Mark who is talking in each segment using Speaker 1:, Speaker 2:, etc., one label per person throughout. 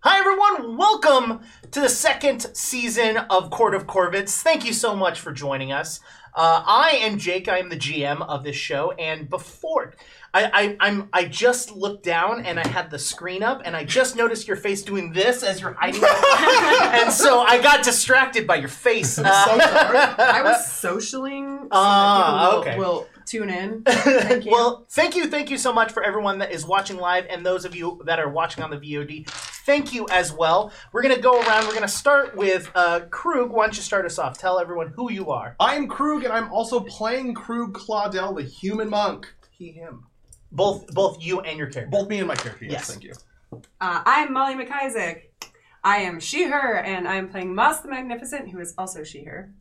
Speaker 1: Hi, everyone. Welcome to the second season of Court of Corvids. Thank you so much for joining us. Uh, I am Jake. I am the GM of this show. And before, I, I, I'm, I just looked down and I had the screen up, and I just noticed your face doing this as you're hiding. and so I got distracted by your face. Uh,
Speaker 2: I was socialing so
Speaker 1: Ah,
Speaker 2: that
Speaker 1: okay.
Speaker 2: people will, will tune in. Thank you.
Speaker 1: Well, thank you, thank you so much for everyone that is watching live and those of you that are watching on the VOD. Thank you as well. We're gonna go around. We're gonna start with uh, Krug. Why don't you start us off? Tell everyone who you are.
Speaker 3: I'm Krug, and I'm also playing Krug Claudel, the human monk. He, him.
Speaker 1: Both both you and your character.
Speaker 3: Both me and my character. Yes,
Speaker 1: Yes.
Speaker 3: thank you.
Speaker 2: uh, I'm Molly McIsaac. I am she, her, and I'm playing Moss the Magnificent, who is also she, her.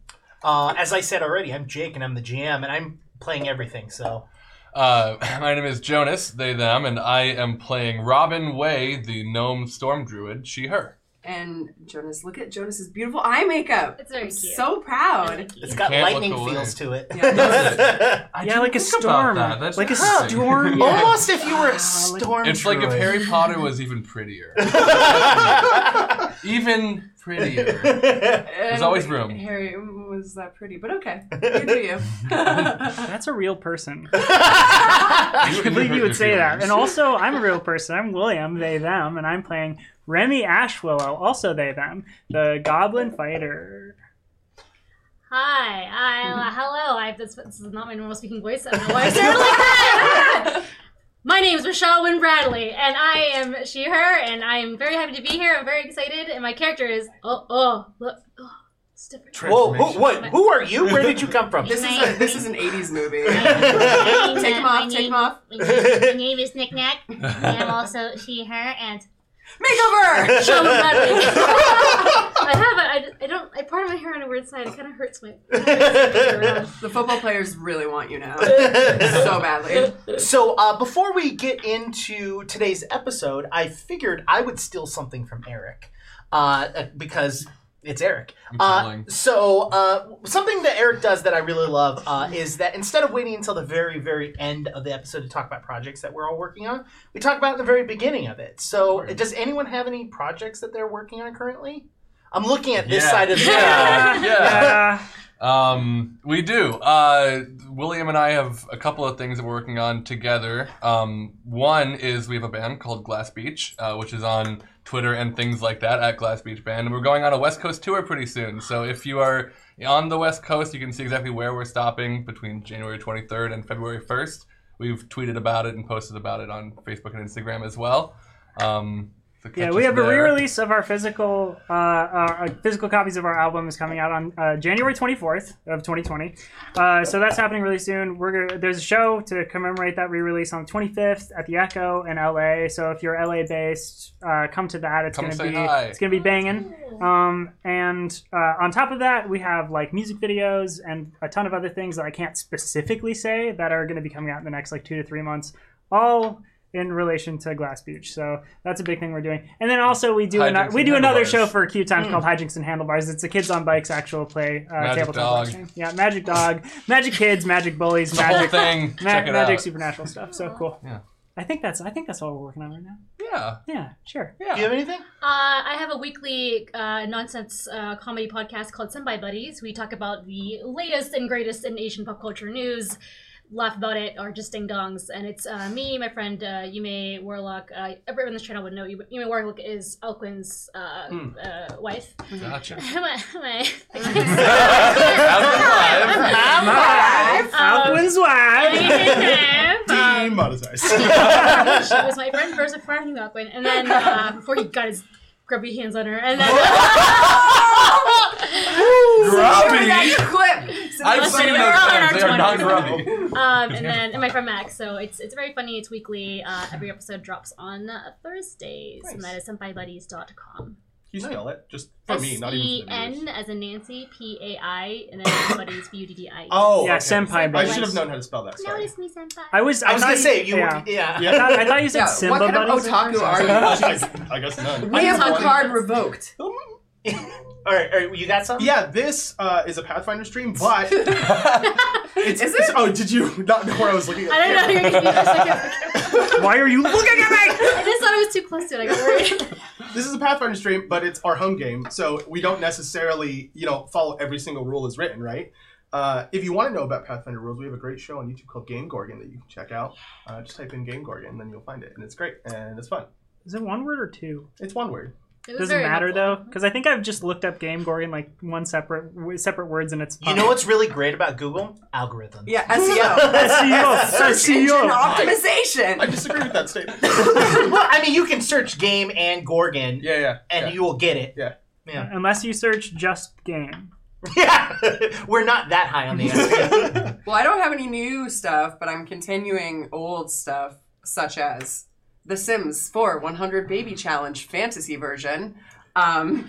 Speaker 1: Uh, as I said already, I'm Jake and I'm the GM and I'm playing everything. So
Speaker 4: Uh, my name is Jonas, they, them, and I am playing Robin Way, the gnome storm druid, she, her.
Speaker 2: And Jonas, look at Jonas's beautiful eye makeup.
Speaker 5: It's very
Speaker 2: I'm
Speaker 5: cute.
Speaker 2: so proud.
Speaker 1: it's got
Speaker 4: can't look
Speaker 1: lightning
Speaker 4: away.
Speaker 1: feels to it.
Speaker 2: Yeah.
Speaker 4: I
Speaker 6: Yeah, like a
Speaker 4: think about
Speaker 6: storm.
Speaker 4: that. That's
Speaker 6: Like a
Speaker 4: interesting.
Speaker 6: storm.
Speaker 4: Yeah.
Speaker 1: Almost if you were
Speaker 2: Wow,
Speaker 1: a storm.
Speaker 4: It's like if
Speaker 1: druid.
Speaker 4: Harry Potter was even prettier. even prettier.
Speaker 2: There's
Speaker 4: always room.
Speaker 2: Harry was that pretty, but okay. You do you.
Speaker 6: That's a real person.
Speaker 4: You
Speaker 6: I believe
Speaker 4: hurt
Speaker 6: you
Speaker 4: your
Speaker 6: would say that.
Speaker 4: feelings.
Speaker 6: And also, I'm a real person. I'm William, they, them, and I'm playing Remy Ashwillow, also they, them, the goblin fighter.
Speaker 5: Hi, I, uh, hello. I, this, this is not my normal speaking voice. I don't know why I sounded like that. my name is Michelle Wynn Bradley, and I am she, her, and I am very happy to be here. I'm very excited, and my character is oh, oh, look, oh, it's different.
Speaker 1: Whoa! Who, what? Who are you? Where did you come from?
Speaker 2: This is a, this is an '80s movie.
Speaker 5: My name-
Speaker 2: Take him
Speaker 5: my
Speaker 2: off. Take
Speaker 5: name-
Speaker 2: him off.
Speaker 5: My name is Knick Knack, and I'm also she, her, and
Speaker 2: Makeover.
Speaker 5: Michelle Wynn Bradley. I have a, I, d- I don't, I part of my hair on a weird side. It kind of hurts my.
Speaker 2: The football players really want you now, so badly.
Speaker 1: So uh, before we get into today's episode, I figured I would steal something from Eric uh, uh, because it's Eric.
Speaker 4: I'm
Speaker 1: Uh,
Speaker 4: calling.
Speaker 1: so uh, something that Eric does that I really love uh, is that instead of waiting until the very, very end of the episode to talk about projects that we're all working on, we talk about it at the very beginning of it. So
Speaker 4: Right.
Speaker 1: does anyone have any projects that they're working on currently? I'm looking at this
Speaker 4: Yeah.
Speaker 1: side of the
Speaker 4: Yeah.
Speaker 6: Yeah.
Speaker 4: Um, we do. Uh, William and I have a couple of things that we're working on together. Um, one is we have a band called Glass Beach, uh, which is on Twitter and things like that at Glass Beach Band, and we're going on a West Coast tour pretty soon. So if you are on the West Coast, you can see exactly where we're stopping between January 23rd and February 1st. We've tweeted about it and posted about it on Facebook and Instagram as well. Um, so catch
Speaker 6: Yeah, we
Speaker 4: us
Speaker 6: have a
Speaker 4: there.
Speaker 6: re-release of our physical, uh, our our physical copies of our album is coming out on uh, January 24th of 2020. Uh, so that's happening really soon. We're gonna, there's a show to commemorate that re-release on the 25th at the Echo in LA. So if you're LA based, uh, come to that. It's
Speaker 4: Come
Speaker 6: gonna
Speaker 4: say
Speaker 6: be
Speaker 4: hi.
Speaker 6: it's gonna be banging. Um, and uh, on top of that, we have like music videos and a ton of other things that I can't specifically say that are going to be coming out in the next like two to three months, all in relation to Glass Beach. So that's a big thing we're doing. And then also we do
Speaker 4: Hijinks
Speaker 6: another we
Speaker 4: and
Speaker 6: do another
Speaker 4: Handlebars.
Speaker 6: show for Q Times called Hijinks and Handlebars. It's a kids on bikes actual play uh,
Speaker 4: Magic
Speaker 6: tabletop
Speaker 4: Dog.
Speaker 6: live stream. Yeah, Magic Dog, Magic Kids, Magic Bullies,
Speaker 4: The whole
Speaker 6: Magic
Speaker 4: thing.
Speaker 6: ma-
Speaker 4: Check it
Speaker 6: Magic
Speaker 4: out.
Speaker 6: Supernatural stuff. So cool.
Speaker 4: Yeah.
Speaker 6: I think that's I think that's all we're working on right now.
Speaker 4: Yeah.
Speaker 6: Yeah, sure.
Speaker 4: Yeah.
Speaker 1: Do you have anything?
Speaker 5: Uh, I have a weekly uh, nonsense uh, comedy podcast called Senpai Buddies. We talk about the latest and greatest in Asian pop culture news, laugh about it, or just ding dongs. And it's uh, me, my friend uh, Yume Warlock. Uh, everyone on this channel would know Yume Yume Warlock is Alquin's uh, uh, wife.
Speaker 4: Gotcha.
Speaker 5: My- my-
Speaker 4: How's it live?
Speaker 1: I'm
Speaker 2: Five.
Speaker 6: Alwyn's wife.
Speaker 5: Um, she was my friend first before I knew Aquin, and then uh, before he got his grubby hands on her, and then
Speaker 2: Remember that clip. Since
Speaker 4: I've
Speaker 2: last
Speaker 4: seen
Speaker 2: night,
Speaker 4: those
Speaker 2: we were on our
Speaker 4: things.
Speaker 2: 20s.
Speaker 4: They are not grubby.
Speaker 5: um, and then and my friend Max. So it's it's very funny. It's weekly. Uh, every episode drops on uh, Thursdays, and that is senpaibuddies.com.
Speaker 3: You spell it just for
Speaker 5: S
Speaker 3: me, not even
Speaker 5: E
Speaker 3: for the viewers.
Speaker 5: N as in Nancy, P A I, and then buddies, B U D D I. E.
Speaker 3: Oh,
Speaker 6: Yeah,
Speaker 3: okay.
Speaker 6: senpai
Speaker 3: I
Speaker 6: buddies.
Speaker 3: should have known how to spell that.
Speaker 5: Now
Speaker 3: Sorry.
Speaker 5: it's me, senpai.
Speaker 6: I was
Speaker 1: I was
Speaker 6: thought
Speaker 1: gonna
Speaker 6: you-
Speaker 1: say you
Speaker 6: yeah.
Speaker 1: were. Yeah.
Speaker 6: I thought, I thought you said
Speaker 2: Yeah,
Speaker 6: Simba
Speaker 2: what kind
Speaker 6: buddies.
Speaker 2: of otaku are you?
Speaker 3: I, I guess none.
Speaker 2: We have
Speaker 5: I'm
Speaker 2: the
Speaker 5: sorry.
Speaker 2: card revoked.
Speaker 1: All right, all right, you got something?
Speaker 3: Yeah, this uh, is a Pathfinder stream, but
Speaker 4: Oh,
Speaker 3: it's,
Speaker 2: Is
Speaker 3: it's-
Speaker 2: it?
Speaker 3: Oh, did you not know where I was looking? At?
Speaker 5: I don't know. You're confused. I
Speaker 6: Why are you looking at me?
Speaker 5: just thought it was too close to it. I got worried.
Speaker 7: this is a Pathfinder stream, but it's our home game, so we don't necessarily, you know, follow every single rule as written, right? Uh, if you want to know about Pathfinder rules, we have a great show on YouTube called Game Gorgon that you can check out. Uh, just type in Game Gorgon, then you'll find it, and it's great and it's fun.
Speaker 6: Is it one word or two?
Speaker 7: It's one word.
Speaker 8: It was
Speaker 6: Doesn't
Speaker 8: very
Speaker 6: matter though,
Speaker 8: helpful.
Speaker 6: because I think I've just looked up Game Gorgon like one separate w- separate words and it's.
Speaker 1: You know what's really great about Google? Algorithms.
Speaker 2: Yeah, SEO.
Speaker 6: SEO,
Speaker 2: Search engine
Speaker 6: SEO.
Speaker 7: I
Speaker 2: optimization.
Speaker 7: disagree with that statement.
Speaker 1: well, I mean, you can search game and Gorgon,
Speaker 4: Yeah, yeah.
Speaker 1: and
Speaker 4: yeah.
Speaker 1: you will get it.
Speaker 6: Unless you search just game.
Speaker 1: Yeah, we're not that high on the SEO.
Speaker 2: Well, I don't have any new stuff, but I'm continuing old stuff, such as The Sims 4 100 Baby Challenge Fantasy Version. Um,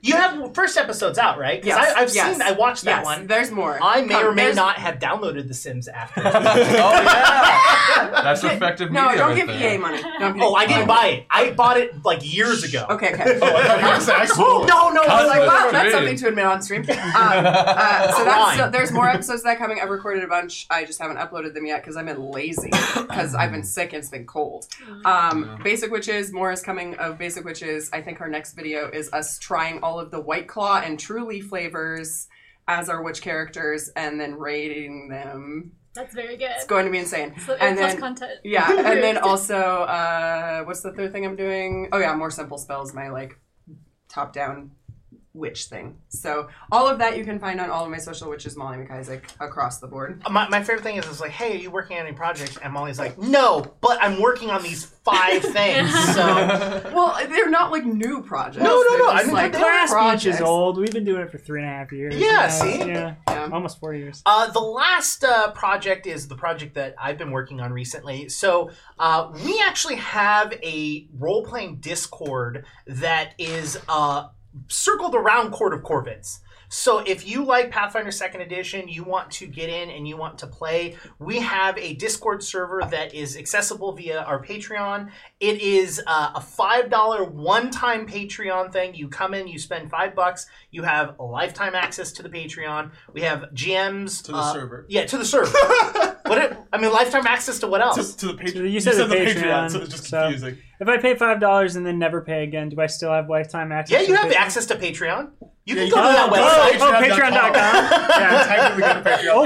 Speaker 1: you have first episode's out, right? 'Cause
Speaker 2: Yes,
Speaker 1: I, I've
Speaker 2: yes,
Speaker 1: seen, I watched that
Speaker 2: yes,
Speaker 1: one.
Speaker 2: There's more.
Speaker 1: I may
Speaker 2: Come,
Speaker 1: or may
Speaker 2: there's-
Speaker 1: not have downloaded The Sims
Speaker 4: oh
Speaker 1: after.
Speaker 4: yeah. That's effective
Speaker 2: No,
Speaker 4: media.
Speaker 2: don't
Speaker 4: right
Speaker 2: give
Speaker 4: there.
Speaker 2: EA money. No, I'm kidding.
Speaker 1: oh, I didn't buy it. I bought it like years ago.
Speaker 2: Okay, okay.
Speaker 7: Oh, I thought you were gonna say I stole it.
Speaker 1: No, no,
Speaker 2: I was like,
Speaker 1: no.
Speaker 2: wow,
Speaker 4: That's
Speaker 2: that's
Speaker 4: me.
Speaker 2: something to admit on stream. Um, uh, so
Speaker 1: Why?
Speaker 2: that's so there's more episodes of that coming. I've recorded a bunch. I just haven't uploaded them yet because I've been lazy because I've been sick and it's been cold. Um, Basic Witches, more is coming of Basic Witches. I think our next video is us trying all of the White Claw and Truly flavors as our witch characters and then rating them.
Speaker 8: That's very good.
Speaker 2: It's going to be insane.
Speaker 8: So,
Speaker 2: and
Speaker 8: plus
Speaker 2: then-
Speaker 8: content.
Speaker 2: Yeah, and then also, uh, what's the third thing I'm doing? Oh yeah, more simple spells. My like top down witch thing. So all of that you can find on all of my social, which is Molly McIsaac across the board.
Speaker 1: My, my favorite thing is, it's like, hey, are you working on any projects? And Molly's like, no, but I'm working on these five things. So
Speaker 2: Well, they're not like new projects.
Speaker 1: No, no,
Speaker 2: They're
Speaker 1: no,
Speaker 2: just,
Speaker 1: I mean,
Speaker 2: like
Speaker 1: they're
Speaker 6: Class
Speaker 2: projects.
Speaker 6: Beach is old. We've been doing it for three and a half years.
Speaker 1: Yeah,
Speaker 6: Uh,
Speaker 1: see?
Speaker 6: Yeah,
Speaker 2: Yeah.
Speaker 6: almost four years.
Speaker 1: Uh, the last uh, project is the project that I've been working on recently. So uh, we actually have a role playing Discord that is uh, circled around Court of Corvids. So if you like Pathfinder 2nd Edition, you want to get in and you want to play, we have a Discord server that is accessible via our Patreon. It is uh, a $5 one-time Patreon thing. You come in, you spend 5 bucks, you have lifetime access to the Patreon. We have GMs
Speaker 7: To the
Speaker 1: uh,
Speaker 7: server.
Speaker 1: yeah, to the server. what? It, I mean, lifetime access to what else?
Speaker 7: To, to the Patreon.
Speaker 6: You said the Patreon,
Speaker 7: so it's just
Speaker 6: so-
Speaker 7: confusing.
Speaker 6: If I pay five dollars and then never pay again, do I still have lifetime access?
Speaker 1: yeah, you
Speaker 6: to
Speaker 1: have
Speaker 6: Patreon?
Speaker 1: access to Patreon.
Speaker 7: Yeah,
Speaker 1: You can
Speaker 7: you
Speaker 1: go to
Speaker 7: can
Speaker 1: that
Speaker 7: go to
Speaker 1: website.
Speaker 6: Oh,
Speaker 7: Patreon.com.
Speaker 6: Patreon.com.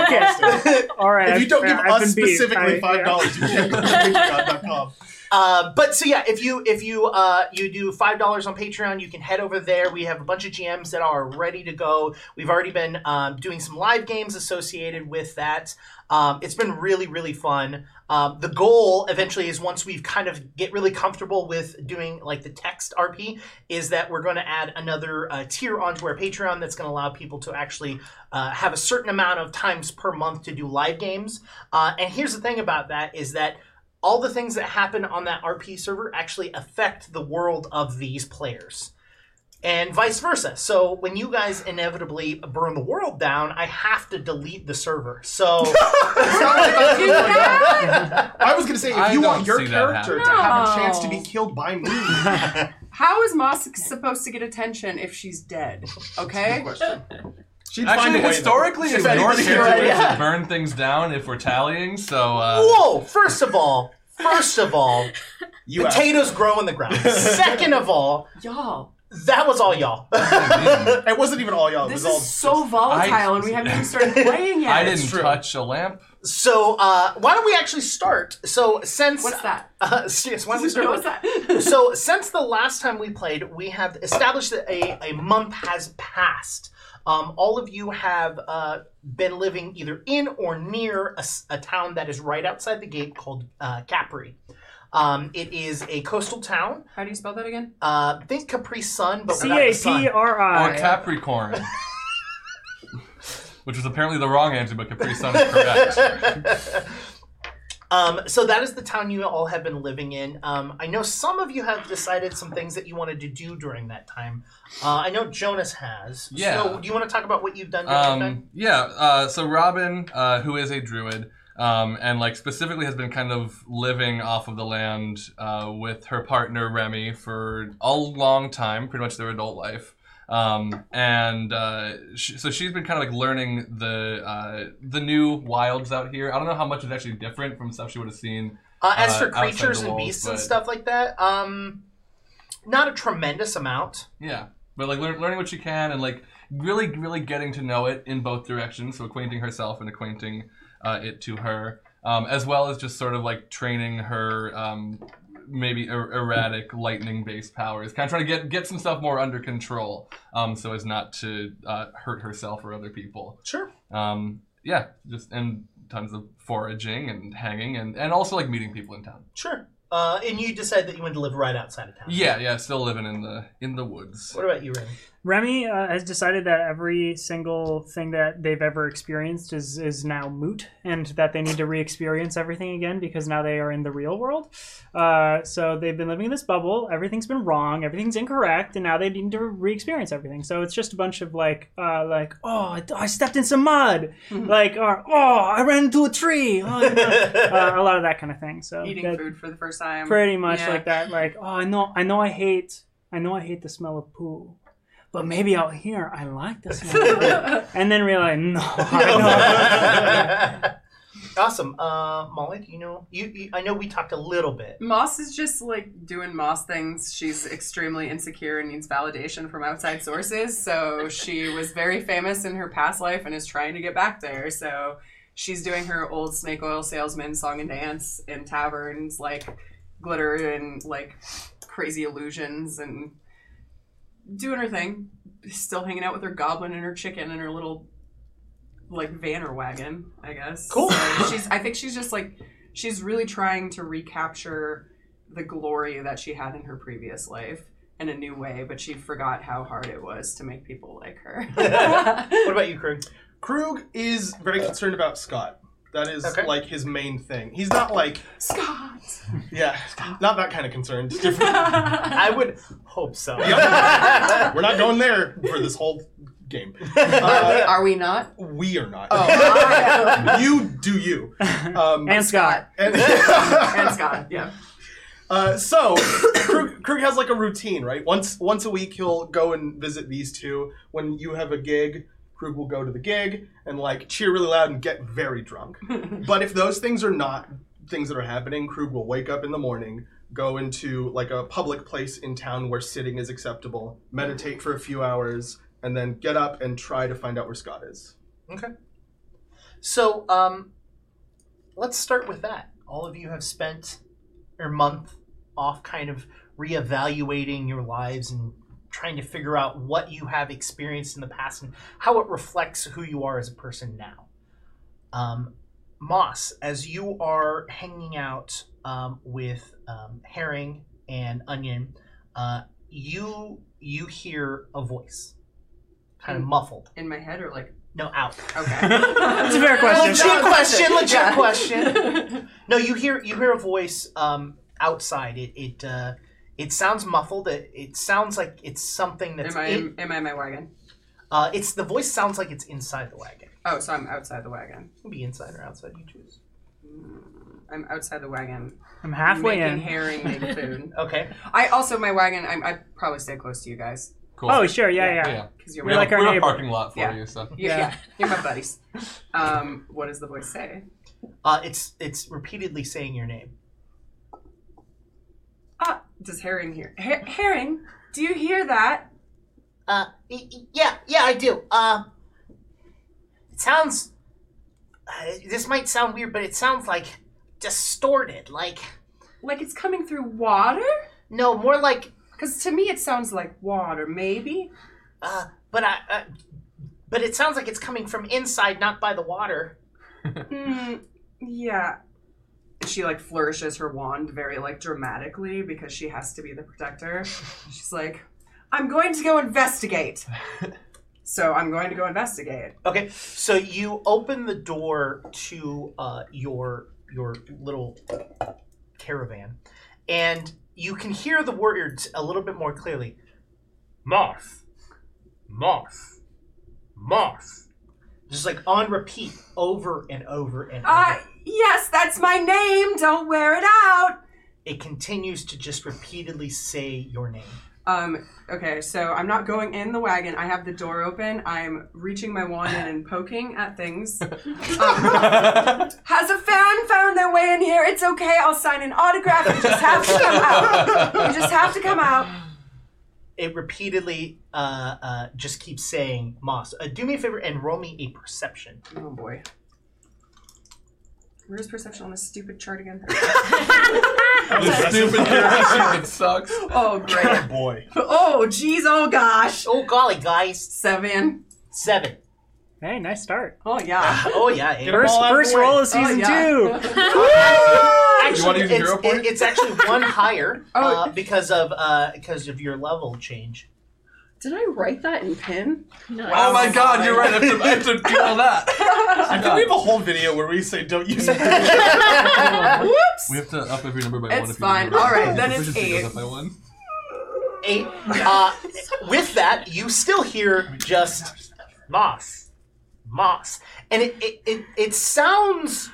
Speaker 7: Technically, go to
Speaker 6: yeah.
Speaker 7: Patreon.
Speaker 6: Okay. All right.
Speaker 7: If you don't
Speaker 6: I've-
Speaker 7: give
Speaker 6: I've
Speaker 7: us
Speaker 6: been beat.
Speaker 7: specifically
Speaker 6: I-
Speaker 7: five dollars, you can't go to Patreon.com.
Speaker 1: Uh, but so yeah, if you if you uh, you do five dollars on Patreon, you can head over there. We have a bunch of GMs that are ready to go. We've already been um, doing some live games associated with that. Um, it's been really really fun. Um, the goal eventually is once we've kind of get really comfortable with doing like the text RP, is that we're going to add another uh, tier onto our Patreon that's going to allow people to actually uh, have a certain amount of times per month to do live games. Uh, and here's the thing about that is that all the things that happen on that RP server actually affect the world of these players. And vice versa. So when you guys inevitably burn the world down, I have to delete the server. So
Speaker 7: Sorry about you. I was gonna say if
Speaker 4: I
Speaker 7: you
Speaker 4: don't
Speaker 7: want your
Speaker 4: see that
Speaker 7: character
Speaker 4: happening.
Speaker 7: to have a
Speaker 2: No.
Speaker 7: chance to be killed by me,
Speaker 2: How is Moss supposed to get attention if she's dead? Okay.
Speaker 7: question. She'd find a
Speaker 4: Actually,
Speaker 7: way, though.
Speaker 4: historically,
Speaker 7: She'd
Speaker 4: it's
Speaker 7: find a
Speaker 4: your
Speaker 7: way.
Speaker 4: character
Speaker 1: Yeah.
Speaker 4: to burn things down if we're tallying. So uh,
Speaker 1: whoa! First of all, first of all,
Speaker 7: You out.
Speaker 1: potatoes grow in the ground. Second of all,
Speaker 2: Y'all,
Speaker 1: that was all y'all.
Speaker 3: Mm-hmm.
Speaker 7: It wasn't even all y'all. It
Speaker 2: this
Speaker 7: was
Speaker 2: is
Speaker 7: all
Speaker 2: so volatile and we haven't even started playing yet.
Speaker 4: I didn't
Speaker 7: It's true.
Speaker 4: touch a lamp.
Speaker 1: so uh, why don't we actually start? So since
Speaker 2: What's that?
Speaker 1: Uh, serious, why don't we start?
Speaker 2: What was that?
Speaker 1: so since the last time we played, we have established that a, a month has passed. Um, all of you have uh, been living either in or near a, s- a town that is right outside the gate called uh, Capri. Um, it is a coastal town.
Speaker 2: How do you spell that again?
Speaker 1: Uh, think Capri Sun, but
Speaker 6: C
Speaker 1: without the
Speaker 6: A
Speaker 1: sun.
Speaker 6: P R
Speaker 4: Or
Speaker 6: I.
Speaker 4: Capricorn. Which was apparently the wrong answer, but Capri Sun is correct.
Speaker 1: Um, so that is the town you all have been living in. Um, I know some of you have decided some things that you wanted to do during that time. Uh, I know Jonas has.
Speaker 4: Yeah.
Speaker 1: So do you want to talk about what you've done during that time?
Speaker 4: Um, yeah, uh, so Robin, uh, who is a druid, um, and like specifically has been kind of living off of the land uh, with her partner Remy for a long time, pretty much their adult life. Um, and uh, sh so she's been kind of like learning the uh, the new wilds out here. I don't know how much is actually different from stuff she would have seen
Speaker 1: Uh, as
Speaker 4: uh,
Speaker 1: for
Speaker 4: outside
Speaker 1: creatures
Speaker 4: the
Speaker 1: and
Speaker 4: walls,
Speaker 1: beasts
Speaker 4: but-
Speaker 1: and stuff like that, um, not a tremendous amount.
Speaker 4: Yeah, but like lear- learning what she can and like really, really getting to know it in both directions. So acquainting herself and acquainting uh, it to her, um, as well as just sort of like training her um, maybe er- erratic lightning-based powers. Kind of trying to get get some stuff more under control, um, so as not to uh, hurt herself or other people.
Speaker 1: Sure.
Speaker 4: Um, yeah, just and tons of foraging and hanging and and also like meeting people in town.
Speaker 1: Sure. Uh, and you decide that you want to live right outside of town.
Speaker 4: Yeah, yeah, still living in the in the woods.
Speaker 1: What about you, Ren?
Speaker 6: Remy uh, has decided that every single thing that they've ever experienced is is now moot, and that they need to re-experience everything again because now they are in the real world. Uh, so they've been living in this bubble. Everything's been wrong. Everything's incorrect, and now they need to re-experience everything. So it's just a bunch of like, uh, like, oh, I- I stepped in some mud, like, or oh, I ran into a tree, oh, uh, a lot of that kind of thing. So
Speaker 2: Eating
Speaker 6: that-
Speaker 2: food for the first time.
Speaker 6: pretty much
Speaker 2: Um, Yeah.
Speaker 6: like that like oh i know i know i hate i know i hate the smell of poo but maybe out here i like the smell of poo and then realize no, I
Speaker 1: awesome. Uh, Molly, do you know? You, you, I know we talked a little bit.
Speaker 2: Moss is just like doing Moss things. She's extremely insecure and needs validation from outside sources. So she was very famous in her past life and is trying to get back there. So she's doing her old snake oil salesman song and dance in taverns, like glitter and like crazy illusions and doing her thing. Still hanging out with her goblin and her chicken and her little like van or wagon, I guess.
Speaker 1: Cool.
Speaker 2: So she's I think she's just like she's really trying to recapture the glory that she had in her previous life in a new way, but she forgot how hard it was to make people like her.
Speaker 1: What about you, Krug?
Speaker 7: Krug is very concerned about Scott. That is
Speaker 1: Okay.
Speaker 7: like his main thing. He's not like,
Speaker 2: Scott.
Speaker 7: yeah, not that kind of concerned. It's different.
Speaker 1: I would hope so.
Speaker 7: Yeah. We're not going there for this whole game. Uh,
Speaker 2: Are we not?
Speaker 7: we are not.
Speaker 2: Oh.
Speaker 7: you do you.
Speaker 6: know
Speaker 7: Um,
Speaker 6: and scott
Speaker 7: and-
Speaker 2: and Scott, yeah.
Speaker 7: Uh, so Krug, Krug has like a routine, right? Once once a week, he'll go and visit these two. When you have a gig, Krug will go to the gig and like cheer really loud and get very drunk. but if those things are not things that are happening, Krug will wake up in the morning, go into like a public place in town where sitting is acceptable, meditate for a few hours, and then get up and try to find out where Scott is.
Speaker 1: So, um, let's start with that. All of you have spent your month off kind of reevaluating your lives and trying to figure out what you have experienced in the past and how it reflects who you are as a person now. Um, Moss, as you are hanging out um, with um, Herring and Onion, uh, you you hear a voice, kind of
Speaker 2: Hmm.
Speaker 1: muffled.
Speaker 2: In my head or like
Speaker 1: No, out.
Speaker 2: okay.
Speaker 6: it's a fair question
Speaker 1: Legit question, legit
Speaker 2: Yeah.
Speaker 1: question. No, you hear you hear a voice um, outside. It it uh, it sounds muffled. It, it sounds like it's something that's
Speaker 2: am I
Speaker 1: in,
Speaker 2: in, am I in my wagon?
Speaker 1: uh, it's the voice sounds like it's inside the wagon.
Speaker 2: Oh, so I'm outside the wagon.
Speaker 1: It can be inside or outside, you choose.
Speaker 2: I'm outside the wagon.
Speaker 6: i'm halfway
Speaker 2: making
Speaker 6: in
Speaker 2: herring make food.
Speaker 1: Okay.
Speaker 2: I also my wagon. I, I probably stay close to you guys
Speaker 4: Cool.
Speaker 6: oh sure yeah yeah,
Speaker 4: yeah.
Speaker 2: because you're
Speaker 6: We
Speaker 4: We
Speaker 2: my
Speaker 4: have,
Speaker 6: like our
Speaker 4: we have a
Speaker 6: neighbor.
Speaker 4: parking lot for
Speaker 2: Yeah.
Speaker 4: you, so.
Speaker 2: Yeah,
Speaker 6: Yeah.
Speaker 2: yeah. You're my buddies. Um, what does the voice say?
Speaker 1: Uh, it's it's repeatedly saying your name.
Speaker 2: Ah, does Herring hear? Her- Herring, do you hear that?
Speaker 1: Uh, yeah, yeah, I do. Um, it sounds. Uh, this might sound weird, but it sounds like distorted. Like
Speaker 2: Like it's coming through water?
Speaker 1: no, more like
Speaker 2: Because to me it sounds like water, maybe.
Speaker 1: Uh, but I, uh, but it sounds like it's coming from inside, not by the water.
Speaker 2: Hmm, yeah. She like flourishes her wand very like dramatically because she has to be the protector. She's like, I'm going to go investigate. so I'm going to go investigate.
Speaker 1: Okay, so you open the door to uh, your your little caravan, and you can hear the words a little bit more clearly. Moth, moth, moth. Just like on repeat, over and over and over.
Speaker 2: Ah, yes, that's my name. Don't wear it out.
Speaker 1: It continues to just repeatedly say your name.
Speaker 2: Um, okay, so I'm not going in the wagon. I have the door open. I'm reaching my wand in and poking at things. Um, has a fan found their way in here? It's okay. I'll sign an autograph. You just have to come out. You just have to come out.
Speaker 1: it repeatedly uh, uh, just keeps saying Moss. Uh, do me a favor and roll me a perception.
Speaker 2: Oh boy. Where's perception on this stupid chart again?
Speaker 4: This stupid character sheet that sucks.
Speaker 2: oh great.
Speaker 7: Boy.
Speaker 2: Oh jeez. Oh gosh.
Speaker 1: Oh golly, guys,
Speaker 2: Seven.
Speaker 1: seven.
Speaker 6: Hey, nice start.
Speaker 2: Oh yeah.
Speaker 1: Oh yeah, eh?
Speaker 7: Get 'em
Speaker 6: First
Speaker 7: all out of
Speaker 6: first
Speaker 7: the way.
Speaker 6: roll of season
Speaker 2: oh,
Speaker 6: two.
Speaker 2: yeah.
Speaker 1: Actually,
Speaker 4: You wanna use a
Speaker 1: it's,
Speaker 4: hero point?
Speaker 1: it- it's actually one higher
Speaker 2: Oh.
Speaker 1: uh, because of uh, because of your level change.
Speaker 2: Did I write that in pen?
Speaker 8: No.
Speaker 4: Oh my god, you're right. I have to, I have to Google that.
Speaker 7: I think we have a whole video where we say don't use it.
Speaker 2: Whoops.
Speaker 4: We have to up every number by
Speaker 2: It's
Speaker 4: one. if you
Speaker 2: fine.
Speaker 4: remember.
Speaker 2: All right, then it's
Speaker 4: Proficiency goes
Speaker 2: eight.
Speaker 4: up by one.
Speaker 1: Eight. Uh, with that, you still hear just Moss, Moss, and it it, it, it sounds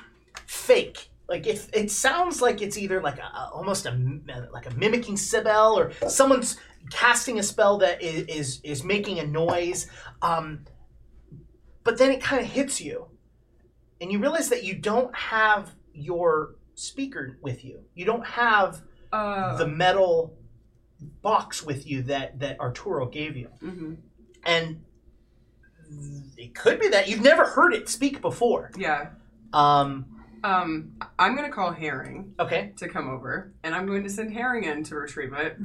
Speaker 1: fake. Like it, it sounds like it's either like a, a- almost a m- like a mimicking spell or someone's casting a spell that is is, is making a noise. Um, but then it kind of hits you, and you realize that you don't have your speaker with you. You don't have
Speaker 2: Uh,
Speaker 1: the metal box with you that that Arturo gave you,
Speaker 2: mhm.
Speaker 1: and it could be that you've never heard it speak before.
Speaker 2: Yeah.
Speaker 1: Um,
Speaker 2: Um, I'm gonna call Herring
Speaker 1: okay.
Speaker 2: to come over, and I'm going to send Herring in to retrieve it.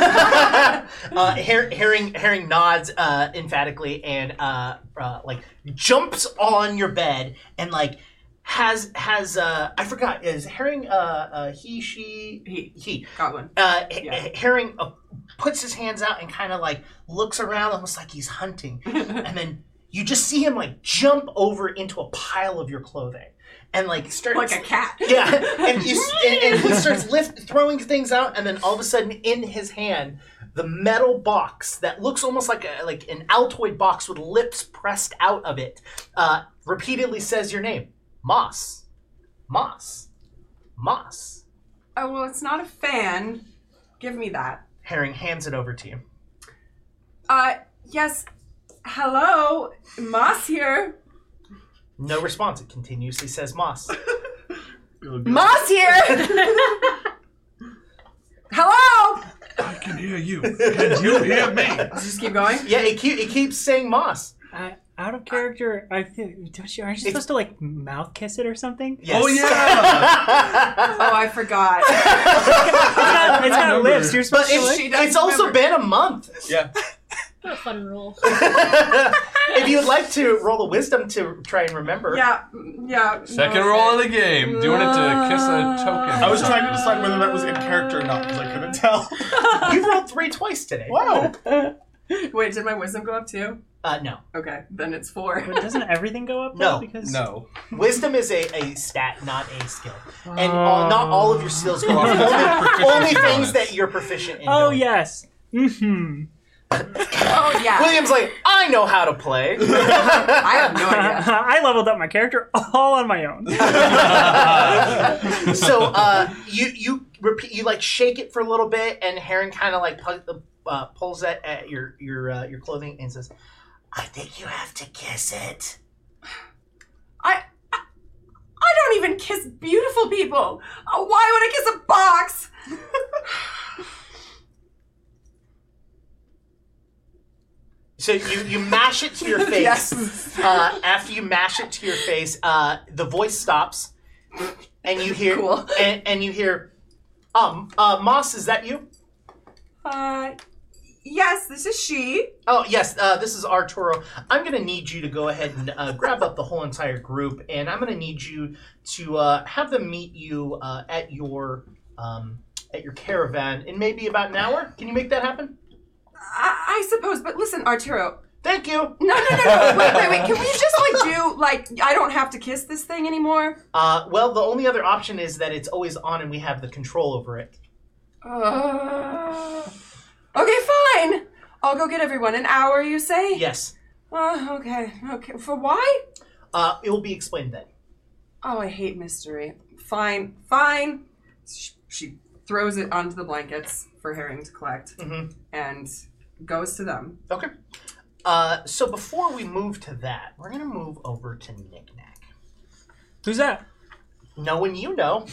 Speaker 1: uh, Her- herring herring nods uh, emphatically and uh, uh, like jumps on your bed and like has has uh, I forgot is herring uh, uh, he she
Speaker 2: He
Speaker 1: he
Speaker 2: got one.
Speaker 1: uh, H-
Speaker 2: Yeah.
Speaker 1: H- Herring uh, puts his hands out and kind of like looks around almost like he's hunting. and then you just see him like jump over into a pile of your clothing and like starts.
Speaker 2: Like a cat.
Speaker 1: yeah, and, you, s- and, and he starts lift, throwing things out, and then all of a sudden, in his hand, the metal box that looks almost like a, like an Altoid box with lips pressed out of it, uh, repeatedly says your name, Moss, Moss, Moss.
Speaker 2: Oh well, it's not a fan. Give me that.
Speaker 1: Herring hands it over to you.
Speaker 2: Uh, yes. Hello, Moss here.
Speaker 1: No response. It continuously says Moss.
Speaker 2: Moss here. Hello.
Speaker 4: I can hear you. Can you hear me?
Speaker 2: Let's just keep going.
Speaker 1: Yeah, it, keep, it keeps saying Moss.
Speaker 6: Uh, out of character, I think don't you aren't you supposed to like mouth kiss it or something?
Speaker 1: Yes.
Speaker 4: Oh yeah.
Speaker 2: Oh, I forgot.
Speaker 6: It's got, it's got
Speaker 4: remember.
Speaker 6: lips. You're
Speaker 1: But
Speaker 6: supposed to.
Speaker 1: it's,
Speaker 6: Like,
Speaker 2: She does
Speaker 1: it's also
Speaker 2: remember.
Speaker 1: been a month.
Speaker 7: yeah.
Speaker 8: What a fun rule.
Speaker 1: if you'd like to roll a wisdom to try and remember.
Speaker 2: yeah, mm, yeah.
Speaker 4: Second
Speaker 2: no.
Speaker 4: roll of the game. Doing it to kiss a token.
Speaker 7: I was trying to decide whether that was in character or not because I couldn't tell.
Speaker 1: You've rolled three twice today.
Speaker 7: Wow.
Speaker 2: Wait, did my wisdom go up too?
Speaker 1: Uh, no.
Speaker 2: Okay, then it's four.
Speaker 6: but doesn't everything go up?
Speaker 1: No.
Speaker 6: though? because
Speaker 4: No.
Speaker 1: Wisdom is a, a stat, not a skill. And all, not all of your skills go up. Only, only things
Speaker 4: Proficiency bonus.
Speaker 1: that you're proficient in.
Speaker 6: Oh
Speaker 1: go.
Speaker 6: yes. Mm-hmm.
Speaker 2: Oh yeah.
Speaker 1: William's like, I know how to play.
Speaker 2: I have no idea.
Speaker 6: I leveled up my character all on my own.
Speaker 1: so uh, you you repeat you like shake it for a little bit, and Heron kind of like pu- uh, pulls at, at your your uh, your clothing and says, "I think you have to kiss it."
Speaker 2: I, I I don't even kiss beautiful people. Oh, why would I kiss a box?
Speaker 1: So you you mash it to your face.
Speaker 2: Yes.
Speaker 1: Uh, after you mash it to your face, uh, the voice stops, and you hear
Speaker 2: Cool.
Speaker 1: and, and you hear, um, uh, Moss, is that you?
Speaker 2: Uh, yes, this is she.
Speaker 1: Oh yes, uh, this is Arturo. I'm gonna need you to go ahead and uh, grab up the whole entire group, and I'm gonna need you to uh, have them meet you uh, at your um, at your caravan in maybe about an hour. Can you make that happen?
Speaker 2: I, I suppose, but listen, Arturo.
Speaker 1: Thank you.
Speaker 2: No, no, no, no. Wait, wait, wait. Can we just like do like I don't have to kiss this thing anymore?
Speaker 1: Uh, well, the only other option is that it's always on, and we have the control over it.
Speaker 2: Uh, okay, fine. I'll go get everyone. An hour, you say?
Speaker 1: Yes,
Speaker 2: Uh, okay, okay. For why?
Speaker 1: uh, it will be explained then.
Speaker 2: Oh, I hate mystery. Fine, fine. She, she throws it onto the blankets for Herring to collect
Speaker 3: Mm-hmm.
Speaker 1: Mhm.
Speaker 2: and goes to them.
Speaker 1: Okay. Uh, so before we move to that, we're gonna move over to Knick Knack.
Speaker 6: Who's that?
Speaker 1: No one you know.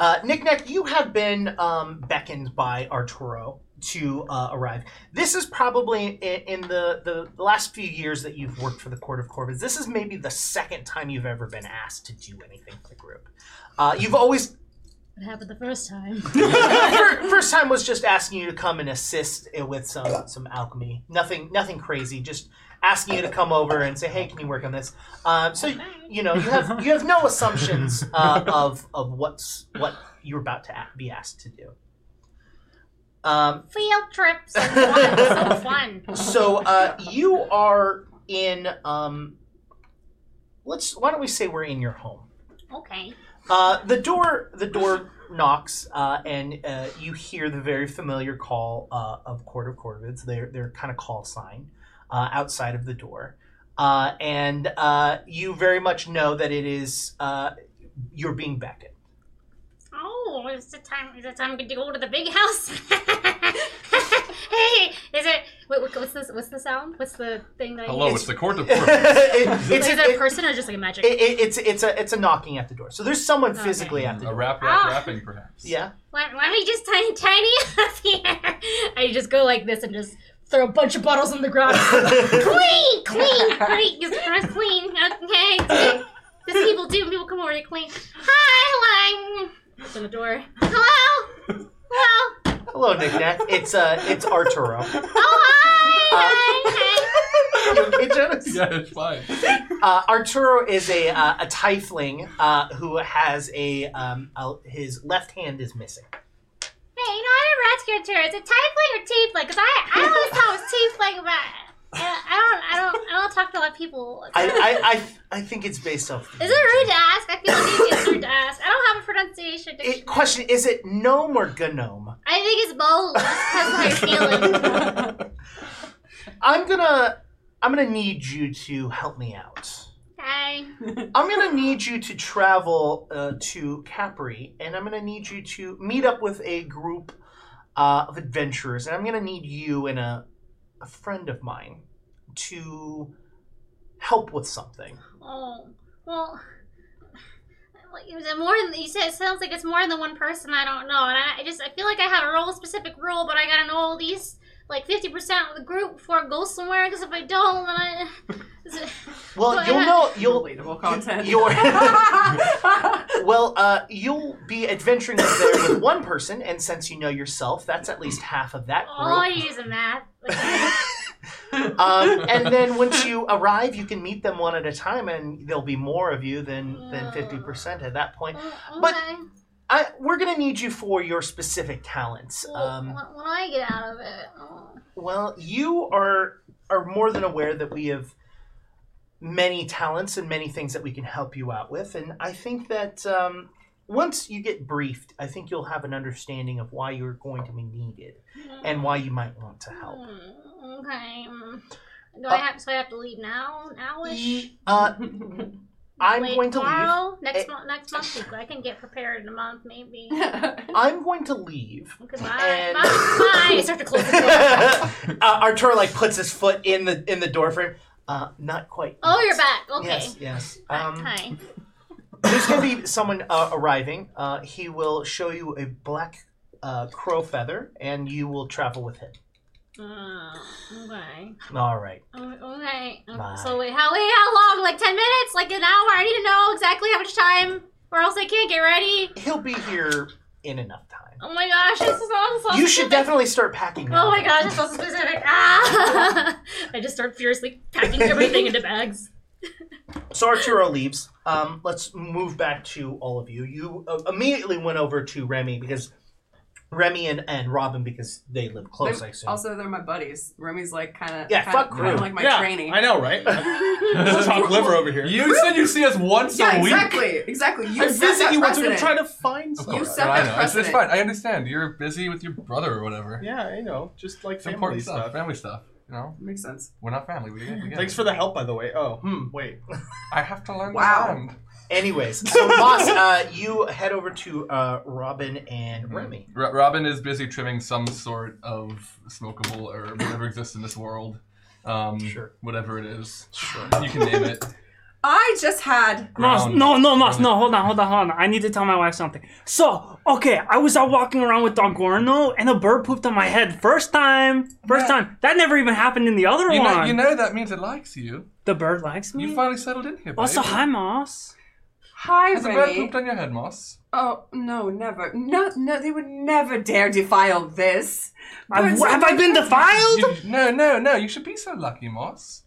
Speaker 1: Uh, Nick Neck, you have been um, beckoned by Arturo to uh, arrive. This is probably i- in the, the the last few years that you've worked for the Court of Corvids. This is maybe the second time you've ever been asked to do anything for the group. Uh, you've always
Speaker 5: What happened the first time?
Speaker 1: Fir- First time was just asking you to come and assist i- with some some alchemy. Nothing nothing crazy. Just asking you to come over and say, "Hey, can you work on this?" Uh, so you know you have you have no assumptions uh, of of what's what you're about to a- be asked to do. Um,
Speaker 5: Field trips. So fun. so fun.
Speaker 1: so uh, you are in. Um, let's. Why don't we say we're in your home?
Speaker 5: Okay.
Speaker 1: Uh, the door the door knocks uh, and uh, you hear the very familiar call uh, of Court of Corvids, their their kind of call sign uh, outside of the door, uh, and uh, you very much know that it is uh, you're being beckoned.
Speaker 5: Oh, is it time? Is it time to go to the big house? hey, is it? Wait, what- what's this? What's the sound? What's the thing that?
Speaker 4: Hello,
Speaker 5: I
Speaker 4: it's, the court of Corvus.
Speaker 1: It- it's,
Speaker 5: Is
Speaker 1: it,
Speaker 5: it a person or just like a magic?
Speaker 1: it- it- it's it's a it's a knocking at the door. So there's someone
Speaker 5: Okay.
Speaker 1: physically at the
Speaker 4: a
Speaker 1: door.
Speaker 4: rap, rap,
Speaker 5: Ah.
Speaker 4: rapping, perhaps.
Speaker 1: Yeah.
Speaker 5: Why, why don't we just tiny, tiny up here? I just go like this and just throw a bunch of bottles on the ground. clean, clean, clean. Just press clean. Okay. This is people do. People come over to clean. Hi, hello. Open the door. Hello. Hello.
Speaker 1: Hello, Nick Nack. It's uh it's Arturo.
Speaker 5: Oh hi.
Speaker 1: You okay, Jonas?
Speaker 4: Yeah, it's fine.
Speaker 1: Uh, Arturo is a uh, a tiefling uh, who has a, um, a his left hand is missing.
Speaker 5: Hey, hey. Hey, you know I'm a rescuer. Is it tiefling or tiefling? Cause I I always thought it was tiefling, but uh, I I don't I don't I don't talk to a lot of people.
Speaker 1: I I, I, I think it's based off.
Speaker 5: Is it rude to ask? I feel like it's rude to ask. I don't have a pronunciation.
Speaker 1: It- question: Is it gnome or gnome?
Speaker 5: I think it's bold. That's how I feel.
Speaker 1: I'm gonna I'm gonna need you to help me out.
Speaker 5: Okay.
Speaker 1: I'm gonna need you to travel uh, to Capri, and I'm gonna need you to meet up with a group uh, of adventurers, and I'm gonna need you and a a friend of mine to help with something.
Speaker 5: Oh well. like, is it more than you said? It sounds like it's more than one person. I don't know, and I, I just I feel like I have a role specific role, but I gotta know all these like fifty percent of the group before I go somewhere. Because if I don't, then I. is it-
Speaker 1: Well,
Speaker 5: But-
Speaker 1: you'll know you'll
Speaker 2: Relatable content.
Speaker 1: You're well. Uh, you'll be adventuring up there with one person, and since you know yourself, that's at least half of that
Speaker 5: all I
Speaker 1: group.
Speaker 5: use is math.
Speaker 1: Um, and then once you arrive, you can meet them one at a time, and there'll be more of you than than fifty percent at that point. But-
Speaker 5: okay.
Speaker 1: I, we're gonna need you for your specific talents.
Speaker 5: Well, uh,
Speaker 1: Um,
Speaker 5: when, when I get out of it. Oh.
Speaker 1: well, you are are more than aware that we have many talents and many things that we can help you out with. And I think that um, once you get briefed, I think you'll have an understanding of why you're going to be needed and why you might want to help.
Speaker 5: Mm, Okay. mm. Do I
Speaker 1: Uh,
Speaker 5: have? So I have to leave now? Nowish.
Speaker 1: Uh, I'm
Speaker 5: Wait,
Speaker 1: going to leave.
Speaker 5: tomorrow? Next
Speaker 1: Eh.
Speaker 5: month. Next month. we- I can get prepared in a month, maybe.
Speaker 1: I'm going to leave.
Speaker 5: Goodbye. Bye.
Speaker 1: And-
Speaker 5: Bye. I start to close the door.
Speaker 1: uh, Arturo like puts his foot in the in the door frame. Uh, not quite.
Speaker 5: Oh,
Speaker 1: yet.
Speaker 5: you're back. Okay.
Speaker 1: Yes, yes. Um,
Speaker 5: Hi.
Speaker 1: There's going to be someone uh, arriving. Uh, he will show you a black uh, crow feather, and you will travel with him.
Speaker 5: Uh, okay.
Speaker 1: All right.
Speaker 5: O- Okay. Um,
Speaker 1: Bye.
Speaker 5: So wait, how wait, how long? Like ten minutes? Like an hour? I need to know exactly how much time, or else I can't get ready.
Speaker 1: He'll be here in enough time.
Speaker 5: Oh my gosh, this is all so
Speaker 1: You should
Speaker 5: specific.
Speaker 1: definitely start packing. now.
Speaker 5: Oh my gosh, that's so specific. Ah! I just start furiously packing everything into bags.
Speaker 1: So Arturo leaves. Um, let's move back to all of you. You uh, immediately went over to Remy because Remy and, and Robin because they live close. I
Speaker 2: They're-
Speaker 1: assume.
Speaker 2: also, they're my buddies. Remy's like kind of
Speaker 1: Yeah, fuck
Speaker 2: kind
Speaker 1: Remy.
Speaker 2: of like my
Speaker 3: yeah,
Speaker 2: trainee.
Speaker 3: I know, right? Let's talk liver over here.
Speaker 4: You said you see us once
Speaker 2: yeah,
Speaker 4: a week.
Speaker 2: exactly, exactly. You
Speaker 3: I
Speaker 2: set that
Speaker 3: visit you once. I'm
Speaker 2: precedent.
Speaker 3: trying to find
Speaker 4: Of
Speaker 3: something.
Speaker 4: course,
Speaker 2: set
Speaker 4: I
Speaker 2: that
Speaker 4: know. It's, it's
Speaker 2: precedent.
Speaker 4: fine. I understand. You're busy with your brother or whatever.
Speaker 3: Yeah, I know. Just like
Speaker 4: It's
Speaker 3: family
Speaker 4: important
Speaker 3: stuff.
Speaker 4: stuff. Family stuff. You know,
Speaker 2: Makes sense.
Speaker 4: we're not family. We, we get
Speaker 3: Thanks
Speaker 4: it.
Speaker 3: for the help, by the way. Oh, hmm, wait.
Speaker 4: I have to learn.
Speaker 2: Wow.
Speaker 4: The land.
Speaker 1: Anyways, so Moss, uh, you head over to uh, Robin and Remy.
Speaker 4: Ro- Robin is busy trimming some sort of smokable or whatever exists in this world. Um,
Speaker 1: Sure.
Speaker 4: Whatever it is,
Speaker 1: Sure.
Speaker 4: you can name it.
Speaker 2: I just had.
Speaker 6: No,
Speaker 4: ground.
Speaker 6: no, no, no, no, hold on, hold on, hold on. I need to tell my wife something. So, okay, I was out walking around with Dogorno and a bird pooped on my head. First time. First
Speaker 2: Yeah.
Speaker 6: time. That never even happened in the other
Speaker 4: You know,
Speaker 6: one.
Speaker 4: you know that means it likes you.
Speaker 6: the bird likes me.
Speaker 4: You finally settled in here, babe.
Speaker 6: also, hi, Moss.
Speaker 2: Hi,
Speaker 4: Has a bird
Speaker 2: Vinny.
Speaker 4: pooped on your head, Moss?
Speaker 2: Oh no, never. No, no, they would never dare defile this.
Speaker 6: I,
Speaker 2: Birds are
Speaker 6: have I
Speaker 2: my
Speaker 6: been
Speaker 2: friends.
Speaker 6: defiled?
Speaker 4: You- no, no, no. You should be so lucky, Moss.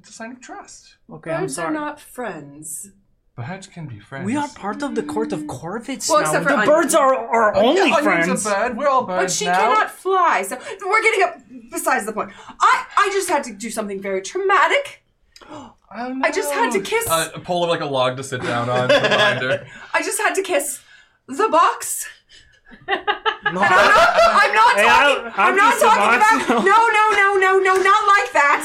Speaker 4: It's a sign of trust.
Speaker 6: Okay, I'm
Speaker 2: Birds are
Speaker 6: sorry.
Speaker 2: not friends.
Speaker 4: Birds can be friends.
Speaker 6: we are part of the court of Corvids
Speaker 2: Well,
Speaker 6: now.
Speaker 2: except for
Speaker 6: the
Speaker 2: Onion.
Speaker 6: birds are our only
Speaker 4: yeah, Onion's
Speaker 6: friends.
Speaker 4: a bird. We're all birds
Speaker 2: But she
Speaker 4: now.
Speaker 2: cannot fly, so we're getting up. Besides the point, I I just had to do something very traumatic.
Speaker 4: Oh, no.
Speaker 2: I just had to kiss-
Speaker 4: Uh, a pole of like a log to sit down on. from behind her.
Speaker 2: I just had to kiss the box.
Speaker 6: No,
Speaker 2: And I'm not, I'm not
Speaker 6: Hey, I
Speaker 2: talking.
Speaker 6: don't-
Speaker 2: I'm
Speaker 6: I'm
Speaker 2: not
Speaker 6: just a
Speaker 2: talking
Speaker 6: box.
Speaker 2: about. No, no, no, no, no, not like that.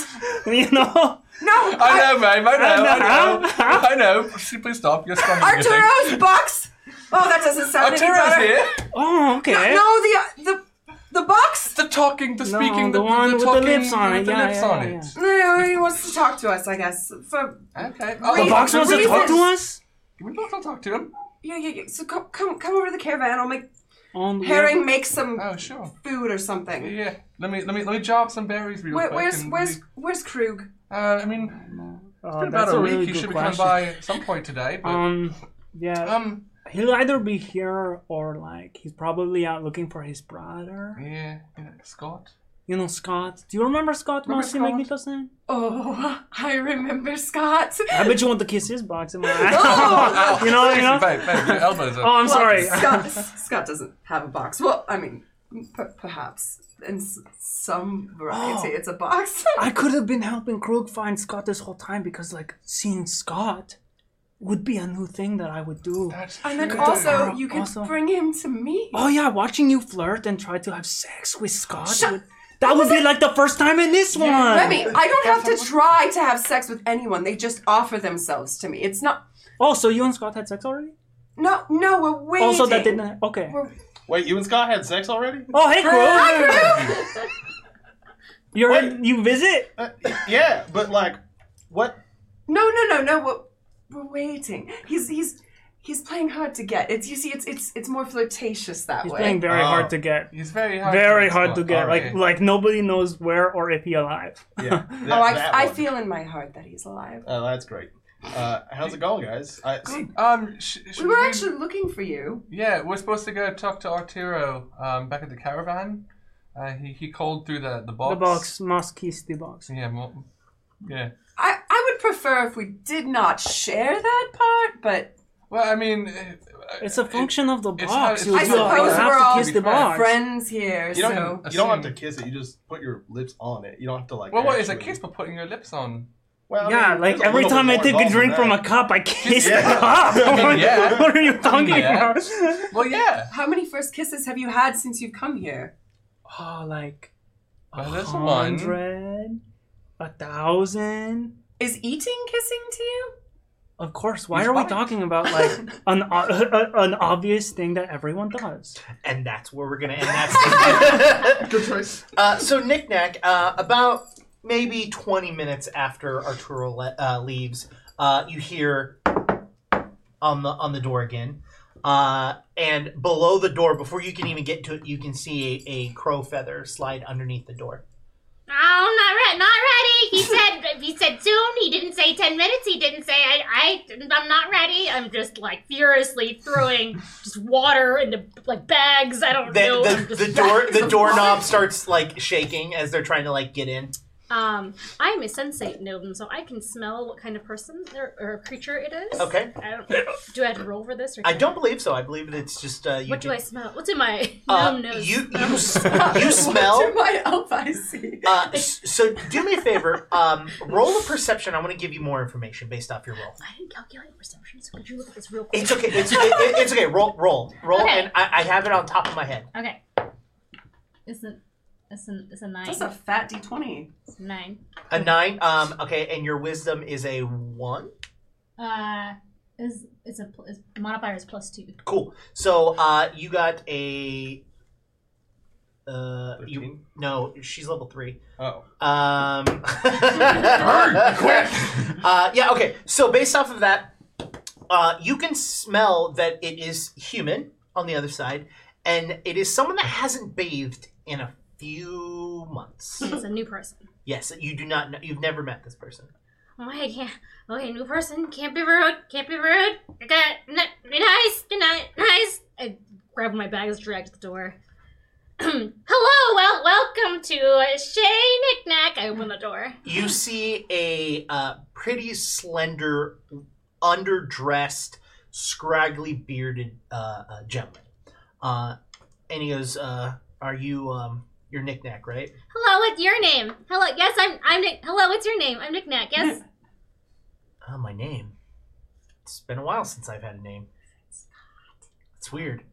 Speaker 6: you know.
Speaker 2: No,
Speaker 4: I know, babe. I know. I
Speaker 6: know.
Speaker 4: know. I know. Please please stop. You're stopping everything.
Speaker 2: Arturo's box. Oh, that doesn't sound any
Speaker 4: Arturo's
Speaker 2: better.
Speaker 4: here.
Speaker 6: Oh, okay.
Speaker 2: No, the the the box.
Speaker 4: The talking, the
Speaker 6: No,
Speaker 4: speaking,
Speaker 6: the one with the
Speaker 4: talking,
Speaker 6: lips on
Speaker 4: with
Speaker 6: it.
Speaker 4: The
Speaker 6: Yeah,
Speaker 4: lips
Speaker 6: yeah,
Speaker 4: on
Speaker 6: yeah,
Speaker 4: it.
Speaker 2: No, he wants to talk to us, I guess. For
Speaker 4: Okay. Oh,
Speaker 6: the
Speaker 2: Reasons-
Speaker 6: box wants to talk to
Speaker 2: reasons.
Speaker 6: us?
Speaker 4: We both will talk to him.
Speaker 2: yeah, yeah, yeah. So come come come over to the caravan. I'll make
Speaker 6: On the-
Speaker 2: Herring make some
Speaker 4: Oh, sure.
Speaker 2: food or something.
Speaker 4: Yeah. Let me let me let me jar up some berries real
Speaker 2: Where,
Speaker 4: quick.
Speaker 2: where's
Speaker 4: and
Speaker 2: where's
Speaker 4: we-
Speaker 2: where's Krug?
Speaker 4: Uh, I mean,
Speaker 6: Oh,
Speaker 4: been about
Speaker 6: that's
Speaker 4: a,
Speaker 6: a
Speaker 4: week.
Speaker 6: really
Speaker 4: he
Speaker 6: good
Speaker 4: should be
Speaker 6: question.
Speaker 4: coming by at some point today. But um,
Speaker 6: Um, yeah. He'll either be here or like he's probably out looking for his brother.
Speaker 4: yeah, yeah, Scott.
Speaker 6: You know, Scott. Do you remember Scott
Speaker 4: Remember
Speaker 6: Mossy
Speaker 4: Scott?
Speaker 6: Magneto's name?
Speaker 2: Oh, I remember Scott.
Speaker 6: I bet you want to kiss his box in my
Speaker 2: Oh!
Speaker 6: uh, You know, you know.
Speaker 4: Babe, babe, your elbows
Speaker 6: Oh,
Speaker 4: are.
Speaker 6: I'm sorry.
Speaker 2: Scott, Scott doesn't have a box. Well, I mean, p- perhaps in s- some variety, it's a box.
Speaker 6: Oh. I could have been helping Krug find Scott this whole time because like seeing Scott would be a new thing that I would do.
Speaker 4: That's
Speaker 2: and then
Speaker 4: true.
Speaker 2: also, you could
Speaker 6: Also-
Speaker 2: bring him to me.
Speaker 6: Oh yeah, watching you flirt and try to have sex with Scott.
Speaker 2: Shut-
Speaker 6: would- that would be like the first time in this one.
Speaker 2: Remy, I don't have to try to have sex with anyone. They just offer themselves to me. It's not.
Speaker 6: Oh, so you and Scott had sex already?
Speaker 2: No, no, we're waiting.
Speaker 6: Also, that didn't. Okay.
Speaker 2: We're-
Speaker 7: Wait, you and Scott had sex already?
Speaker 6: Oh, hey, Krug.
Speaker 2: Krug!
Speaker 6: You're in, you visit.
Speaker 7: Uh, yeah, but like, what?
Speaker 2: No, no, no, no. We're, we're waiting. He's he's he's playing hard to get. It's you see, it's it's it's more flirtatious that
Speaker 6: He's
Speaker 2: way.
Speaker 6: playing very
Speaker 7: Oh.
Speaker 6: hard to get.
Speaker 4: He's very hard.
Speaker 6: Very
Speaker 4: to Oh,
Speaker 6: hard
Speaker 4: spot.
Speaker 6: to get. Like
Speaker 4: Alright.
Speaker 6: like nobody knows where or if he alive.
Speaker 7: Yeah.
Speaker 2: oh,
Speaker 7: that
Speaker 2: I, I
Speaker 7: one.
Speaker 2: feel in my heart that he's alive.
Speaker 7: Oh, that's great. Uh, how's it going, guys? I,
Speaker 4: Um, sh- should
Speaker 2: We were actually looking for you.
Speaker 4: Yeah, we're supposed to go talk to Arturo um, back at the caravan. Uh, he he called through the the box.
Speaker 6: The box must kiss the box.
Speaker 4: Yeah, mo yeah.
Speaker 2: I I would prefer if we did not share that part, but
Speaker 4: Well, I mean, uh,
Speaker 6: It's a function of the
Speaker 4: it's how-
Speaker 6: box.
Speaker 4: it's
Speaker 6: You,
Speaker 4: how
Speaker 6: you
Speaker 4: it
Speaker 6: have
Speaker 4: works.
Speaker 6: to
Speaker 2: We're all
Speaker 6: kiss the box.
Speaker 2: friends here,
Speaker 7: you don't,
Speaker 2: so.
Speaker 7: you don't have to
Speaker 4: Assume-
Speaker 7: kiss it. You just put your lips on it. You don't have to like.
Speaker 4: well, what is a
Speaker 7: actually-
Speaker 4: kiss? But putting your lips on.
Speaker 7: Well, I
Speaker 6: Yeah,
Speaker 7: mean,
Speaker 6: like
Speaker 7: there's a
Speaker 6: every
Speaker 7: little
Speaker 6: time
Speaker 7: bit
Speaker 6: I
Speaker 7: more
Speaker 6: take a
Speaker 7: involved
Speaker 6: drink
Speaker 7: than
Speaker 6: from a
Speaker 7: that.
Speaker 6: cup, I kiss
Speaker 7: Yeah.
Speaker 6: the cup.
Speaker 4: mean, yeah.
Speaker 6: What are you talking
Speaker 4: Yeah.
Speaker 6: about?
Speaker 4: Well, yeah.
Speaker 2: How many first kisses have you had since you've come here?
Speaker 6: Oh, like a
Speaker 4: Well, there's one.
Speaker 6: hundred, a thousand.
Speaker 2: Is eating kissing to you?
Speaker 6: Of course. Why
Speaker 4: He's
Speaker 6: are we
Speaker 4: right.
Speaker 6: talking about like an o- an obvious thing that everyone does?
Speaker 1: And that's where we're gonna end that. segment.
Speaker 7: Good choice.
Speaker 1: Uh, so knickknack uh, about maybe 20 minutes after arturo le- uh, leaves uh, you hear on the on the door again uh, and below the door before you can even get to it you can see a, a crow feather slide underneath the door
Speaker 5: Oh, not re- not ready. He said he said soon. He didn't say ten minutes. He didn't say I I I'm not ready. I'm just like furiously throwing just water into like bags. I don't know.
Speaker 1: the,
Speaker 5: I'm
Speaker 1: the,
Speaker 5: just-
Speaker 1: the door the doorknob starts like shaking as they're trying to like get in
Speaker 8: Um, I'm a sensate gnome, so I can smell what kind of person or, or creature it is.
Speaker 1: okay
Speaker 8: I don't, do I have to roll for this? Or
Speaker 1: i don't believe so i believe that it's just uh, you
Speaker 8: What do I
Speaker 1: can-
Speaker 8: smell? What's in my
Speaker 1: uh,
Speaker 8: gnome nose?
Speaker 1: you you, s- you smell
Speaker 2: What do my elf eyes see?
Speaker 1: Uh, s- so do me a favor. Um, roll a perception. I want to give you more information based off your roll.
Speaker 8: I didn't calculate perception, so could you look at this real quick?
Speaker 1: It's okay. It's it, it- it's okay. Roll, roll, roll,
Speaker 8: Okay.
Speaker 1: and I, I have it on top of my head.
Speaker 8: Okay. It's a, it's a, it's a nine.
Speaker 2: That's a fat d20.
Speaker 8: It's a nine.
Speaker 1: A nine. Um, okay, and your wisdom is a one.
Speaker 8: Uh, is it's a pl- is, modifier is plus two.
Speaker 1: Cool. So uh, you got a Uh, you,
Speaker 7: Fifteen.
Speaker 1: no, she's level three.
Speaker 7: Oh,
Speaker 1: Um,
Speaker 4: Burn, quick!
Speaker 1: Uh, yeah, okay. So based off of that, uh, you can smell that it is human on the other side, and it is someone that hasn't bathed in a few months.
Speaker 8: It's a new person.
Speaker 1: yes, you do not know. You've never met this person.
Speaker 5: Oh, I can't. Okay, new person. Can't be rude. Can't be rude. I got n- nice, nice, nice.
Speaker 8: I grab my bags, drag to the door.
Speaker 5: Hello, well, welcome to uh, Shay Knickknack. I open the door.
Speaker 1: You see a uh, pretty slender, underdressed, scraggly bearded uh, uh, gentleman, uh, and he goes, uh, "Are you um, your knickknack, right?"
Speaker 5: Hello, what's your name? Hello, yes, I'm. I'm Nick. Hello, what's your name? I'm Knickknack. Yes.
Speaker 1: Oh, my name. It's been a while since I've had a name. It's weird.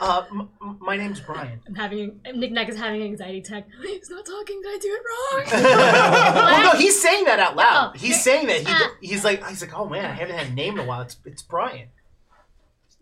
Speaker 1: Uh, m- m- my name's Brian.
Speaker 8: I'm having Nick Nack is having an anxiety attack. He's not talking. Did I do it wrong?
Speaker 1: well, Oh, no, he's saying that out loud.
Speaker 5: No.
Speaker 1: He's saying that.
Speaker 5: Uh.
Speaker 1: He, he's like, he's like, oh man, I haven't had a name in a while. It's, it's Brian.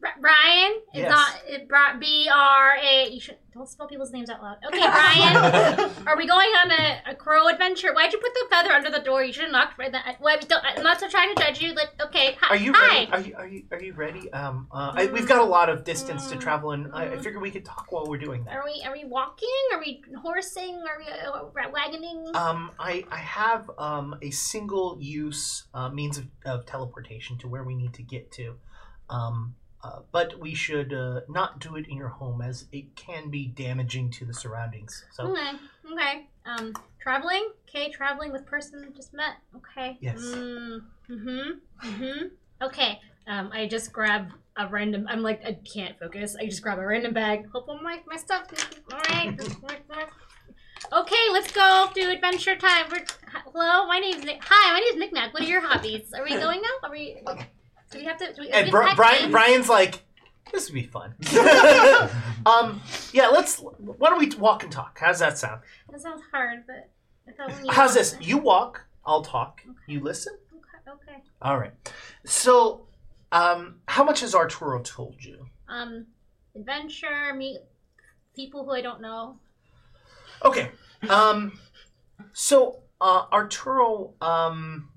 Speaker 5: Br- Brian.
Speaker 1: Yes.
Speaker 5: It's not. It brought B R A. You should don't spell people's names out loud. Okay, Brian. Are we going on a, a crow adventure? Why'd you put the feather under the door? You should have knocked right that. Well, don't, I'm not so trying to judge you. Let, okay. Hi.
Speaker 1: Are you
Speaker 5: Hi. Mm.
Speaker 1: ready? Are you are you, are you ready? Um, uh, I, we've got a lot of distance to travel, and I, I figure we could talk while we're doing that.
Speaker 5: Are we are we walking? Are we horsing? Are we uh, ra- wagoning?
Speaker 1: Um, I I have um a single use uh, means of, of teleportation to where we need to get to, um, uh, but we should uh, not do it in your home as it can be damaging to the surroundings. So
Speaker 5: okay, okay. Um, traveling. Okay, traveling with person just met. Okay.
Speaker 1: Yes.
Speaker 5: Mm,
Speaker 8: mm-hmm. Mm-hmm.
Speaker 5: okay.
Speaker 8: Um, I just grab a random. I'm like, I can't focus. I just grab a random bag.
Speaker 5: Hope I'm like my stuff. All right. okay, let's go do adventure time. We're, hello, my name's Nick. Hi, my name's Nick Nack. What are your hobbies? Are we going now? Are we? Do we have to? Do we,
Speaker 1: and
Speaker 5: we
Speaker 1: Bri-
Speaker 5: have
Speaker 1: Brian
Speaker 5: to-
Speaker 1: Brian's like. This would be fun. um, yeah, let's. Why don't we walk and talk? How's that sound?
Speaker 5: That sounds hard, but I thought when you
Speaker 1: How's this? You walk, I'll talk. You listen.
Speaker 5: Okay, okay.
Speaker 1: All right. So, um, how much has Arturo told you?
Speaker 5: Um, adventure. Meet people who I don't know.
Speaker 1: Okay. Um, so, uh, Arturo, um,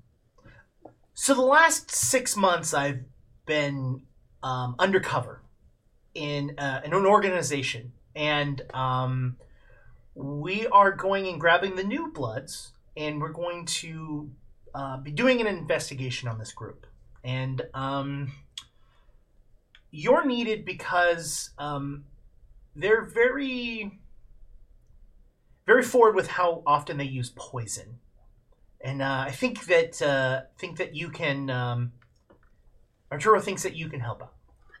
Speaker 1: so the last six months I've been um, undercover in, uh, in an organization, and um, we are going and grabbing the new bloods, and we're going to uh, be doing an investigation on this group. And um, you're needed because um, they're very very forward with how often they use poison, and uh, I think that uh, think that you can. Um, Arturo thinks that you can help out.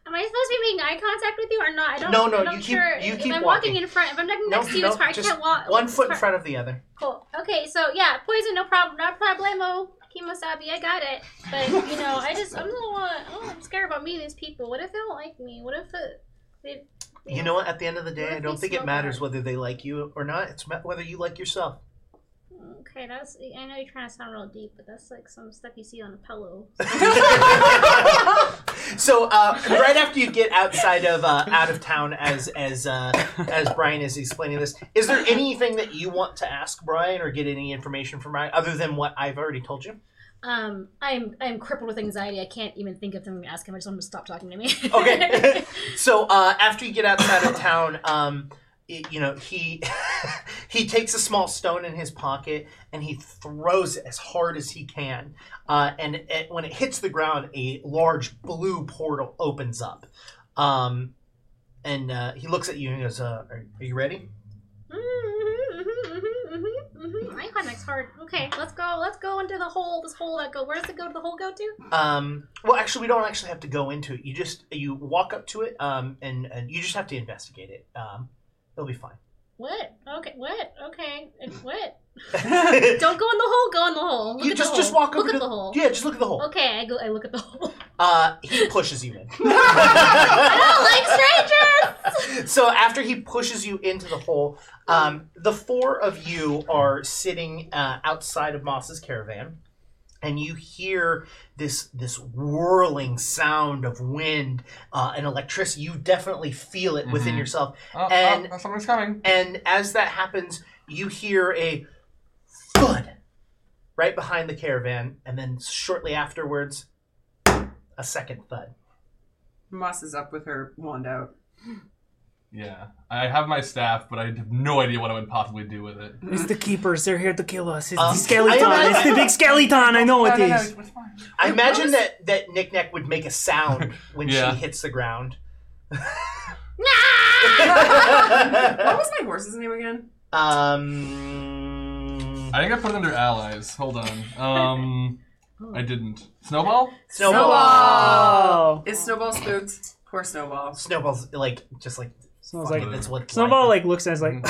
Speaker 5: Am I supposed to be making eye contact with you or not? I don't.
Speaker 1: No, no,
Speaker 5: I'm not
Speaker 1: you keep-
Speaker 5: sure.
Speaker 1: you
Speaker 5: if
Speaker 1: keep
Speaker 5: I'm walking.
Speaker 1: walking.
Speaker 5: in front, if I'm walking next to you, it's hard. I
Speaker 1: just
Speaker 5: can't walk.
Speaker 1: One
Speaker 5: It's
Speaker 1: foot in
Speaker 5: hard.
Speaker 1: front of the other.
Speaker 5: Cool. Okay, so yeah, poison, no problem, no problemo. Kemosabe, I got it. But you know, I just I'm a little, uh, oh, I'm scared about meeting these people. What if they don't like me? What if uh, they? they
Speaker 1: You know what? At the end of the day,
Speaker 5: What
Speaker 1: I
Speaker 5: if
Speaker 1: don't
Speaker 5: they
Speaker 1: think it
Speaker 5: smell
Speaker 1: matters
Speaker 5: bad?
Speaker 1: whether they like you or not. It's ma- whether you like yourself.
Speaker 5: Okay, that's. I know you're trying to sound real deep, but that's like some stuff you see on a pillow.
Speaker 1: so uh, right after you get outside of uh, out of town, as as uh, as Brian is explaining this, is there anything that you want to ask Brian or get any information from Brian other than what I've already told you?
Speaker 8: Um, I'm I'm crippled with anxiety. I can't even think of something to ask him. I just want him to stop talking to me.
Speaker 1: Okay. so uh, after you get outside of town, um, it- you know he he takes a small stone in his pocket and he throws it as hard as he can. Uh, and it, when it hits the ground, a large blue portal opens up. Um, and uh, he looks at you and goes, uh, are, "Are you ready?"
Speaker 5: Mm-hmm, mm-hmm, mm-hmm, mm-hmm. Icon next hard. Okay, let's go. Let's go into the hole. This hole that go. Where does it go? The hole go to?
Speaker 1: Um, well, actually, we don't actually have to go into it. You just you walk up to it, um, and, and you just have to investigate it. Um, it'll be fine.
Speaker 8: What? Okay. What? Okay. And What?
Speaker 1: you
Speaker 8: Don't go in the hole. Go in the hole. Look at
Speaker 1: just
Speaker 8: the
Speaker 1: just
Speaker 8: hole.
Speaker 1: walk over
Speaker 8: Look
Speaker 1: to
Speaker 8: at the hole.
Speaker 1: Yeah, just look at the hole.
Speaker 8: Okay. I go. I look at the hole.
Speaker 1: Uh, he pushes you in.
Speaker 5: Like strangers.
Speaker 1: so after he pushes you into the hole, um, the four of you are sitting uh, outside of Moss's caravan, and you hear this this whirling sound of wind uh, and electricity. You definitely feel it within
Speaker 4: Mhm.
Speaker 1: yourself.
Speaker 4: Oh, oh,
Speaker 1: And-
Speaker 4: oh, something's coming.
Speaker 1: And as that happens, you hear a thud right behind the caravan, and then shortly afterwards, a second thud.
Speaker 2: Moss is up with her wand out.
Speaker 4: Yeah, I have my staff, but I have no idea what I would possibly do with it.
Speaker 6: It's the keepers. They're here to kill us. It's
Speaker 1: Um,
Speaker 6: the skeleton.
Speaker 1: I- I-
Speaker 6: it's the big skeleton. I know it is.
Speaker 1: I
Speaker 2: It
Speaker 1: imagine
Speaker 2: was-
Speaker 1: that that Nick Nack would make a sound when
Speaker 4: Yeah.
Speaker 1: she hits the ground.
Speaker 2: What was my horse's name again?
Speaker 1: um,
Speaker 4: I think I put it under allies. Hold on. Um, I didn't. Snowball?
Speaker 1: snowball.
Speaker 2: Is Snowball spooked? Poor Snowball.
Speaker 1: Snowball's like just like
Speaker 6: Snowball's
Speaker 1: fuck
Speaker 6: like-
Speaker 1: it, that's what it's
Speaker 6: Snowball like looks at us like
Speaker 2: Is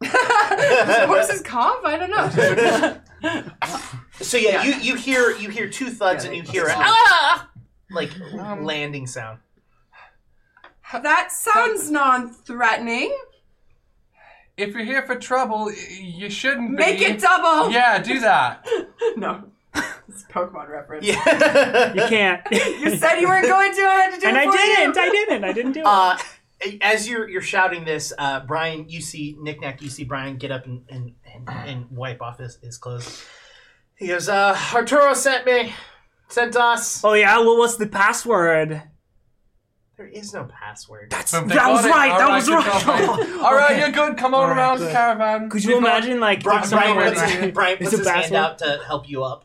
Speaker 2: the horse's cough? I don't know.
Speaker 1: So yeah, you you hear you hear two thuds
Speaker 2: Yeah,
Speaker 1: and you
Speaker 2: they-
Speaker 1: hear a,
Speaker 2: that's-
Speaker 1: ah! like
Speaker 4: Um,
Speaker 1: landing sound.
Speaker 2: that sounds non-threatening.
Speaker 4: If you're here for trouble, y- you shouldn't
Speaker 2: Make
Speaker 4: be.
Speaker 2: it double.
Speaker 4: Yeah, do that.
Speaker 2: No, it's a Pokemon reference.
Speaker 6: you
Speaker 1: Yeah.
Speaker 6: can't.
Speaker 2: You said you weren't going to. I had to do
Speaker 6: and
Speaker 2: it
Speaker 6: I
Speaker 2: for you.
Speaker 6: didn't. I didn't. I didn't do it.
Speaker 1: Uh, as you're you're shouting this, uh, Brian, you see Nick Nack, you see Brian get up and and, and,
Speaker 6: Uh-huh.
Speaker 1: and wipe off his, his clothes. He goes, uh, Arturo sent me, sent us.
Speaker 6: oh yeah. Well, what's the password?
Speaker 1: There is no password.
Speaker 4: Boom,
Speaker 6: That was
Speaker 4: got it.
Speaker 6: right,
Speaker 4: All
Speaker 6: that was
Speaker 4: good
Speaker 6: right.
Speaker 4: job, mate. All right,
Speaker 6: Okay.
Speaker 4: you're good. Come on
Speaker 6: All right,
Speaker 4: around the
Speaker 6: good.
Speaker 4: caravan.
Speaker 6: Could you
Speaker 4: We've got-
Speaker 6: imagine like
Speaker 1: Brian,
Speaker 6: if someone
Speaker 1: Brian puts,
Speaker 4: somewhere
Speaker 6: went,
Speaker 4: around
Speaker 1: his- Brian
Speaker 6: It's
Speaker 1: puts
Speaker 6: a
Speaker 1: his hand
Speaker 6: password.
Speaker 1: out to help you up.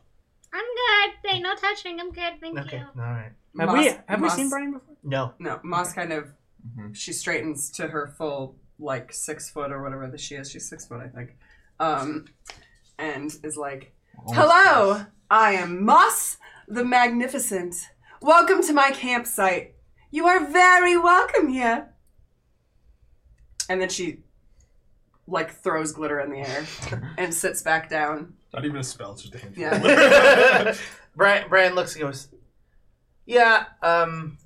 Speaker 5: I'm good. They no touching. I'm good. Thank
Speaker 1: Okay,
Speaker 5: you.
Speaker 1: all right.
Speaker 6: have
Speaker 2: Moss-
Speaker 6: we have we
Speaker 2: Moss-
Speaker 6: seen Brian before?
Speaker 1: No,
Speaker 2: No, Moss kind of
Speaker 4: Mhm.
Speaker 2: she straightens to her full like six foot or whatever that she is. She's six foot, I think. Um, and is like, "Hello, I am Moss the Magnificent. Welcome to my campsite. You are very welcome here." And then she like throws glitter in the air and sits back down.
Speaker 7: Not even a spell, just a hint.
Speaker 2: Yeah.
Speaker 1: Brian. Brian looks and goes, "Yeah, um,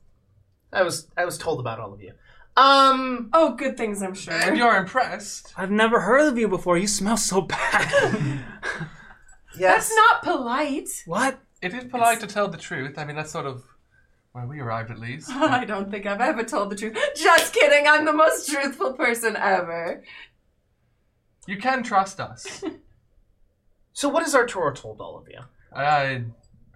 Speaker 1: I was I was told about all of you. Um,
Speaker 2: Oh, good things, I'm sure.
Speaker 4: And you're impressed.
Speaker 6: I've never heard of you before. You smell so bad.
Speaker 1: yes,
Speaker 2: That's not polite.
Speaker 6: what?
Speaker 4: It is polite to tell the truth. I mean, that's sort of where we arrived, at least.
Speaker 2: I don't think I've ever told the truth. Just kidding. I'm the most truthful person ever.
Speaker 4: You can trust us.
Speaker 1: So what has Arturo told all of you?
Speaker 4: I,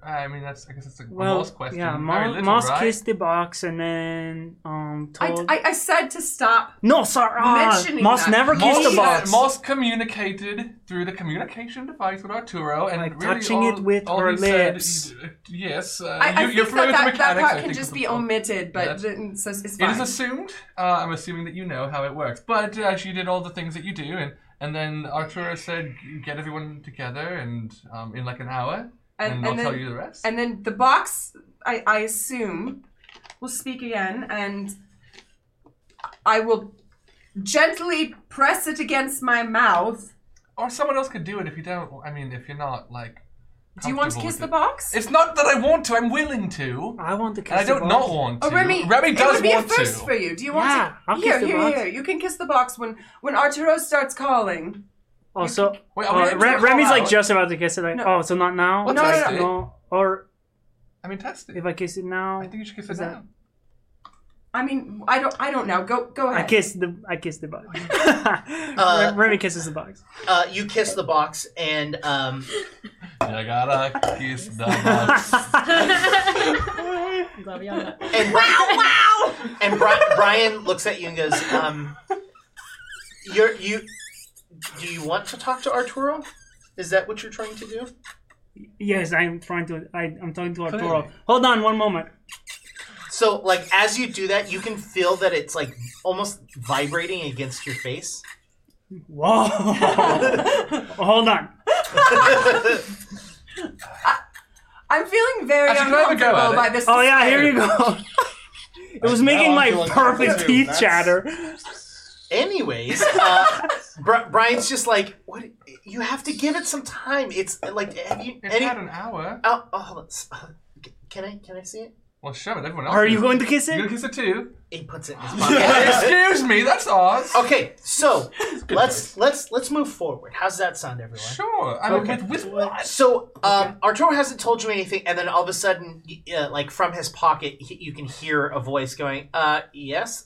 Speaker 4: I mean, that's I guess that's a
Speaker 6: Well,
Speaker 4: Moss question.
Speaker 6: yeah.
Speaker 4: Very
Speaker 6: Mo-
Speaker 4: little,
Speaker 6: Moss
Speaker 4: right?
Speaker 6: kissed the box and then um
Speaker 2: I,
Speaker 6: told.
Speaker 2: I, I said to stop.
Speaker 6: no, sorry. ah,
Speaker 2: Mentioning
Speaker 6: Moss
Speaker 2: that.
Speaker 6: never
Speaker 4: Moss,
Speaker 6: kissed the box.
Speaker 4: Moss communicated through the communication device with Arturo and
Speaker 6: Like
Speaker 4: really
Speaker 6: touching
Speaker 4: all-
Speaker 6: it with
Speaker 4: all
Speaker 6: her
Speaker 4: he said-
Speaker 6: lips.
Speaker 4: yes, uh,
Speaker 2: I, I
Speaker 4: you, you're
Speaker 2: think
Speaker 4: familiar
Speaker 2: that, that,
Speaker 4: with the
Speaker 2: that
Speaker 4: mechanics.
Speaker 2: part
Speaker 4: I
Speaker 2: can
Speaker 4: think
Speaker 2: just
Speaker 4: of
Speaker 2: be
Speaker 4: the-
Speaker 2: omitted,
Speaker 4: Yeah.
Speaker 2: but then- so it's, it's
Speaker 4: It
Speaker 2: fine.
Speaker 4: is assumed. Uh, I'm assuming that you know how it works, but uh, she did all the things that you do, and and then Arturo said, "Get everyone together, and um, in like an hour, and, I'll
Speaker 2: then,
Speaker 4: tell you the rest."
Speaker 2: and then the box, I, I assume, will speak again, and I will gently press it against my mouth.
Speaker 4: or someone else could do it if you don't. I mean, if you're not like.
Speaker 2: Do you want to
Speaker 4: comfortable
Speaker 2: kiss
Speaker 4: with
Speaker 2: the
Speaker 4: it.
Speaker 2: box?
Speaker 4: It's not that I want to. I'm willing to.
Speaker 6: I want to kiss.
Speaker 4: And I
Speaker 6: the
Speaker 4: don't
Speaker 6: box.
Speaker 4: not want to.
Speaker 2: Oh, Remy,
Speaker 4: Remy does
Speaker 2: it would be
Speaker 4: want
Speaker 2: a first
Speaker 4: to.
Speaker 2: for you. Do you want
Speaker 6: Yeah,
Speaker 2: to?
Speaker 6: I'll kiss
Speaker 2: here,
Speaker 6: the
Speaker 2: here,
Speaker 6: box.
Speaker 2: here. You can kiss the box when when Arturo starts calling.
Speaker 6: Also,
Speaker 4: Wait, are we
Speaker 6: uh,
Speaker 4: able to
Speaker 6: Re-
Speaker 4: call
Speaker 6: Remy's like
Speaker 4: out?
Speaker 6: just about to kiss it. Like,
Speaker 2: No.
Speaker 6: oh, so not now.
Speaker 4: Well,
Speaker 2: No, no,
Speaker 4: test
Speaker 2: no.
Speaker 4: it.
Speaker 6: No, or
Speaker 4: I mean, test it.
Speaker 6: if I kiss it now,
Speaker 4: I think you should kiss it
Speaker 6: Is that-
Speaker 4: now.
Speaker 2: I mean, I don't, I don't know. Go, go
Speaker 6: I
Speaker 2: ahead.
Speaker 6: kiss the I kiss the box.
Speaker 1: Uh,
Speaker 6: Re- Remy kisses the box.
Speaker 1: Uh, you kiss the box, and um,
Speaker 4: I gotta kiss the box.
Speaker 8: Glad we all got that.
Speaker 1: and wow, wow, and Bri- Brian looks at you and goes, um, "You're you. Do you want to talk to Arturo? Is that what you're trying to do?
Speaker 6: Yes, I'm trying to. I, I'm talking to Arturo.
Speaker 4: Clearly.
Speaker 6: Hold on, one moment.
Speaker 1: So, like, as you do that, you can feel that it's like almost vibrating against your face.
Speaker 6: Whoa! Hold on.
Speaker 2: I'm feeling very
Speaker 4: Actually, can I have a go at
Speaker 2: uncomfortable
Speaker 4: it?
Speaker 2: by this.
Speaker 6: Oh yeah,
Speaker 2: display.
Speaker 6: here you go. it was
Speaker 7: Now
Speaker 6: making
Speaker 7: I'm
Speaker 6: my
Speaker 7: feeling
Speaker 6: perfect
Speaker 7: uncomfortable too.
Speaker 6: teeth
Speaker 7: That's-
Speaker 6: chatter.
Speaker 1: Anyways, uh, Bri- Brian's just like, "What? You have to give it some time. It's like, have you
Speaker 4: It's
Speaker 1: any?
Speaker 4: had an hour.
Speaker 1: Oh, oh, hold on. uh, Can I can I see it?
Speaker 4: Well, shove it. Everyone else.
Speaker 6: Are you
Speaker 4: is.
Speaker 6: going to kiss
Speaker 4: You
Speaker 6: it?
Speaker 4: gonna kiss it too?
Speaker 1: He puts it in his pocket.
Speaker 4: Excuse me. That's Oz.
Speaker 1: okay, so let's let's let's move forward. How's that sound, everyone?
Speaker 4: Sure. I mean,
Speaker 1: Okay.
Speaker 4: with, with what?
Speaker 1: So um, Arturo hasn't told you anything, and then all of a sudden, y- uh, like from his pocket, y- you can hear a voice going, uh, "Yes,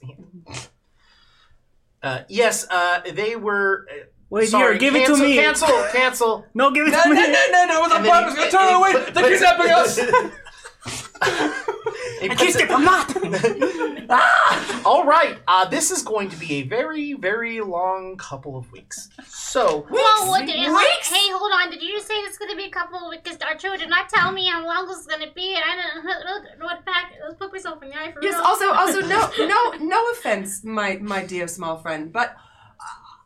Speaker 1: uh, yes, uh, they were." uh,
Speaker 6: Wait
Speaker 1: sorry,
Speaker 6: here, give it to
Speaker 1: cancel,
Speaker 6: me.
Speaker 1: Cancel, cancel.
Speaker 6: No, give it
Speaker 4: No,
Speaker 6: to
Speaker 4: no,
Speaker 6: me.
Speaker 4: no, no, no. It was on
Speaker 1: And then
Speaker 4: purpose.
Speaker 1: he-
Speaker 4: Gonna turn it
Speaker 1: and-
Speaker 4: away.
Speaker 1: but-
Speaker 4: They're
Speaker 1: but-
Speaker 4: kidnapping us.
Speaker 1: He
Speaker 6: I
Speaker 1: puts
Speaker 6: kissed
Speaker 1: it-
Speaker 6: it. I'm not.
Speaker 1: All right, uh, this is going to be a very, very long couple of weeks. So,
Speaker 5: Whoa, what did, hey, hold on. Did you just say it's going to be a couple of weeks? Arturo did not tell me how long this is going to be. And I don't know what fact. Let's put myself in the eye for
Speaker 2: Yes.
Speaker 5: real.
Speaker 2: Also, also, no, no, no offense, my my dear small friend, but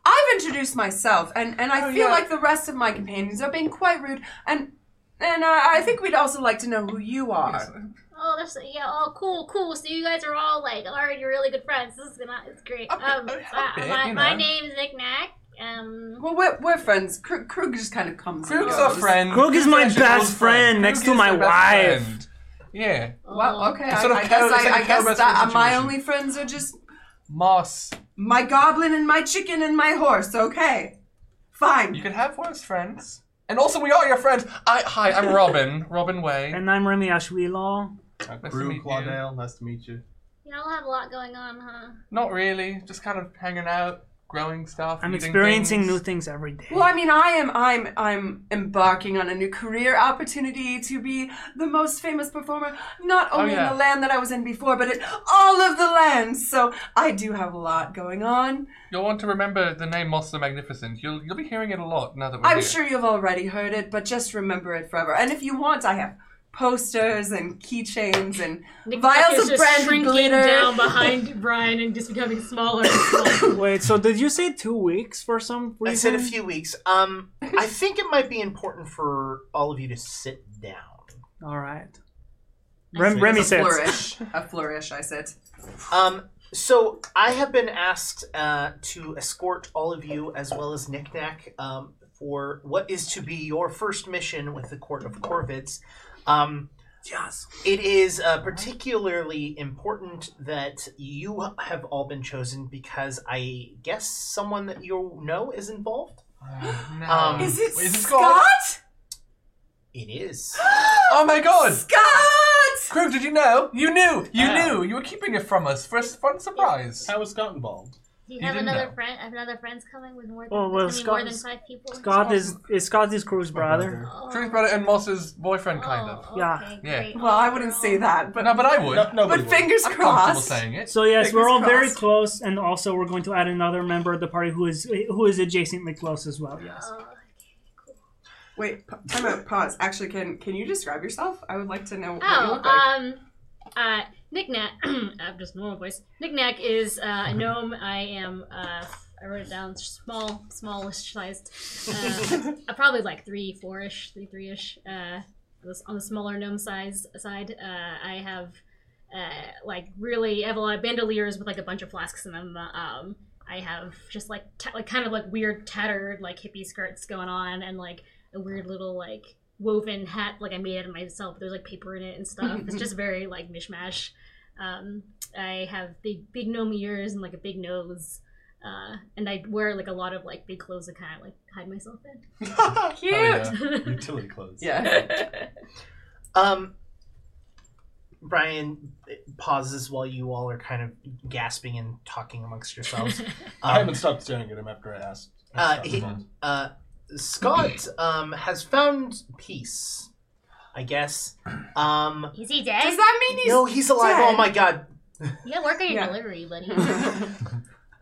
Speaker 2: I've introduced myself, and and I
Speaker 7: Oh,
Speaker 2: feel
Speaker 7: yeah.
Speaker 2: like the rest of my companions are being quite rude, and and I, I think we'd also like to know who you are.
Speaker 5: Oh, that's yeah. Oh, cool, cool. So you guys are all like already really good friends. This is gonna, it's great.
Speaker 4: Okay,
Speaker 5: Um,
Speaker 4: okay,
Speaker 5: uh,
Speaker 4: okay,
Speaker 5: my,
Speaker 4: you
Speaker 5: my
Speaker 4: know.
Speaker 5: name is Nick Nack. Um,
Speaker 2: Well, we're, we're friends. Krug, Krug just kind of comes. and
Speaker 4: Krug's a
Speaker 2: goes.
Speaker 4: friend.
Speaker 6: Krug is
Speaker 4: Krug's
Speaker 6: my
Speaker 4: actually an
Speaker 6: best
Speaker 4: old
Speaker 6: friend next
Speaker 4: Krug
Speaker 6: to
Speaker 4: is
Speaker 6: my
Speaker 4: your best
Speaker 6: wife.
Speaker 4: friend. Yeah.
Speaker 5: oh,
Speaker 2: Well, okay. I,
Speaker 4: Sort of
Speaker 2: I
Speaker 4: carol-
Speaker 2: guess
Speaker 4: it's like
Speaker 2: I,
Speaker 4: a
Speaker 2: I guess
Speaker 4: carol
Speaker 2: that, uh, my
Speaker 4: situation.
Speaker 2: only friends are just
Speaker 4: Moss.
Speaker 2: my goblin and my chicken and my horse. Okay,
Speaker 4: You
Speaker 2: fine.
Speaker 4: can have worse friends. And also, we are your friends. I, hi, I'm Robin. Robin Way.
Speaker 6: And I'm Remy Ashwila.
Speaker 4: nice to
Speaker 7: Brew
Speaker 4: meet you.
Speaker 7: Claudel, nice to meet you.
Speaker 5: y'all have a lot going on, huh?
Speaker 4: Not really. Just kind of hanging out, growing stuff.
Speaker 6: I'm
Speaker 4: eating
Speaker 6: experiencing
Speaker 4: things.
Speaker 6: new things every day.
Speaker 2: Well, I mean, I am, I'm, I'm embarking on a new career opportunity to be the most famous performer, not only
Speaker 4: Oh, yeah.
Speaker 2: in the land that I was in before, but in all of the lands. So I do have a lot going on.
Speaker 4: You'll want to remember the name Moss the Magnificent. You'll you'll be hearing it a lot now that we're
Speaker 2: I'm
Speaker 4: here.
Speaker 2: sure you've already heard it, but just remember it forever. And if you want, I have posters and keychains and
Speaker 8: Nick Nack is
Speaker 2: vials of
Speaker 8: just
Speaker 2: brand
Speaker 8: shrinking
Speaker 2: glitter.
Speaker 8: down behind Brian and just becoming smaller. and smaller.
Speaker 6: Wait, so did you say two weeks for some reason?
Speaker 1: I said a few weeks. Um, I think it might be important for all of you to sit down.
Speaker 6: All right.
Speaker 8: I
Speaker 6: Rem-
Speaker 8: see.
Speaker 6: Remy
Speaker 2: a
Speaker 6: says.
Speaker 2: flourish. A flourish, I said.
Speaker 1: Um, so I have been asked uh, to escort all of you, as well as Nick Nack, um, for what is to be your first mission with the Court of Corvids. Um,
Speaker 2: Yes.
Speaker 1: It is uh, particularly important that you have all been chosen because I guess someone that you know is involved.
Speaker 4: Oh, no.
Speaker 1: Um,
Speaker 2: Is it
Speaker 4: Wait, is it
Speaker 2: Scott?
Speaker 1: It is.
Speaker 4: Oh my god!
Speaker 2: Scott!
Speaker 4: Krug, did you know? You knew! You
Speaker 7: Yeah.
Speaker 4: knew! You were keeping it from us for a fun surprise.
Speaker 7: How was Scott involved?
Speaker 5: Do you,
Speaker 4: You
Speaker 5: have
Speaker 4: didn't
Speaker 5: another
Speaker 4: know.
Speaker 5: friend? Have another friends coming with more than,
Speaker 6: Oh, well,
Speaker 5: it's gonna be more than
Speaker 6: Scott's-
Speaker 5: five people?
Speaker 6: Scott is, is Scott is Crew's brother.
Speaker 5: Oh,
Speaker 4: Krug's brother and Moss's boyfriend, kind of.
Speaker 5: oh,
Speaker 6: Yeah.
Speaker 5: okay,
Speaker 4: Yeah.
Speaker 5: great.
Speaker 2: Well, I wouldn't say that, but
Speaker 4: But no, but I would.
Speaker 7: No, nobody
Speaker 2: but
Speaker 7: would.
Speaker 2: fingers
Speaker 4: I'm comfortable
Speaker 2: crossed.
Speaker 4: saying it.
Speaker 6: So yes, we're
Speaker 2: Fingers
Speaker 6: all very
Speaker 2: crossed.
Speaker 6: close, and also we're going to add another member of the party who is who is adjacently close as well. Yes.
Speaker 5: Oh,
Speaker 2: Wait, pa- time out. Pause. Actually, can can you describe yourself? I would like to know. what you
Speaker 8: Oh,
Speaker 2: look like.
Speaker 8: um, uh, Nick Nack, I'm just normal voice. Nick Nack is uh, a gnome. I am, uh, I wrote it down, small, smallish sized. Uh, I'm probably like three, four ish, three, three ish. Uh, on the smaller gnome size side, uh, I have, uh, like really, I have a lot of bandoliers with like a bunch of flasks in them. Um, I have just like, ta- like kind of like weird tattered like hippie skirts going on, and like a weird little like woven hat like I made out of myself. There's like paper in it and stuff. it's just very like mishmash. Um, I have big big gnome ears and like a big nose. Uh, and I wear like a lot of like big clothes to kind of like hide myself
Speaker 2: Cute.
Speaker 4: yeah.
Speaker 8: in.
Speaker 7: Utility clothes.
Speaker 2: yeah.
Speaker 1: Um, Brian pauses while you all are kind of gasping and talking amongst yourselves.
Speaker 7: I haven't
Speaker 1: Um,
Speaker 7: stopped staring at him after I asked.
Speaker 1: uh,
Speaker 7: asked
Speaker 1: he-
Speaker 7: Scott.
Speaker 1: uh, Scott um, has found peace, I guess. Um,
Speaker 5: Is he dead?
Speaker 2: Does that mean he's?
Speaker 1: no, he's alive. Oh
Speaker 2: dead.
Speaker 1: my god,
Speaker 5: yeah, work on your
Speaker 2: Yeah.
Speaker 5: delivery, buddy.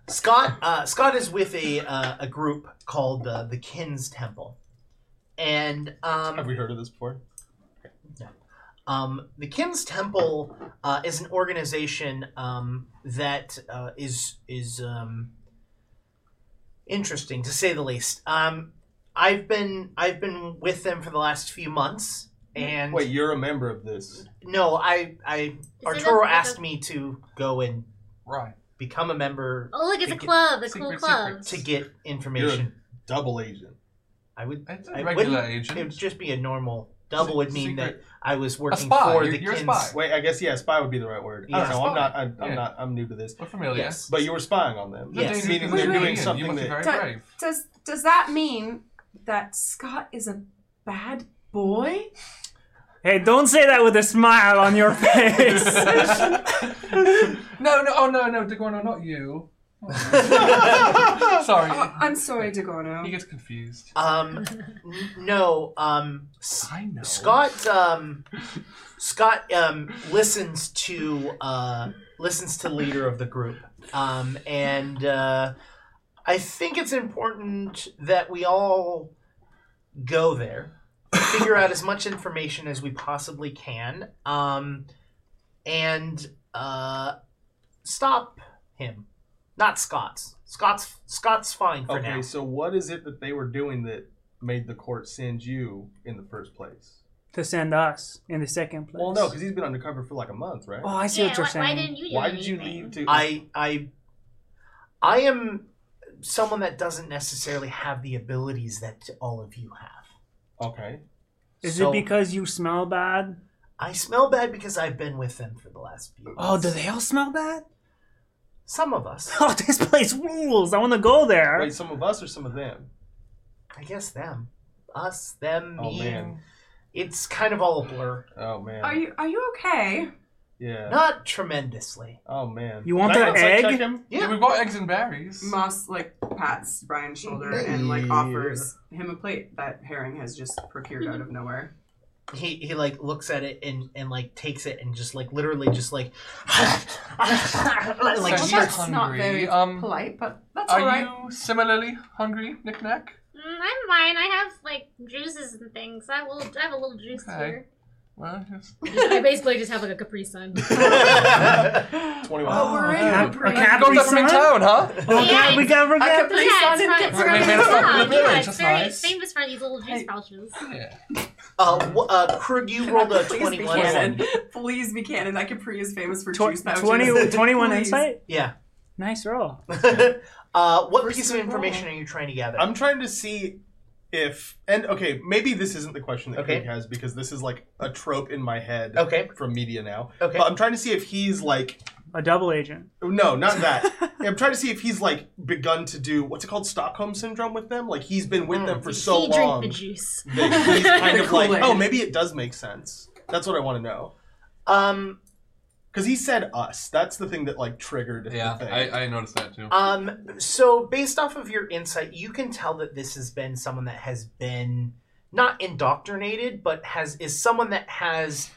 Speaker 1: Scott uh, Scott is with a uh, a group called uh, the Kins Temple, and
Speaker 7: Have
Speaker 1: um,
Speaker 7: we heard of this before?
Speaker 1: um, the Kins Temple uh, is an organization um, that uh, is is um, interesting to say the least. Um, I've been I've been with them for the last few months, and
Speaker 7: Wait, you're a member of this.
Speaker 1: no, I I
Speaker 5: it
Speaker 1: Arturo
Speaker 5: a-
Speaker 1: asked me to go and
Speaker 4: Right.
Speaker 1: become a member
Speaker 5: Oh, look, it's a
Speaker 1: Secret-
Speaker 5: club. It's a cool
Speaker 4: secret,
Speaker 5: club.
Speaker 1: to get information.
Speaker 7: Double agent.
Speaker 1: I would
Speaker 4: It's a
Speaker 1: I
Speaker 4: regular
Speaker 1: wouldn't- It
Speaker 4: agent.
Speaker 1: would just be a normal Double would mean that
Speaker 4: secret-
Speaker 1: I was working
Speaker 4: spy.
Speaker 1: for
Speaker 4: You're-
Speaker 1: the
Speaker 4: you're a
Speaker 1: Kins.
Speaker 4: spy.
Speaker 3: Wait, I guess yeah, spy would be the right word. I
Speaker 1: Yeah,
Speaker 3: don't know. I'm
Speaker 4: spy.
Speaker 3: not. I'm, I'm
Speaker 4: Yeah.
Speaker 3: not. I'm new to this.
Speaker 4: We're familiar.
Speaker 1: Yes.
Speaker 3: But you were spying on them.
Speaker 1: Yeah. Yes.
Speaker 4: Yes.
Speaker 3: Meaning
Speaker 4: Meaning they're
Speaker 2: they're
Speaker 4: doing
Speaker 3: doing
Speaker 4: You
Speaker 3: something
Speaker 4: must be very
Speaker 3: that-
Speaker 2: Don't-
Speaker 4: brave.
Speaker 2: Does does that mean that Scott is a bad boy?
Speaker 6: Hey, don't say that with a smile on your face.
Speaker 4: no, no, oh no, no, Daguano, not you. Sorry,
Speaker 2: Oh, I'm sorry,
Speaker 4: he
Speaker 2: Dagono.
Speaker 4: gets confused.
Speaker 1: Um, n- no. Um, S-
Speaker 4: I know.
Speaker 1: Scott. Um, Scott um, listens to uh, listens to leader of the group, um, and uh, I think it's important that we all go there, figure out as much information as we possibly can, um, and uh, stop him. Not Scott's. Scott's Scott's fine for now.
Speaker 3: Okay, so what is it that they were doing that made the court send you in the first place?
Speaker 6: to send us in the second place.
Speaker 3: Well, no, because he's been undercover for like a month, right?
Speaker 6: Oh, I see
Speaker 5: yeah,
Speaker 6: what you're
Speaker 5: why,
Speaker 6: saying.
Speaker 5: why didn't you do
Speaker 3: Why did you
Speaker 5: anything?
Speaker 3: leave to?
Speaker 1: I I I am someone that doesn't necessarily have the abilities that all of you have.
Speaker 3: okay.
Speaker 6: Is
Speaker 1: So,
Speaker 6: it because you smell bad?
Speaker 1: I smell bad because I've been with them for the last few?
Speaker 6: Oh, do
Speaker 1: months.
Speaker 6: they all smell bad?
Speaker 1: Some of us,
Speaker 6: Oh, this place rules. I want to go there.
Speaker 3: Wait, some of us or some of them?
Speaker 1: I guess them, us, them,
Speaker 3: Oh
Speaker 1: me.
Speaker 3: man.
Speaker 1: It's kind of all a blur.
Speaker 3: Oh man.
Speaker 2: Are you are you okay?
Speaker 3: Yeah.
Speaker 1: Not tremendously.
Speaker 3: Oh man.
Speaker 6: You want
Speaker 3: Can I
Speaker 6: that
Speaker 3: outside
Speaker 6: egg?
Speaker 3: check him?
Speaker 4: Yeah, we bought eggs and berries.
Speaker 2: Moss like pats Brian's shoulder and like offers him a plate that Herring has just procured out of nowhere.
Speaker 1: He he like looks at it and and like takes it and just like literally just like
Speaker 4: Says
Speaker 1: like
Speaker 2: Well,
Speaker 4: she's
Speaker 1: starts
Speaker 2: that's not
Speaker 4: hungry.
Speaker 2: very
Speaker 4: Um,
Speaker 2: Polite, but that's
Speaker 4: Are
Speaker 2: all right.
Speaker 4: you similarly hungry, Knick Knack?
Speaker 5: Mm, I'm fine. I have like juices and things. I will. I have a little juice
Speaker 4: Okay.
Speaker 5: here.
Speaker 4: Well, yes.
Speaker 8: I basically just have like a Capri Sun.
Speaker 3: Twenty-one.
Speaker 2: Oh, we're in.
Speaker 6: yeah.
Speaker 2: Capri.
Speaker 6: Okay.
Speaker 4: You got that from in town, huh?
Speaker 6: Oh
Speaker 5: Yeah,
Speaker 6: God, we got we got.
Speaker 2: Capri Sun and
Speaker 5: it's, from,
Speaker 4: Capri
Speaker 5: it's, from,
Speaker 4: Sun.
Speaker 5: yeah,
Speaker 4: Yeah,
Speaker 5: yeah,
Speaker 4: it's
Speaker 5: it's very
Speaker 4: nice.
Speaker 5: famous for these little juice pouches.
Speaker 4: Yeah.
Speaker 1: Uh, wh- uh, Krug, you rolled a
Speaker 2: Please be
Speaker 1: twenty-one.
Speaker 2: canon. Please be canon. That Capri is famous for juice
Speaker 6: Tw-
Speaker 2: pouches.
Speaker 6: 20, 21
Speaker 2: Please.
Speaker 6: insight.
Speaker 1: Yeah.
Speaker 6: Nice roll.
Speaker 1: uh, what
Speaker 2: First
Speaker 1: piece of
Speaker 2: of all-
Speaker 1: information are you trying to gather?
Speaker 3: I'm trying to see if and okay, maybe this isn't the question that
Speaker 1: Okay.
Speaker 3: Craig has because this is like a trope in my head
Speaker 1: okay.
Speaker 3: from media now.
Speaker 1: Okay.
Speaker 3: But I'm trying to see if he's like
Speaker 6: A double agent.
Speaker 3: no, not that. I'm trying to see if he's like begun to do what's it called Stockholm syndrome with them. Like he's been
Speaker 1: Mm.
Speaker 3: with them for so
Speaker 8: he
Speaker 3: long.
Speaker 8: drink the juice.
Speaker 3: that he's kind
Speaker 2: The
Speaker 3: of like,
Speaker 2: Kool-Aid.
Speaker 3: oh, maybe it does make sense. That's what I want to know.
Speaker 1: Um.
Speaker 3: Because he said us. That's the thing that like triggered
Speaker 4: Yeah,
Speaker 3: the thing.
Speaker 4: I, I noticed that too.
Speaker 1: Um. So based off of your insight, you can tell that this has been someone that has been not indoctrinated, but has is someone that has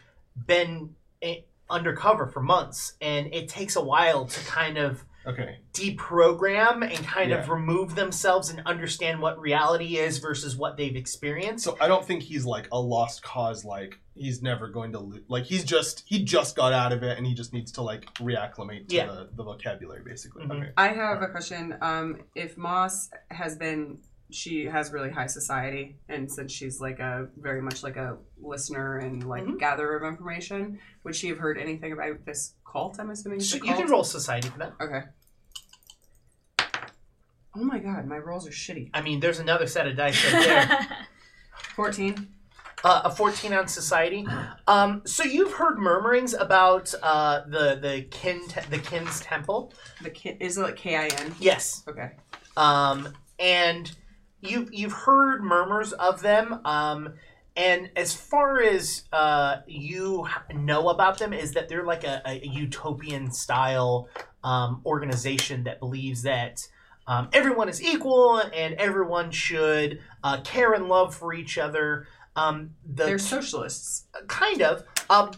Speaker 1: been eh, undercover for months, and it takes a while to kind of
Speaker 3: okay.
Speaker 1: deprogram and kind of
Speaker 3: Yeah.
Speaker 1: remove themselves and understand what reality is versus what they've experienced.
Speaker 3: So I don't think he's like a lost cause. Like he's never going to lo- like he's just he just got out of it and he just needs to like reacclimate to
Speaker 1: Yeah.
Speaker 3: the, the vocabulary basically.
Speaker 1: Mhm.
Speaker 3: Okay.
Speaker 2: I have a question. Um, if Moss has been, she has really high society, and since she's like a very much like a listener and like
Speaker 1: Mm-hmm.
Speaker 2: gatherer of information, would she have heard anything about this cult? I'm assuming. it's
Speaker 1: So
Speaker 2: a
Speaker 1: you can
Speaker 2: cult?
Speaker 1: roll society for that.
Speaker 2: Okay. Oh my god, my rolls are shitty.
Speaker 1: I mean, there's another set of dice right there.
Speaker 2: Fourteen.
Speaker 1: uh, a 14 ounce society. Um, so you've heard murmurings about uh, the the kin te- the kin's temple.
Speaker 2: The ki- is it like K I N?
Speaker 1: Yes,
Speaker 2: Okay.
Speaker 1: um, and you've you've heard murmurs of them. Um, and as far as uh, you h- know about them, is that they're like a, a utopian style um, organization that believes that um, everyone is equal and everyone should uh, care and love for each other. Um, the
Speaker 2: They're socialists.
Speaker 1: kind of. Um,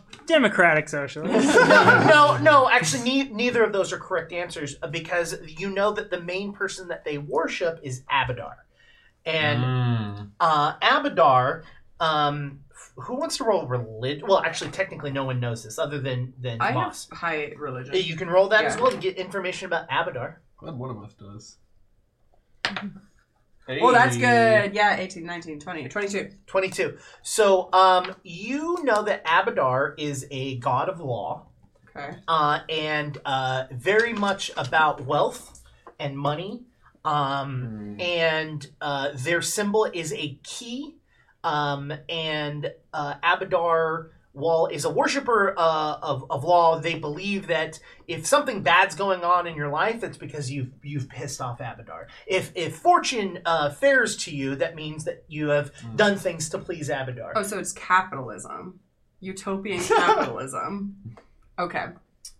Speaker 6: Democratic socialist.
Speaker 1: no, no, no. Actually, ne- neither of those are correct answers uh, because you know that the main person that they worship is Abadar, and
Speaker 3: Mm.
Speaker 4: Hmm.
Speaker 1: uh, Abadar. Um, f- who wants to roll religion? Well, actually, technically, no one knows this other than than
Speaker 2: I have
Speaker 1: Moss.
Speaker 2: high religion.
Speaker 1: Uh, You can roll that as
Speaker 2: Yeah.
Speaker 1: well to get information about Abadar.
Speaker 4: Glad one of us does.
Speaker 2: Oh, that's
Speaker 3: Hey.
Speaker 2: good. Yeah, 18, 19, 20, 22.
Speaker 1: 22. So, um, you know that Abadar is a god of law.
Speaker 2: Okay.
Speaker 1: uh, and uh, very much about wealth and money. Um, And uh, their symbol is a key Um, and uh, Abadar Wall is a worshiper uh, of, of law. They believe that if something bad's going on in your life, it's because you've you've pissed off Abadar. If if fortune uh, fares to you, that means that you have done things to please Abadar.
Speaker 2: Oh, so it's capitalism. Utopian capitalism. Okay.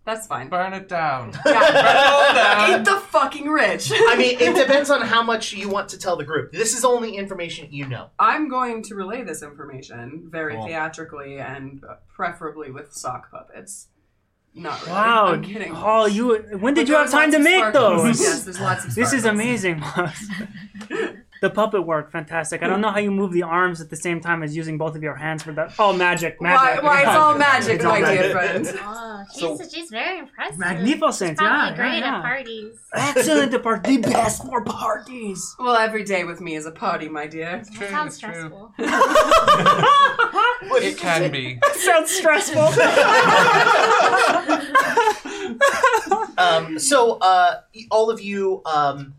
Speaker 2: That's fine.
Speaker 4: Burn it down.
Speaker 2: Yeah.
Speaker 4: Burn it down.
Speaker 2: Eat the fucking rich.
Speaker 1: I mean, it depends on how much you want to tell the group. This is only information you know.
Speaker 2: I'm going to relay this information very
Speaker 4: Cool.
Speaker 2: theatrically and preferably with sock puppets. Not really.
Speaker 6: Wow.
Speaker 2: I'm kidding.
Speaker 6: Oh, you. When
Speaker 2: But
Speaker 6: did you
Speaker 2: there
Speaker 6: have
Speaker 2: are
Speaker 6: time
Speaker 2: lots
Speaker 6: to
Speaker 2: of
Speaker 6: make
Speaker 2: sparkles.
Speaker 6: those?
Speaker 2: Yes, there's lots of
Speaker 6: This is
Speaker 2: sparkles.
Speaker 6: amazing. Moss. the puppet work, fantastic. I don't know how you move the arms at the same time as using both of your hands for that. Oh, magic,
Speaker 2: Why,
Speaker 6: magic.
Speaker 2: why it's all magic,
Speaker 6: It's all
Speaker 2: my dear
Speaker 7: magic.
Speaker 2: friend.
Speaker 5: Oh, she's,
Speaker 7: So-
Speaker 5: she's very impressive.
Speaker 6: Magnificent,
Speaker 5: Probably
Speaker 6: yeah,
Speaker 5: great
Speaker 6: yeah,
Speaker 5: at
Speaker 6: yeah.
Speaker 5: parties.
Speaker 6: Excellent at part, the best for parties.
Speaker 2: Well, every day with me is a party, my dear.
Speaker 5: That sounds stressful.
Speaker 4: It can be.
Speaker 6: Sounds stressful.
Speaker 1: um, so uh, all of you um,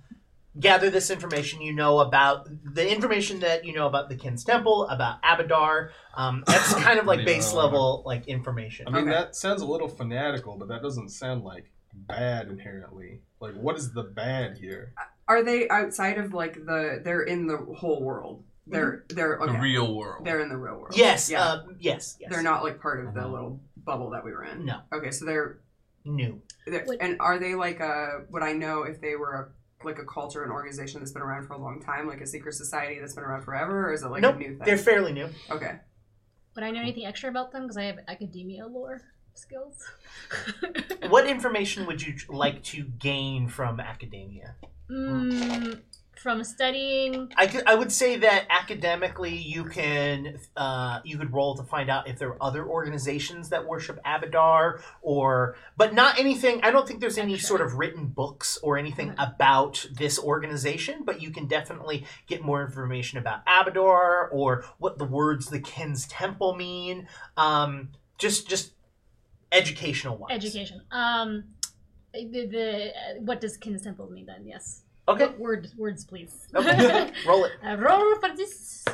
Speaker 1: gather this information you know about the information that you know about the kin's temple about abadar um, that's kind of like
Speaker 4: Yeah.
Speaker 1: base level like information
Speaker 7: I mean,
Speaker 2: Okay.
Speaker 7: that sounds a little fanatical, but that doesn't sound like bad inherently. Like, what is the bad here?
Speaker 2: Are they outside of like the? They're in the whole world. They're they're okay.
Speaker 4: The real world.
Speaker 2: They're in the real world.
Speaker 1: yes
Speaker 2: Yeah.
Speaker 1: uh, yes yes Uh-huh.
Speaker 2: They're not like part of the little bubble that we were in.
Speaker 1: No.
Speaker 2: Okay, so they're,
Speaker 1: new
Speaker 2: they're
Speaker 8: Would-
Speaker 2: and are they like a? Would I know if they were a, like a culture, an organization that's been around for a long time, like a secret society that's been around forever, or is it like
Speaker 1: Nope,
Speaker 2: a new thing?
Speaker 1: they're fairly new
Speaker 2: okay.
Speaker 8: Would I know anything extra about them? Because I have academia lore skills.
Speaker 1: what information would you like to gain from academia
Speaker 5: Hmm.
Speaker 8: mm, from studying.
Speaker 1: I, could, I would say that academically you can uh, you could roll to find out if there are other organizations that worship Abadar or but not anything I don't think there's any sort of written books or anything about this organization but you can definitely get more information about Abadar or what the words the Kin's temple mean um, just just educational wise
Speaker 8: Education. Um, the, the uh, what does kin's temple mean then? Yes.
Speaker 1: okay
Speaker 8: What word words please?
Speaker 1: Okay. roll it
Speaker 8: uh, roll for this.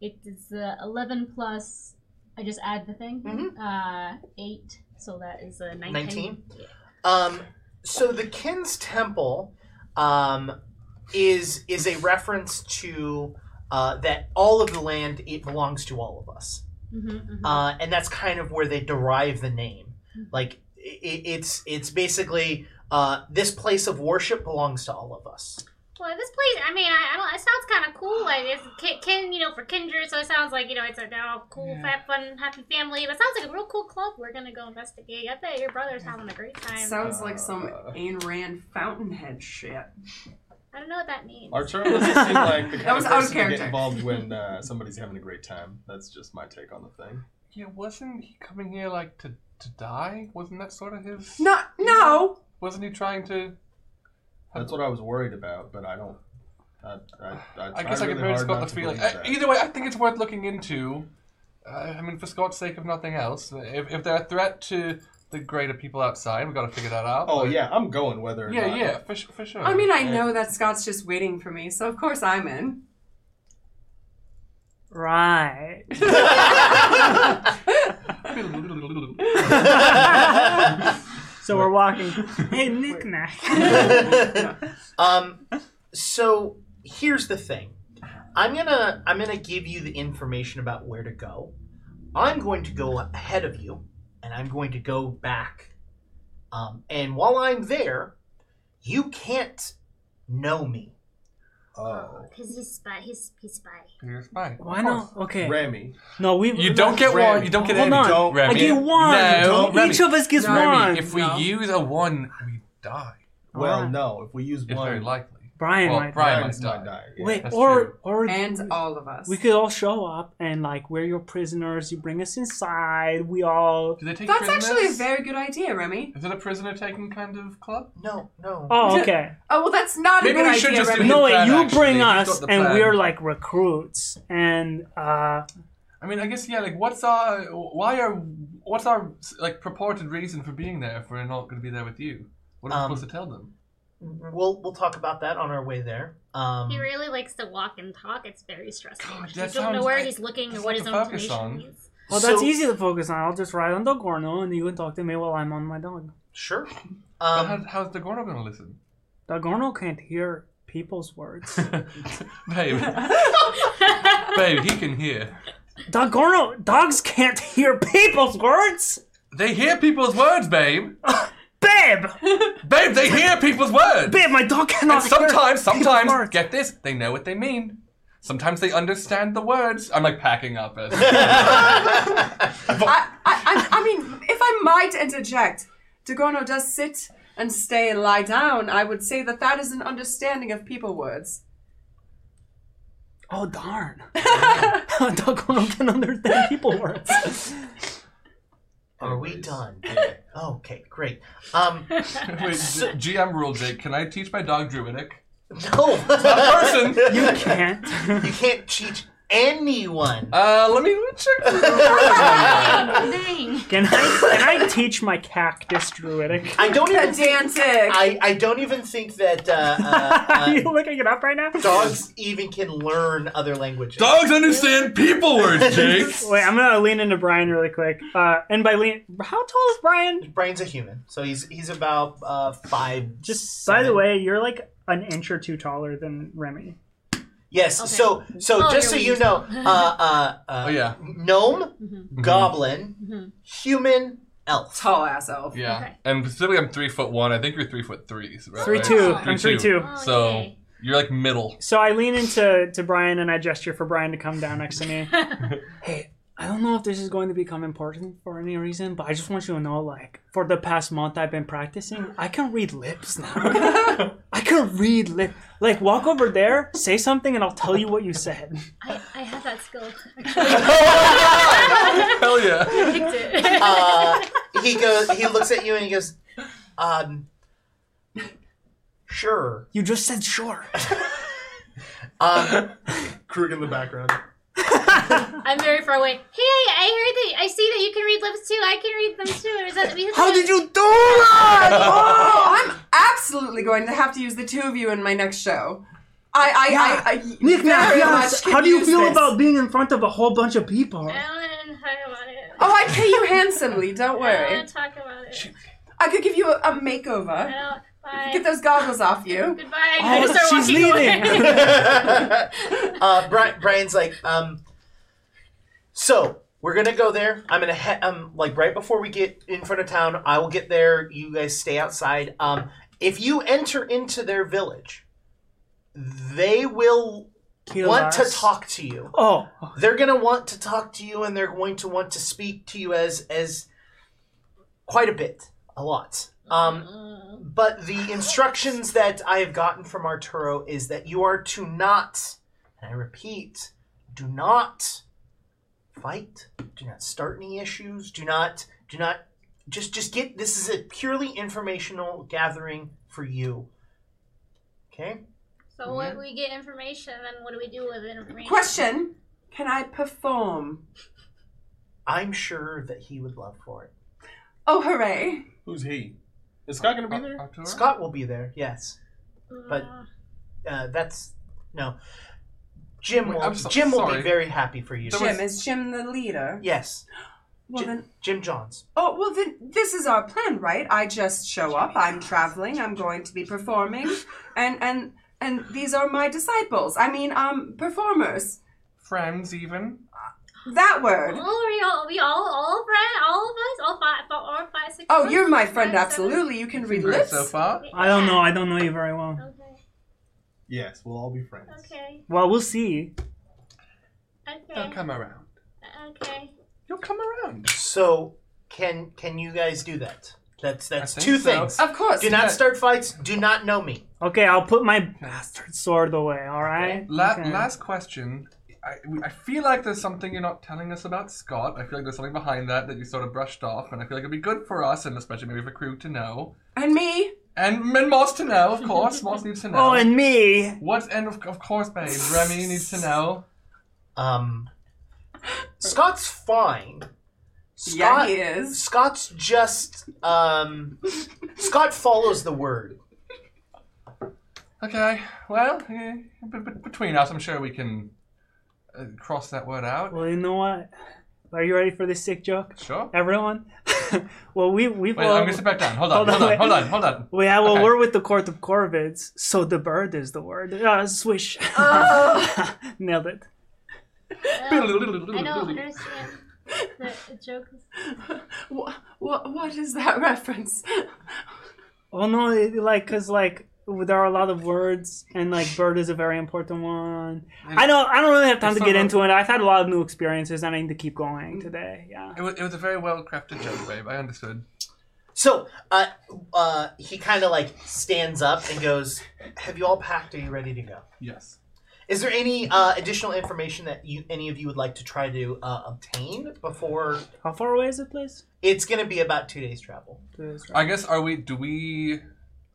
Speaker 8: It is uh, eleven plus. I just add the thing.
Speaker 1: Mhm.
Speaker 8: Uh, eight. So that is uh,
Speaker 1: 19?
Speaker 8: nineteen.
Speaker 1: Um, so the Kin's Temple um, is is a reference to uh, that all of the land it belongs to all of us,
Speaker 8: Mm-hmm,
Speaker 1: uh, and that's kind of where they derive the name. Like i i- it's it's basically uh, this place of worship belongs to all of us.
Speaker 5: Well, this place, I mean, I, I don't, it sounds kind of cool. Like, it's kin, kin, you know, for kindred, so it sounds like, you know, it's a they're all cool, fat, fun, happy family. But it sounds like a real cool club. We're going to go investigate. I bet your brother's having a great time.
Speaker 2: Sounds like some
Speaker 7: Uh.
Speaker 2: Ayn Rand Fountainhead shit.
Speaker 5: I don't know what that means.
Speaker 7: Arturo doesn't seem like the
Speaker 2: That
Speaker 7: kind
Speaker 2: was
Speaker 7: of
Speaker 2: out
Speaker 7: person
Speaker 2: of
Speaker 7: to get
Speaker 2: character.
Speaker 7: involved when uh, somebody's having a great time. That's just my take on the thing.
Speaker 4: Yeah, wasn't he coming here like to to die? Wasn't that sort of his?
Speaker 2: No, no.
Speaker 4: Wasn't he trying to?
Speaker 7: That's what I was worried about, but I don't. I, I, I,
Speaker 4: I
Speaker 7: try
Speaker 4: guess I
Speaker 7: really
Speaker 4: could very
Speaker 7: hard
Speaker 4: Scott
Speaker 7: not
Speaker 4: let's
Speaker 7: to
Speaker 4: be like.
Speaker 7: believe
Speaker 4: uh,
Speaker 7: that.
Speaker 4: Either way, I think it's worth looking into. Uh, I mean, for Scott's sake, if nothing else, if, if they're a threat to the greater people outside, we've got to figure that out.
Speaker 7: Oh
Speaker 4: but-
Speaker 7: yeah, I'm going whether. Or
Speaker 4: yeah,
Speaker 7: not.
Speaker 4: yeah, for, su- for sure.
Speaker 2: I mean, I
Speaker 7: Yeah.
Speaker 2: know that Scott's just waiting for me, so of course I'm in.
Speaker 6: right. So we're walking. Hey, knickknack.
Speaker 1: um, so here's the thing. I'm gonna I'm gonna give you the information about where to go. I'm going to go ahead of you, and I'm going to go back. Um, and while I'm there, you can't know me.
Speaker 7: Oh,
Speaker 5: Because he's spy. He's, he's spy.
Speaker 4: Here's mine.
Speaker 6: Why not? Okay.
Speaker 7: Remy.
Speaker 6: No, we.
Speaker 4: You don't get
Speaker 7: Remy,
Speaker 4: one. You don't get
Speaker 6: hold
Speaker 4: any.
Speaker 6: on.
Speaker 7: Don't-
Speaker 4: Remy.
Speaker 6: I get one.
Speaker 4: No,
Speaker 7: Don't-
Speaker 6: Each
Speaker 4: Remy.
Speaker 6: of us gets
Speaker 2: No.
Speaker 6: one.
Speaker 4: Remy, if we
Speaker 2: No.
Speaker 4: use a one, we die.
Speaker 7: Well,
Speaker 6: Alright.
Speaker 7: no. If we use
Speaker 4: It's very
Speaker 7: one,
Speaker 4: likely.
Speaker 6: Brian
Speaker 4: Well,
Speaker 6: might.
Speaker 4: Brian
Speaker 7: Ryan's
Speaker 4: might
Speaker 7: might
Speaker 4: die.
Speaker 7: die. yeah.
Speaker 6: Wait,
Speaker 4: That's
Speaker 6: or
Speaker 4: true.
Speaker 6: or
Speaker 2: And all of us.
Speaker 6: we could all show up and like we're your prisoners. You bring us inside. We all.
Speaker 4: Do they take
Speaker 2: That's
Speaker 4: prisoners?
Speaker 2: actually a very good idea, Remy.
Speaker 4: Is it a prisoner taking kind of club?
Speaker 1: No, no.
Speaker 6: Oh, okay.
Speaker 2: Oh well, that's not
Speaker 4: Maybe
Speaker 2: a good
Speaker 4: we should
Speaker 2: idea,
Speaker 4: just do
Speaker 2: Remy.
Speaker 6: No,
Speaker 4: the
Speaker 6: wait.
Speaker 4: plan,
Speaker 6: You
Speaker 4: actually.
Speaker 6: bring
Speaker 4: He's got
Speaker 6: us,
Speaker 4: the
Speaker 6: and
Speaker 4: plan.
Speaker 6: we're like recruits, and uh,
Speaker 4: I mean, I guess yeah. Like, what's our why are what's our like purported reason for being there if we're not going to be there with you? What are
Speaker 1: Um,
Speaker 4: we supposed to tell them?
Speaker 1: we'll we'll talk about that on our way there. Um,
Speaker 5: He really likes to walk and talk. It's very stressful.
Speaker 4: God,
Speaker 5: you
Speaker 4: that
Speaker 5: don't know
Speaker 4: sounds-
Speaker 5: where
Speaker 4: I-
Speaker 5: he's looking or
Speaker 4: that's
Speaker 5: what
Speaker 4: like
Speaker 5: his
Speaker 4: a
Speaker 5: own
Speaker 4: focus
Speaker 5: tonation
Speaker 4: song.
Speaker 5: is.
Speaker 6: Well, that's
Speaker 1: so-
Speaker 6: easy to focus on. I'll just ride on the Gorno, and you can talk to me while I'm on my dog.
Speaker 1: Sure.
Speaker 4: But
Speaker 1: Um,
Speaker 4: how, how's the Gorno gonna listen?
Speaker 6: The Gorno can't hear people's words.
Speaker 4: babe, babe, he can hear.
Speaker 6: the Gorno dogs can't hear people's words.
Speaker 4: They hear people's words, babe.
Speaker 6: Babe,
Speaker 4: Babe, they hear people's words.
Speaker 6: babe, my dog cannot.
Speaker 4: And sometimes,
Speaker 6: hear people's
Speaker 4: sometimes,
Speaker 6: words.
Speaker 4: get this, they know what they mean. Sometimes they understand the words. I'm like packing up. As,
Speaker 2: I, I, I, I mean, if I might interject, Dagono does sit and stay and lie down. I would say that that is an understanding of people words.
Speaker 6: Oh darn! the Gorno can understand people words.
Speaker 1: are we
Speaker 4: Anyways.
Speaker 1: done? okay, great. Um,
Speaker 4: wait, G- GM rule, Jake. Can I teach my dog Druidic?
Speaker 1: no,
Speaker 4: Person.
Speaker 6: You can't.
Speaker 1: you can't teach anyone.
Speaker 4: Uh, let me check.
Speaker 5: Dang.
Speaker 6: can I? Can I teach my cactus druidic?
Speaker 1: I don't even think,
Speaker 2: Pedantic.
Speaker 1: I, I don't even think that uh, uh,
Speaker 6: Are
Speaker 1: uh,
Speaker 6: you looking it up right now?
Speaker 1: dogs even can learn other languages.
Speaker 4: Dogs understand people words, Jake.
Speaker 6: Wait, I'm gonna lean into Brian really quick. Uh, and by lean, how tall is Brian?
Speaker 1: Brian's a human, so he's he's about uh, five.
Speaker 6: Just by
Speaker 1: seven.
Speaker 6: the way, you're like an inch or two taller than Remy.
Speaker 1: yes.
Speaker 5: Okay.
Speaker 1: So so
Speaker 5: Oh,
Speaker 1: just
Speaker 5: you're
Speaker 1: so
Speaker 5: really
Speaker 1: you know, uh, uh, uh,
Speaker 4: Oh yeah,
Speaker 1: gnome,
Speaker 5: Mm-hmm.
Speaker 1: goblin,
Speaker 5: Mhm.
Speaker 1: human, elf.
Speaker 2: Tall ass elf.
Speaker 4: yeah.
Speaker 5: Okay.
Speaker 4: And specifically, I'm three foot one. I think you're three foot three. Right?
Speaker 6: Three
Speaker 4: right?
Speaker 6: two. I'm three two.
Speaker 5: Oh,
Speaker 4: So
Speaker 5: yay.
Speaker 4: you're like middle.
Speaker 6: So I lean into to Brian and I gesture for Brian to come down next to me. hey, I don't know if this is going to become important for any reason, but I just want you to know, like, for the past month I've been practicing, I can read lips now. I can read lip. Like, walk over there, say something, and I'll tell you what you said.
Speaker 5: I, I have that skill.
Speaker 4: Hell yeah.
Speaker 5: I picked it.
Speaker 1: Uh, he goes. He looks at you and he goes, um, sure.
Speaker 6: You just said sure.
Speaker 1: Um,
Speaker 7: Krug in the background.
Speaker 5: I'm very far away. Hey, I heard that. I see that you can read lips too. I can read them too. Is that,
Speaker 6: How did you do that?
Speaker 2: Oh, I'm absolutely going to have to use the two of you in my next show. I, I,
Speaker 6: Yeah.
Speaker 2: I, I
Speaker 6: Nick,
Speaker 2: very
Speaker 6: yes.
Speaker 2: much can
Speaker 6: how do you
Speaker 2: use
Speaker 6: feel
Speaker 2: this.
Speaker 6: about being in front of a whole bunch of people?
Speaker 5: I don't know how about it.
Speaker 2: Oh, I pay you handsomely. Don't
Speaker 5: I don't
Speaker 2: worry.
Speaker 5: want to talk about it.
Speaker 2: I could give you a, a makeover.
Speaker 5: No, bye.
Speaker 2: Get those goggles off you.
Speaker 5: Goodbye.
Speaker 6: Oh,
Speaker 5: I just start
Speaker 6: she's
Speaker 5: walking away.
Speaker 6: leaving.
Speaker 1: uh, Brian, Brian's like, um, so we're gonna go there. I'm gonna, he- um, like right before we get in front of town, I will get there. You guys stay outside. Um, if you enter into their village, they will
Speaker 6: Kill
Speaker 1: want to
Speaker 6: us.
Speaker 1: talk to you.
Speaker 6: Oh,
Speaker 1: They're gonna want to talk to you, and they're going to want to speak to you as as quite a bit, a lot. Um, but the instructions that I have gotten from Arturo is that you are to not, and I repeat, do not fight, do not start any issues, do not, do not, just, just get, this is a purely informational gathering for you. Okay?
Speaker 5: So what we get information, then what do we do with it? information?
Speaker 2: Question: Can I perform?
Speaker 1: I'm sure that he would love for it.
Speaker 2: Oh, hooray!
Speaker 7: Who's he? Is Scott
Speaker 4: Uh,
Speaker 7: gonna be there?
Speaker 4: Arturo?
Speaker 1: Scott will be there, yes. But
Speaker 5: Mm,
Speaker 1: uh, that's, no. Jim
Speaker 4: Wait,
Speaker 1: will,
Speaker 4: I'm so-
Speaker 1: Jim will be
Speaker 4: sorry.
Speaker 1: very happy for you.
Speaker 4: There
Speaker 2: Jim is Jim the leader.
Speaker 1: yes,
Speaker 2: Well
Speaker 1: Jim-
Speaker 2: then,
Speaker 1: Jim Johns.
Speaker 2: oh well then, this is our plan, right? I just show up. I'm traveling. I'm going to be performing, and and and these are my disciples. I mean, um, performers.
Speaker 4: Friends, even.
Speaker 2: That word.
Speaker 5: All we all we all all friend all of us all five four, all five six.
Speaker 2: Oh,
Speaker 5: of us,
Speaker 2: you're my
Speaker 5: five,
Speaker 2: friend.
Speaker 5: seven.
Speaker 2: Absolutely, you can read
Speaker 4: Great
Speaker 2: lips.
Speaker 4: so far.
Speaker 6: I don't know. I don't know you very well.
Speaker 5: Okay.
Speaker 7: Yes, we'll all be friends.
Speaker 5: Okay.
Speaker 6: Well, we'll see.
Speaker 4: Don't
Speaker 5: Okay.
Speaker 4: come around.
Speaker 5: Okay.
Speaker 4: You'll come around.
Speaker 1: So can can you guys do that? That's that's
Speaker 4: I think
Speaker 1: two
Speaker 4: so.
Speaker 1: things.
Speaker 2: Of course.
Speaker 1: Do not start fights. Do not know me.
Speaker 6: Okay, I'll put my bastard sword away. All right.
Speaker 4: La-
Speaker 6: Okay.
Speaker 4: Last question. I, we- I feel like there's something you're not telling us about Scott. I feel like there's something behind that that you sort of brushed off, and I feel like it'd be good for us, and especially maybe for crew to know,
Speaker 2: And me.
Speaker 4: and and Moss to know, of course. Moss needs to know.
Speaker 6: Oh, and me.
Speaker 4: what? And of, of course, babe, Remy needs to know.
Speaker 1: Um, Scott's fine. Scott,
Speaker 2: Yeah, he is.
Speaker 1: Scott's just um, Scott follows the word.
Speaker 4: Okay. Well, eh, b- b- between us, I'm sure we can uh, cross that word out.
Speaker 6: Well, you know what? Are you ready for this sick joke,
Speaker 4: Sure.
Speaker 6: everyone? well, we we
Speaker 4: Wait, I'm gonna sit back down. Hold on.
Speaker 6: Hold on,
Speaker 4: Hold on.
Speaker 6: wait.
Speaker 4: Hold on. Hold on.
Speaker 6: well, yeah, well,
Speaker 4: Okay.
Speaker 6: we're with the court of corvids, so the bird is the word. Uh, swish. Nailed it.
Speaker 5: Uh, I don't understand the the joke.
Speaker 2: What, what, what is that reference?
Speaker 6: Well, Oh, no, it, like, cause like there are a lot of words, and like bird is a very important one. I don't, I don't really have time
Speaker 4: it's
Speaker 6: to get
Speaker 4: not-
Speaker 6: into it. I've had a lot of new experiences, and I need to keep going today. Yeah.
Speaker 4: It was, it was a very well crafted joke, babe. I understood.
Speaker 1: So uh, uh, he kind of like stands up and goes, "Have you all packed? Are you ready to go?"
Speaker 4: Yes.
Speaker 1: Is there any uh, additional information that you, any of you would like to try to uh, obtain before?
Speaker 6: How far away is it, please?
Speaker 1: It's going to be about two days travel.
Speaker 4: I guess are we? Do we?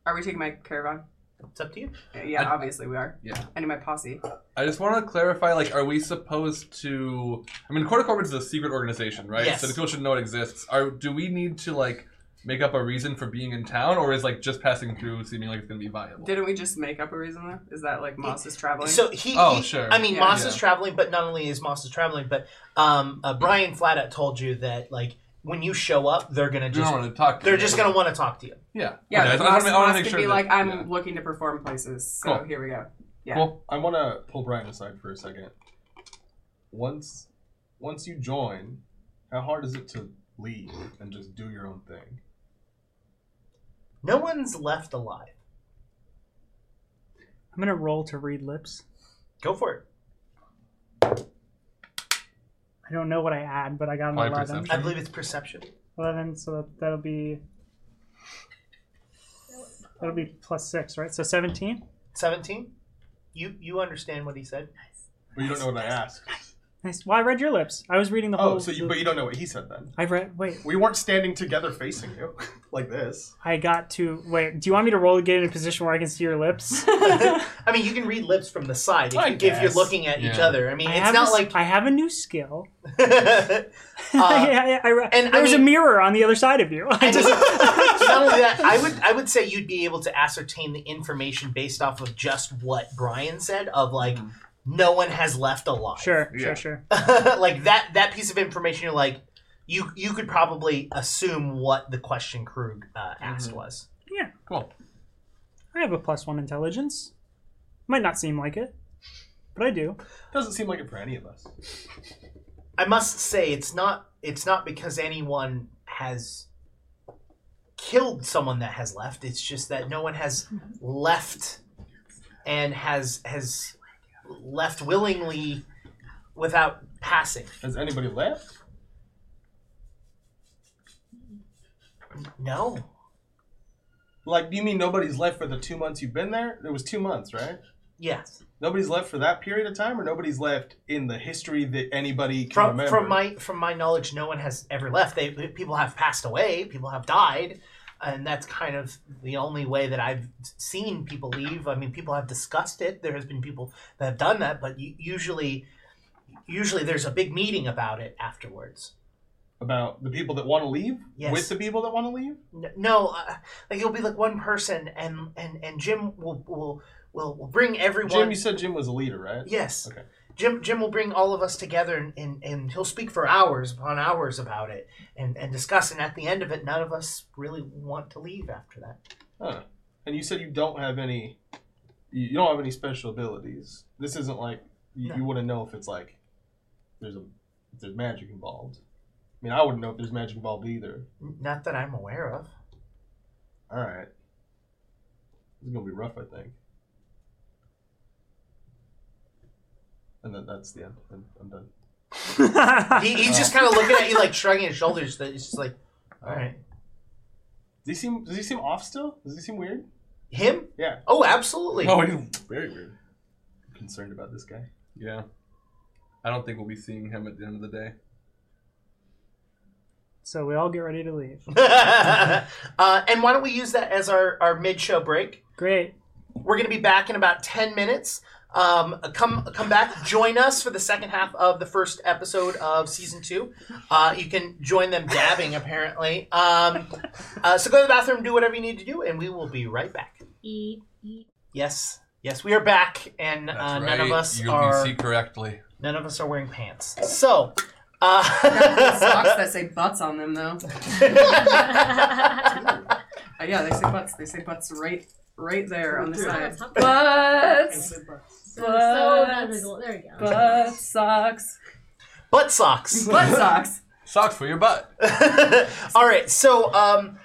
Speaker 2: Are we taking my caravan?
Speaker 1: It's up to you.
Speaker 2: Yeah,
Speaker 4: I-
Speaker 2: obviously we are.
Speaker 4: Yeah.
Speaker 2: I need my posse.
Speaker 4: I just want to clarify. Like, are we supposed to? I mean, Court of Corvids is a secret organization, right?
Speaker 1: Yes.
Speaker 4: So the people should know it exists. Are do we need to like make up a reason for being in town, or is like just passing through seeming like it's gonna be viable?
Speaker 2: Didn't we just make up a reason though? Is that like Moss is traveling?
Speaker 1: So he.
Speaker 4: Oh,
Speaker 1: he-
Speaker 4: sure.
Speaker 1: I mean,
Speaker 2: Yeah.
Speaker 1: Moss is
Speaker 4: Yeah.
Speaker 1: traveling, but not only is Moss is traveling, but um, uh, Brian flat out told you that like when you show up, they're going to
Speaker 4: You don't
Speaker 1: just
Speaker 4: want to talk. to
Speaker 1: they're
Speaker 4: them.
Speaker 1: just going to want to talk to you.
Speaker 4: Yeah.
Speaker 2: yeah,
Speaker 4: Okay, I
Speaker 2: but
Speaker 4: just
Speaker 2: Moss,
Speaker 4: wanna make- I wanna
Speaker 2: Moss
Speaker 4: make
Speaker 2: could
Speaker 4: sure
Speaker 2: be
Speaker 4: that-
Speaker 2: like, I'm
Speaker 4: yeah.
Speaker 2: looking to perform places. So
Speaker 4: Cool.
Speaker 2: here we go. Yeah.
Speaker 4: Cool.
Speaker 3: I want to pull Brian aside for a second. Once, once you join, how hard is it to leave and just do your own thing?
Speaker 1: No one's left alive.
Speaker 6: I'm gonna roll to read lips.
Speaker 1: Go for it.
Speaker 6: I don't know what I add, but I got an
Speaker 4: Probably
Speaker 6: 11.
Speaker 1: I
Speaker 4: perception.
Speaker 1: believe it's perception.
Speaker 6: 11, so that, that'll be. That'll be plus six, right? So 17?
Speaker 1: Seventeen. You you understand what he said?
Speaker 3: But you don't know what I asked.
Speaker 6: Nice. Well, I read your lips. I was reading the whole.
Speaker 3: Oh, so you, but you don't know what he said then.
Speaker 6: I read. Wait,
Speaker 3: We weren't standing together facing you like this.
Speaker 6: I got to. Wait, do you want me to roll to get in a position where I can see your lips?
Speaker 1: I mean, you can read lips from the side if,
Speaker 3: I
Speaker 1: you, if you're
Speaker 3: guess.
Speaker 1: looking at each
Speaker 4: Yeah.
Speaker 1: other. I mean,
Speaker 6: I
Speaker 1: it's
Speaker 6: have
Speaker 1: not
Speaker 6: this-
Speaker 1: like.
Speaker 6: I have a new skill.
Speaker 1: Uh,
Speaker 6: yeah, yeah, I re-
Speaker 1: and I
Speaker 6: there's
Speaker 1: mean-
Speaker 6: a mirror on the other side of you. I just,
Speaker 1: not only that, I would I would say you'd be able to ascertain the information based off of just what Brian said of like no one has left alive.
Speaker 6: sure,
Speaker 4: Yeah.
Speaker 6: sure, sure.
Speaker 1: like that that piece of information, you're like you you could probably assume what the question Krug uh, asked was.
Speaker 4: Cool.
Speaker 6: I have a plus one intelligence. Might not seem like it, but I do.
Speaker 3: Doesn't seem like it for any of us.
Speaker 1: I must say it's not it's not because anyone has killed someone that has left. It's just that no one has left and has has left willingly without passing.
Speaker 3: Has anybody left?
Speaker 1: No.
Speaker 3: Like, do you mean nobody's left for the two months you've been there? It was two months, right?
Speaker 1: Yes.
Speaker 3: Nobody's left for that period of time, or nobody's left in the history that anybody can
Speaker 1: From
Speaker 3: remember.
Speaker 1: from my from my knowledge no one has ever left. They people have passed away, people have died. And that's kind of the only way that I've seen people leave. I mean, people have discussed it. There has been people that have done that, but u- usually, usually there's a big meeting about it afterwards.
Speaker 3: about the people that want to leave
Speaker 1: Yes.
Speaker 3: with the people that want to leave.
Speaker 1: N- No, uh, like it'll be like one person, and and and Jim will will will, will bring everyone.
Speaker 3: Jim, you said Jim was a leader, right?
Speaker 1: Yes.
Speaker 3: Okay.
Speaker 1: Jim Jim will bring all of us together and, and, and he'll speak for hours upon hours about it and, and discuss and at the end of it none of us really want to leave after that.
Speaker 3: Huh. And you said you don't have any, you you don't have any special abilities. This isn't like you,
Speaker 1: No.
Speaker 3: you wouldn't know if it's like there's a if there's magic involved. I mean, I wouldn't know if there's magic involved either.
Speaker 1: N- Not that I'm aware of.
Speaker 3: All right, this is gonna be rough, I think. And then that's the end. I'm, I'm done.
Speaker 1: He, he's just kind of looking at you like shrugging his shoulders that it's just like all right.
Speaker 3: Does he seem Does he seem off still? Does he seem weird?
Speaker 1: Him?
Speaker 3: Yeah.
Speaker 1: Oh, absolutely.
Speaker 4: Oh, he's-
Speaker 3: Very weird. I'm concerned about this guy.
Speaker 4: yeah. I don't think we'll be seeing him at the end of the day.
Speaker 6: So we all get ready to leave.
Speaker 1: uh, and why don't we use that as our, our mid show break?
Speaker 6: Great.
Speaker 1: We're going to be back in about 10 minutes. Um, come come back, join us for the second half of the first episode of season two. Uh, you can join them dabbing, apparently. Um, uh, so go to the bathroom, do whatever you need to do, and we will be right back.
Speaker 5: E E
Speaker 1: Yes, yes, we are back, and uh,
Speaker 4: That's
Speaker 1: none of
Speaker 4: right.
Speaker 1: us
Speaker 4: you
Speaker 1: are
Speaker 4: see correctly.
Speaker 1: none of us are wearing pants. So, uh,
Speaker 2: Socks that say butts on them though. Uh, yeah, they say butts. They say butts right, right there on the side. Butts,
Speaker 8: So, so magical. There you go.
Speaker 2: butt socks,
Speaker 1: butt socks.
Speaker 2: butt socks.
Speaker 4: Socks for your butt.
Speaker 1: all right. So um,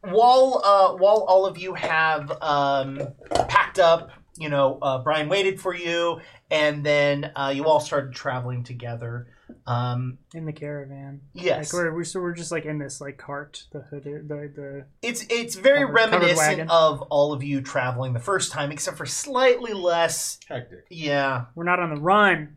Speaker 1: while uh, while all of you have um, packed up, you know, uh, Brian waited for you, and then uh, you all started traveling together. Um,
Speaker 6: in the caravan.
Speaker 1: yes,
Speaker 6: Like we're, we're so we're just like in this like cart, the hood, the the
Speaker 1: it's it's very
Speaker 6: Covered- covered
Speaker 1: reminiscent
Speaker 6: wagon.
Speaker 1: of all of you traveling the first time, except for slightly less.
Speaker 3: Hectic.
Speaker 1: Yeah,
Speaker 6: we're not on the run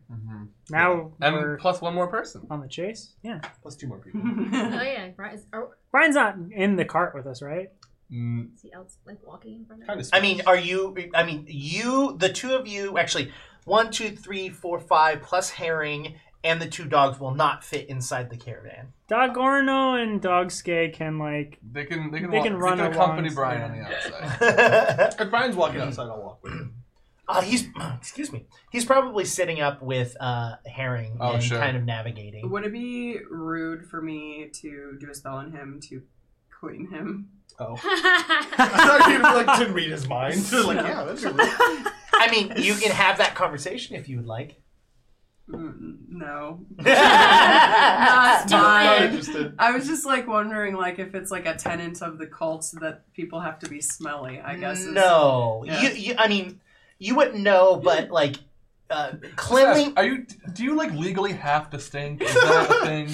Speaker 6: now.
Speaker 4: And
Speaker 6: we're
Speaker 4: plus one more person.
Speaker 6: on the chase. Yeah,
Speaker 3: Plus two more people.
Speaker 8: Oh yeah, right. Is, are,
Speaker 6: Brian's not in the cart with us, right?
Speaker 3: Mm-hmm.
Speaker 4: Mm,
Speaker 8: is he else like walking in front of?
Speaker 3: Kind of.
Speaker 1: I mean, are you? I mean, you, the two of you, actually, one, two, three, four, five, plus Herring and the two dogs will not fit inside the caravan.
Speaker 6: Dog Orno and Dog Skay can like
Speaker 4: They can they can
Speaker 6: They
Speaker 4: walk-
Speaker 6: can run
Speaker 4: accompany
Speaker 6: along,
Speaker 4: Brian
Speaker 6: yeah.
Speaker 4: on the outside.
Speaker 3: if Brian's walking outside, I'll walk with him.
Speaker 1: Uh, he's excuse me. He's probably sitting up with uh, Herring
Speaker 4: Oh,
Speaker 1: and
Speaker 4: sure.
Speaker 1: kind of navigating.
Speaker 2: Would it be rude for me to do a spell on him to clean him?
Speaker 3: Oh.
Speaker 5: That's
Speaker 3: I thought you'd like to read his mind. like, yeah, that's really.
Speaker 1: I mean, you can have that conversation if you would like.
Speaker 2: Mm, no,
Speaker 8: Uh,
Speaker 1: That's
Speaker 2: not
Speaker 3: Not
Speaker 2: mine.
Speaker 3: interested.
Speaker 2: I was just like wondering, like if it's like a tenant of the cult that people have to be smelly. I guess. is-
Speaker 1: Mm, no.
Speaker 2: Yeah.
Speaker 1: You, you. I mean, you wouldn't know, but like, uh,
Speaker 4: Yes,
Speaker 1: cleanly.
Speaker 4: Are you? Do you like legally have to stink? Is that a thing?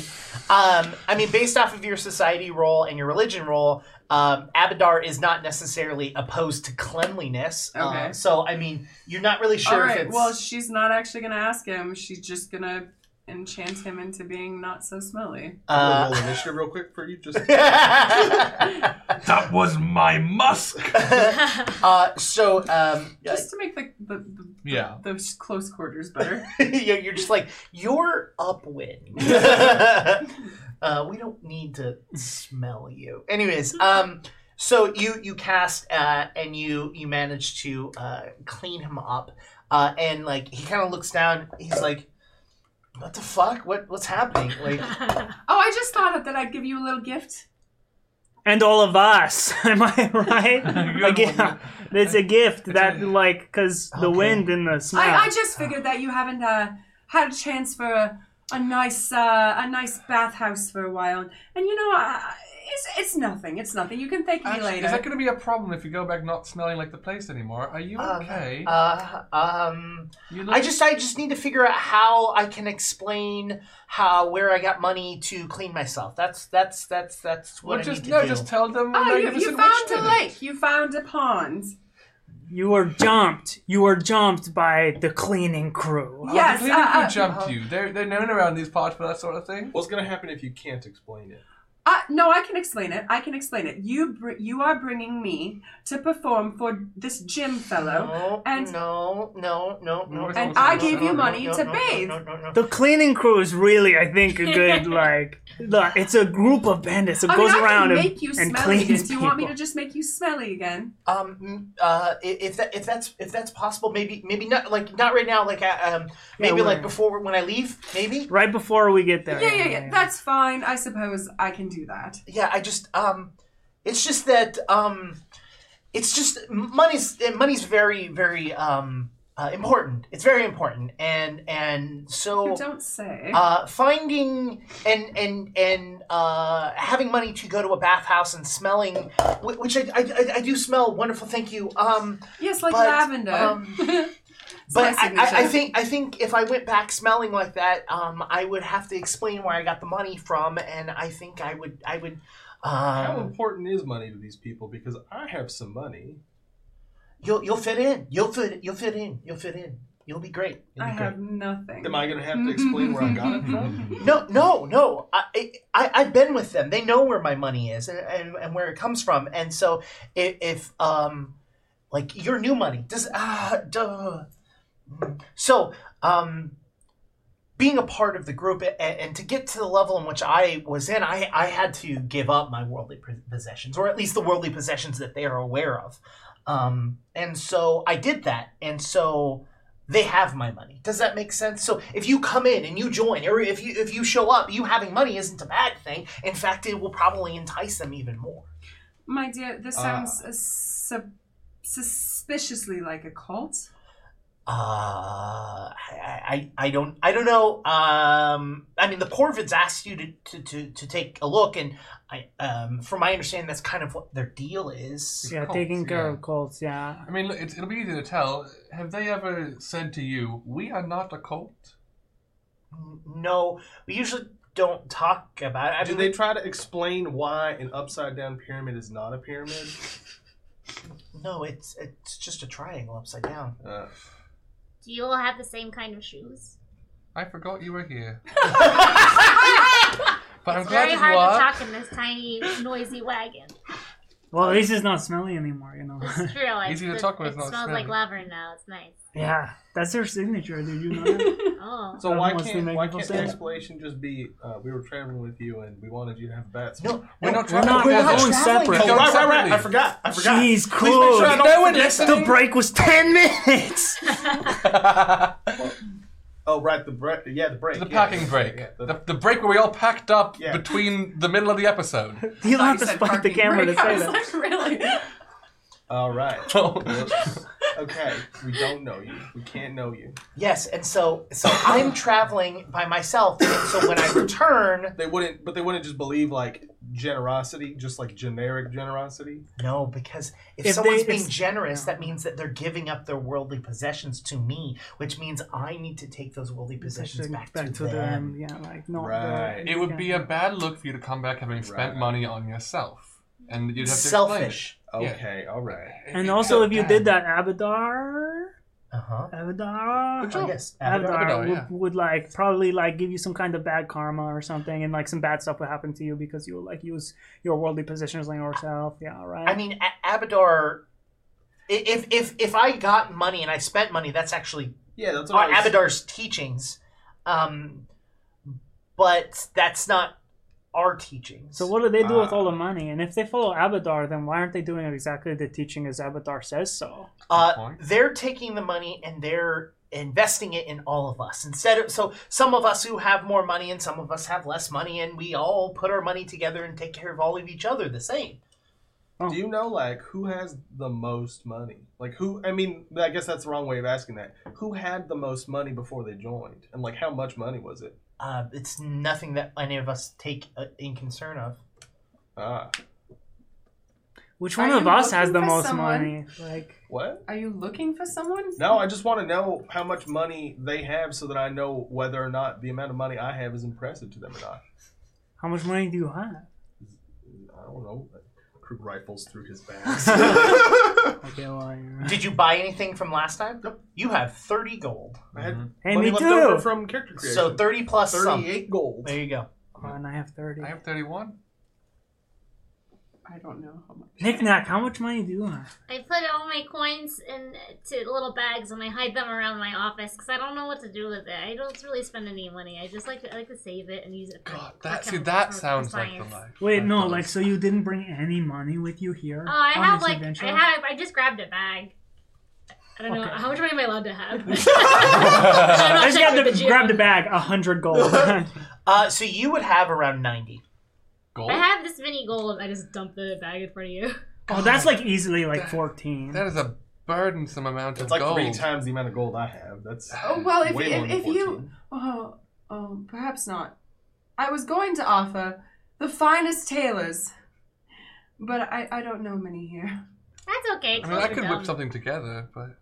Speaker 1: Um, I mean, based off of your society role and your religion role, um, Abadar is not necessarily opposed to cleanliness. Uh,
Speaker 2: Okay.
Speaker 1: so, I mean, you're not really sure
Speaker 2: All
Speaker 1: if
Speaker 2: right.
Speaker 1: it's.
Speaker 2: Well, she's not actually gonna ask him. She's just gonna enchant him into being not so smelly.
Speaker 1: uh,
Speaker 3: I'll roll initiative real quick for you. Just
Speaker 4: That was my musk.
Speaker 1: uh, so, um,
Speaker 2: Just to make the the, the
Speaker 4: Yeah.
Speaker 2: those close quarters better.
Speaker 1: you're you're just like you're upwind. uh, we don't need to smell you. Anyways, um, so you you cast uh, and you you manage to uh, clean him up, uh, and like he kind of looks down. He's like, "What the fuck? What what's happening?" Like,
Speaker 2: oh, I just thought of that I'd give you a little gift.
Speaker 6: and all of us. Am I right?
Speaker 4: Good
Speaker 6: Again,
Speaker 4: one.
Speaker 6: it's a gift that like because the
Speaker 1: Okay.
Speaker 6: wind and the snow.
Speaker 2: I, I just figured that you haven't uh, had a chance for a, a nice uh, a nice bathhouse for a while, and you know, I, it's it's nothing. It's nothing. You can thank me
Speaker 4: Actually,
Speaker 2: later.
Speaker 4: is that going to be a problem if you go back not smelling like the place anymore? Are you
Speaker 1: Um,
Speaker 4: okay?
Speaker 1: uh, um,
Speaker 4: you
Speaker 1: I just I just need to figure out how I can explain how where I got money to clean myself. That's that's that's that's what
Speaker 4: well,
Speaker 1: I
Speaker 4: just
Speaker 1: need to
Speaker 4: no,
Speaker 1: do.
Speaker 4: just tell them.
Speaker 2: Oh, you,
Speaker 4: Magnificent
Speaker 2: you found
Speaker 4: Witch
Speaker 2: a
Speaker 4: did it.
Speaker 2: lake. You found a pond.
Speaker 6: you were jumped. You were jumped by the cleaning crew.
Speaker 4: Oh,
Speaker 2: Yes,
Speaker 4: the cleaning crew
Speaker 2: uh, uh,
Speaker 4: jumped you. They're they're known around these parts for that sort of thing.
Speaker 3: What's gonna happen if you can't explain it?
Speaker 2: Uh, no, I can explain it. I can explain it. You br- you are bringing me to perform for this gym fellow,
Speaker 1: No,
Speaker 2: and-
Speaker 1: no, no, no, no.
Speaker 4: And
Speaker 1: no,
Speaker 4: I
Speaker 1: no,
Speaker 4: gave
Speaker 1: no,
Speaker 4: you
Speaker 1: no,
Speaker 2: money
Speaker 1: no,
Speaker 2: to
Speaker 1: no,
Speaker 2: bathe.
Speaker 1: No, no, no, no.
Speaker 6: The cleaning crew is really, I think, a good like. The, it's a group of bandits. It
Speaker 2: I mean,
Speaker 6: goes
Speaker 2: I can
Speaker 6: around and,
Speaker 2: make you
Speaker 6: and
Speaker 2: smelly.
Speaker 6: cleans
Speaker 2: again. Do you want me to
Speaker 6: people.
Speaker 2: just make you smelly again?
Speaker 1: Um, mm, uh, i- if that if that's if that's possible, maybe maybe not like not right now. Like I, um, maybe
Speaker 6: we're-
Speaker 1: like before when I leave, maybe.
Speaker 6: right before we get there.
Speaker 2: Yeah, yeah, yeah. That's fine. I suppose I can do that.
Speaker 1: Yeah, I just um, it's just that um, it's just m- money's uh, money's very very um uh, important. It's very important, and and so
Speaker 2: You don't say.
Speaker 1: Oh. uh, finding and and and uh, having money to go to a bathhouse and smelling, wh- which I, I, I- I do smell wonderful. Thank you. Um,
Speaker 2: yes, like
Speaker 1: but,
Speaker 2: lavender.
Speaker 1: um,
Speaker 2: It's my
Speaker 1: but I, I, I
Speaker 2: signature.
Speaker 1: think I think if I went back smelling like that, um, I would have to explain where I got the money from, and I think I would I would.
Speaker 3: How
Speaker 1: Um,
Speaker 3: important is money to these people? Because I have some money.
Speaker 1: you'll you'll fit in. You'll fit. You'll fit in. You'll fit in. You'll be great. You'll
Speaker 2: I
Speaker 1: be great.
Speaker 2: have nothing.
Speaker 3: Am I gonna have to explain where I got it from?
Speaker 1: No, no, no. I, I- I, I've been with them. They know where my money is and, and, and where it comes from. And so, if, if um, like your new money does ah duh. So, um, being a part of the group and, and to get to the level in which I was in, I, I had to give up my worldly pos- possessions, or at least the worldly possessions that they are aware of. Um, and so I did that. And so they have my money. Does that make sense? So if you come in and you join, or if you if you show up, you having money isn't a bad thing. In fact, it will probably entice them even more.
Speaker 2: My dear, this
Speaker 3: Ah.
Speaker 2: sounds uh, sub- suspiciously like a cult.
Speaker 1: Uh, I, I, I don't I don't know. Um, I mean, the Corvids asked you to, to, to, to take a look, and I um, from my understanding, that's kind of what their deal is.
Speaker 6: Yeah,
Speaker 4: Colts,
Speaker 6: taking care
Speaker 4: yeah.
Speaker 6: of Colts. Yeah.
Speaker 4: I mean, look, it's, it'll be easy to tell. Have they ever said to you, "We are not a cult"?
Speaker 1: No, we usually don't talk about it. I
Speaker 7: Did they
Speaker 1: mean,
Speaker 7: try to explain why an upside down pyramid is not a pyramid?
Speaker 1: No, it's it's just a triangle upside down.
Speaker 3: Uh,
Speaker 5: Do you all have the same kind of shoes?
Speaker 4: I forgot you were here,
Speaker 5: it's
Speaker 4: but I'm glad
Speaker 5: very
Speaker 4: you
Speaker 5: hard to
Speaker 4: are.
Speaker 5: talk in this tiny, noisy wagon.
Speaker 6: Well, at least it's not smelly anymore, you know.
Speaker 5: This is true. I-
Speaker 4: Easy to
Speaker 5: it-
Speaker 4: talk with,
Speaker 5: It
Speaker 4: not
Speaker 5: smells like
Speaker 4: smelly.
Speaker 5: lavender now. It's nice.
Speaker 6: yeah, that's their signature, dude. You know. that?
Speaker 5: Oh.
Speaker 3: so why
Speaker 6: Unless they
Speaker 3: can't
Speaker 6: make
Speaker 3: why
Speaker 6: people
Speaker 3: can't
Speaker 6: say
Speaker 3: the
Speaker 6: it.
Speaker 3: explanation just be uh, we were traveling with you and we wanted you to have bats?
Speaker 1: No,
Speaker 4: We're
Speaker 1: no,
Speaker 4: not traveling.
Speaker 1: we're
Speaker 4: We're
Speaker 1: not
Speaker 4: going
Speaker 1: traveling.
Speaker 4: separate.
Speaker 6: Oh,
Speaker 1: No,
Speaker 4: Go
Speaker 1: right, right, right.
Speaker 4: separately.
Speaker 7: I forgot. I forgot.
Speaker 6: Jeez, cool.
Speaker 7: Please make sure I don't
Speaker 4: No one
Speaker 7: forget
Speaker 4: listened.
Speaker 7: that.
Speaker 6: The break was ten minutes.
Speaker 7: Oh, right. The break. Yeah, the break.
Speaker 4: the
Speaker 7: yeah,
Speaker 4: packing
Speaker 7: yeah,
Speaker 4: break.
Speaker 7: yeah, the-
Speaker 4: the, the break where we all packed up
Speaker 7: Yeah.
Speaker 4: between the middle of the episode.
Speaker 6: You
Speaker 2: Thought
Speaker 6: don't have to
Speaker 2: you said
Speaker 6: spot the
Speaker 2: parking
Speaker 6: camera to
Speaker 2: brake.
Speaker 6: say
Speaker 2: I was
Speaker 6: that.
Speaker 2: like, really?
Speaker 7: All right.
Speaker 4: So,
Speaker 7: Okay. We don't know you. We can't know you.
Speaker 1: Yes, and so so I'm traveling by myself. And so when I return,
Speaker 7: They wouldn't, but they wouldn't just believe like generosity, just like generic generosity.
Speaker 1: no, because if,
Speaker 6: If
Speaker 1: someone's
Speaker 6: they-
Speaker 1: being
Speaker 6: if-
Speaker 1: generous, that means that they're giving up their worldly possessions to me, which means I need to take those worldly possessions back, to, them.
Speaker 6: Yeah, like no.
Speaker 7: Right.
Speaker 4: it would be a bad look for you to come back having spent
Speaker 3: Right.
Speaker 4: money on yourself, and you'd have to explain it.
Speaker 1: Selfish.
Speaker 3: Okay, all right.
Speaker 6: And also, if you did that, Abadar,
Speaker 1: Uh huh.
Speaker 6: Abadar,
Speaker 1: Oh, yes.
Speaker 6: Abadar,
Speaker 1: Avatar.
Speaker 4: Abadar,
Speaker 6: would,
Speaker 4: yeah.
Speaker 6: would like probably like give you some kind of bad karma or something, and like some bad stuff would happen to you because you would like use your worldly positions on yourself. Yeah, right.
Speaker 1: I mean, A- Abadar. i- If if if I got money and I spent money, that's actually
Speaker 7: Yeah, that's what
Speaker 1: on
Speaker 7: I was-
Speaker 1: Abadar's teachings, um, but that's not our teachings.
Speaker 6: so what do they do with
Speaker 1: uh,
Speaker 7: Ah.
Speaker 6: all the money? And if they follow Abadar, then why aren't they doing exactly the teaching as Abadar says so?
Speaker 1: Uh,
Speaker 4: point.
Speaker 1: they're taking the money and they're investing it in all of us instead of so some of us who have more money and some of us have less money and we all put our money together and take care of all of each other the same
Speaker 7: Do you know like who has the most money? Like who? I mean, I guess that's the wrong way of asking that. Who had the most money before they joined, and like how much money was it?
Speaker 1: uh, it's nothing that any of us take uh, in concern of
Speaker 3: Ah,
Speaker 6: Which
Speaker 2: Are
Speaker 6: one of
Speaker 2: you
Speaker 6: us has
Speaker 2: looking
Speaker 6: the
Speaker 2: for
Speaker 6: most
Speaker 2: someone?
Speaker 6: money? Like,
Speaker 3: what?
Speaker 2: Are you looking for someone?
Speaker 3: No, I just want to know how much money they have so that I know whether or not the amount of money I have is impressive to them or not.
Speaker 6: how much money do you have?
Speaker 3: I don't know.
Speaker 7: Crew rifles through his back.
Speaker 6: Okay, well, uh, yeah.
Speaker 1: did you buy anything from last time nope. you have 30 gold
Speaker 7: I had
Speaker 6: hey,
Speaker 7: money
Speaker 6: me
Speaker 7: left
Speaker 6: too.
Speaker 7: over from character creation.
Speaker 1: so 30 plus some
Speaker 7: thirty-eight gold.
Speaker 1: there you go
Speaker 6: Oh, and I have thirty.
Speaker 4: I have thirty-one.
Speaker 2: I don't know how much.
Speaker 6: Nick Knack, how much money do you have?
Speaker 5: I put all my coins into little bags and I hide them around my office because I don't know what to do with it. I don't really spend any money. I just like to, I like to save it and use it. For,
Speaker 4: God,
Speaker 5: for
Speaker 4: that see,
Speaker 5: account-
Speaker 4: that
Speaker 5: for- for
Speaker 4: sounds like the
Speaker 5: science.
Speaker 4: life.
Speaker 6: Wait,
Speaker 4: That
Speaker 6: no,
Speaker 4: does.
Speaker 6: like so you didn't bring any money with you here?
Speaker 5: Oh, I
Speaker 6: on
Speaker 5: have
Speaker 6: this
Speaker 5: like
Speaker 6: adventure?
Speaker 5: I have. I just grabbed a bag. I don't know
Speaker 6: Okay.
Speaker 5: how much money am I allowed to have. I'm not
Speaker 6: I just
Speaker 5: checking
Speaker 6: grabbed
Speaker 5: with
Speaker 6: the,
Speaker 5: the
Speaker 6: grabbed a
Speaker 5: GM.
Speaker 6: bag, a hundred gold.
Speaker 1: uh, so you would have around 90
Speaker 4: Gold?
Speaker 5: I have this mini gold. I just dumped the bag in front of you.
Speaker 6: oh, that's like easily like fourteen.
Speaker 4: That is a burdensome amount
Speaker 7: It's
Speaker 4: of
Speaker 7: like
Speaker 4: gold.
Speaker 7: three times the amount of gold I have. That's
Speaker 2: Oh well, if
Speaker 7: way more
Speaker 2: if,
Speaker 7: than
Speaker 2: if you
Speaker 7: 14.
Speaker 2: oh oh perhaps not. I was going to offer the finest tailors, but I I don't know many here.
Speaker 5: That's okay.
Speaker 4: I mean, I
Speaker 5: clothes are
Speaker 4: could
Speaker 5: dumb.
Speaker 4: whip something together, but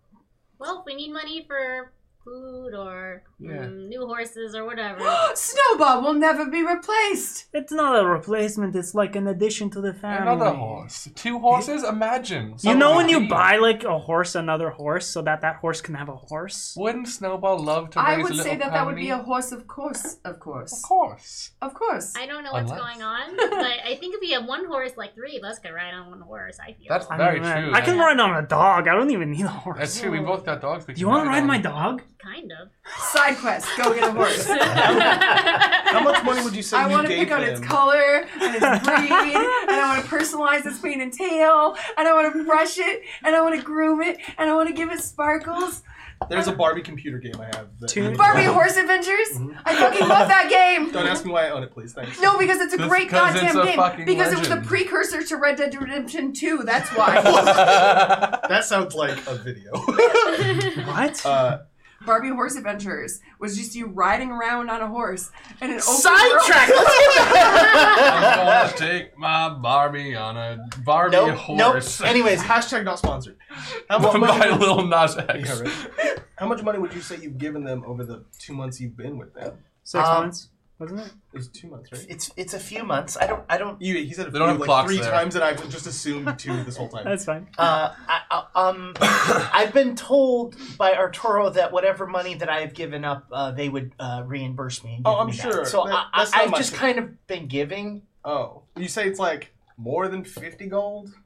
Speaker 5: Well, we need money for food or
Speaker 4: Yeah.
Speaker 5: mm, new horses or whatever.
Speaker 2: Snowball will never be replaced.
Speaker 6: It's not a replacement. It's like an addition to the family.
Speaker 4: another horse, two horses. Imagine.
Speaker 6: You know when you
Speaker 4: Someone-
Speaker 6: buy like a horse, another horse, so that that horse can have a horse.
Speaker 4: Wouldn't Snowball love to raise
Speaker 2: I
Speaker 4: a
Speaker 2: would
Speaker 4: little
Speaker 2: say that that would be a
Speaker 4: pony?
Speaker 2: horse, of course, of
Speaker 4: Of
Speaker 2: course,
Speaker 4: course.
Speaker 2: of course.
Speaker 5: I don't know what's
Speaker 4: Unless-
Speaker 5: going on, but I think if we have one horse, like three of us could ride on one horse. I feel.
Speaker 4: That's-
Speaker 6: I
Speaker 4: Very
Speaker 6: mean, man,
Speaker 4: true,
Speaker 6: I can
Speaker 4: yeah.
Speaker 6: ride on a dog. I don't even need a horse.
Speaker 4: That's true. We both got dogs. We
Speaker 6: Do
Speaker 4: can
Speaker 6: you want to ride
Speaker 4: on.
Speaker 6: my dog?
Speaker 5: Kind of.
Speaker 2: Side quest, go get a horse.
Speaker 7: How much money would you say
Speaker 2: I
Speaker 7: you
Speaker 2: want to
Speaker 7: gave
Speaker 2: pick out
Speaker 7: them?
Speaker 2: its color and its breed, and I want to personalize its mane and tail, and I want to brush it, and I want to groom it, and I want to give it sparkles.
Speaker 3: There's a Barbie computer game I have. That
Speaker 6: Two-
Speaker 2: Barbie Horse Adventures.
Speaker 4: Mm-hmm.
Speaker 2: I fucking love that game.
Speaker 3: Don't ask me why I own it, please. Thanks.
Speaker 2: No, because it's a
Speaker 4: That's
Speaker 2: great
Speaker 4: 'cause
Speaker 2: goddamn
Speaker 4: it's a
Speaker 2: game.
Speaker 4: fucking
Speaker 2: Because it was
Speaker 4: legend.
Speaker 2: the precursor to Red Dead Redemption 2. That's why.
Speaker 3: That sounds like a video.
Speaker 6: What?
Speaker 3: uh,
Speaker 2: Barbie Horse Adventures was just you riding around on a horse in an open
Speaker 1: Sidetrack.
Speaker 2: world.
Speaker 1: Let's get back.
Speaker 4: I'm gonna take my Barbie on a Barbie
Speaker 1: Nope.
Speaker 4: horse.
Speaker 1: Nope. Anyways,
Speaker 3: hashtag not sponsored. How much,
Speaker 4: by
Speaker 3: money,
Speaker 4: Lil Nas X.
Speaker 3: Yeah, right. How much money would you say you've given them over the two months you've been with them?
Speaker 6: Six
Speaker 1: um,
Speaker 6: months, wasn't it?
Speaker 3: It was two months, right?
Speaker 1: it's it's a few months. I don't I don't
Speaker 3: You, he said it
Speaker 4: They don't have
Speaker 3: like
Speaker 4: clocks
Speaker 3: three
Speaker 4: there.
Speaker 3: times, and I've just assumed two this whole time.
Speaker 6: That's fine.
Speaker 1: uh I, I, um I've been told by Arturo that whatever money that I have given up, uh, they would uh, reimburse me. and
Speaker 3: Oh,
Speaker 1: give
Speaker 3: I'm
Speaker 1: me
Speaker 3: sure.
Speaker 1: That. So
Speaker 3: That-
Speaker 1: I, I,
Speaker 3: that's not
Speaker 1: I've
Speaker 3: much.
Speaker 1: just kind of been giving.
Speaker 3: Oh, you say it's like more than fifty gold?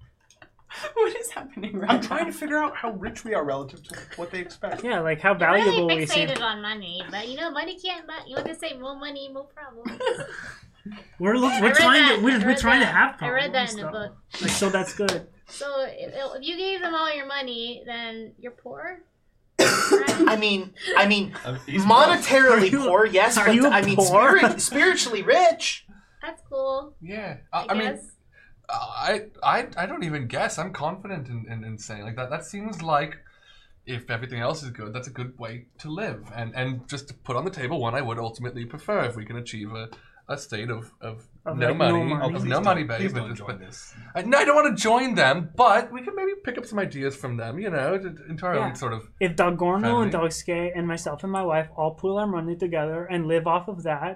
Speaker 2: What is happening right
Speaker 3: I'm
Speaker 2: now?
Speaker 3: trying to figure out how rich we are relative to what they expect.
Speaker 6: Yeah, like how
Speaker 5: You're
Speaker 6: valuable
Speaker 5: really
Speaker 6: we seem.
Speaker 5: fixated on money, but you know, money can't buy. You want to say more money, more problems.
Speaker 6: We're look,
Speaker 5: I
Speaker 6: we're
Speaker 5: read
Speaker 6: trying
Speaker 5: that.
Speaker 6: to we're,
Speaker 5: I
Speaker 6: we're
Speaker 5: read
Speaker 6: trying to
Speaker 5: that.
Speaker 6: have
Speaker 5: I
Speaker 6: problems.
Speaker 5: read that in a
Speaker 6: though.
Speaker 5: book.
Speaker 6: Like, so that's good.
Speaker 5: So if, if you gave them all your money, then you're poor.
Speaker 1: I mean, I mean,
Speaker 3: Uh, he's-
Speaker 1: monetarily
Speaker 6: Are you-
Speaker 1: poor, yes,
Speaker 6: are
Speaker 1: but
Speaker 6: you
Speaker 1: I mean,
Speaker 6: poor?
Speaker 1: spirit, spiritually rich.
Speaker 5: That's cool.
Speaker 4: Yeah.
Speaker 5: I,
Speaker 4: I, I mean, uh,
Speaker 5: guess.
Speaker 4: I, I I don't even guess. I'm confident in, in, in saying like that. That seems like if everything else is good, that's a good way to live. And and just to put on the table one I would ultimately prefer if we can achieve a, a state of, of,
Speaker 6: Of,
Speaker 4: no,
Speaker 6: like, no
Speaker 4: money,
Speaker 6: money.
Speaker 4: of
Speaker 3: please
Speaker 4: Oh, no
Speaker 3: don't-
Speaker 4: money, baby.
Speaker 3: Please
Speaker 4: but
Speaker 3: don't
Speaker 4: just-
Speaker 3: join
Speaker 4: but-
Speaker 3: this.
Speaker 4: I, no, I don't want to join them, but we can maybe pick up some ideas from them. You know, to, into our
Speaker 6: Yeah.
Speaker 4: own sort of
Speaker 6: If Dogorno and
Speaker 4: Family.
Speaker 6: Dogske and myself and my wife all pool our money together and live off of that,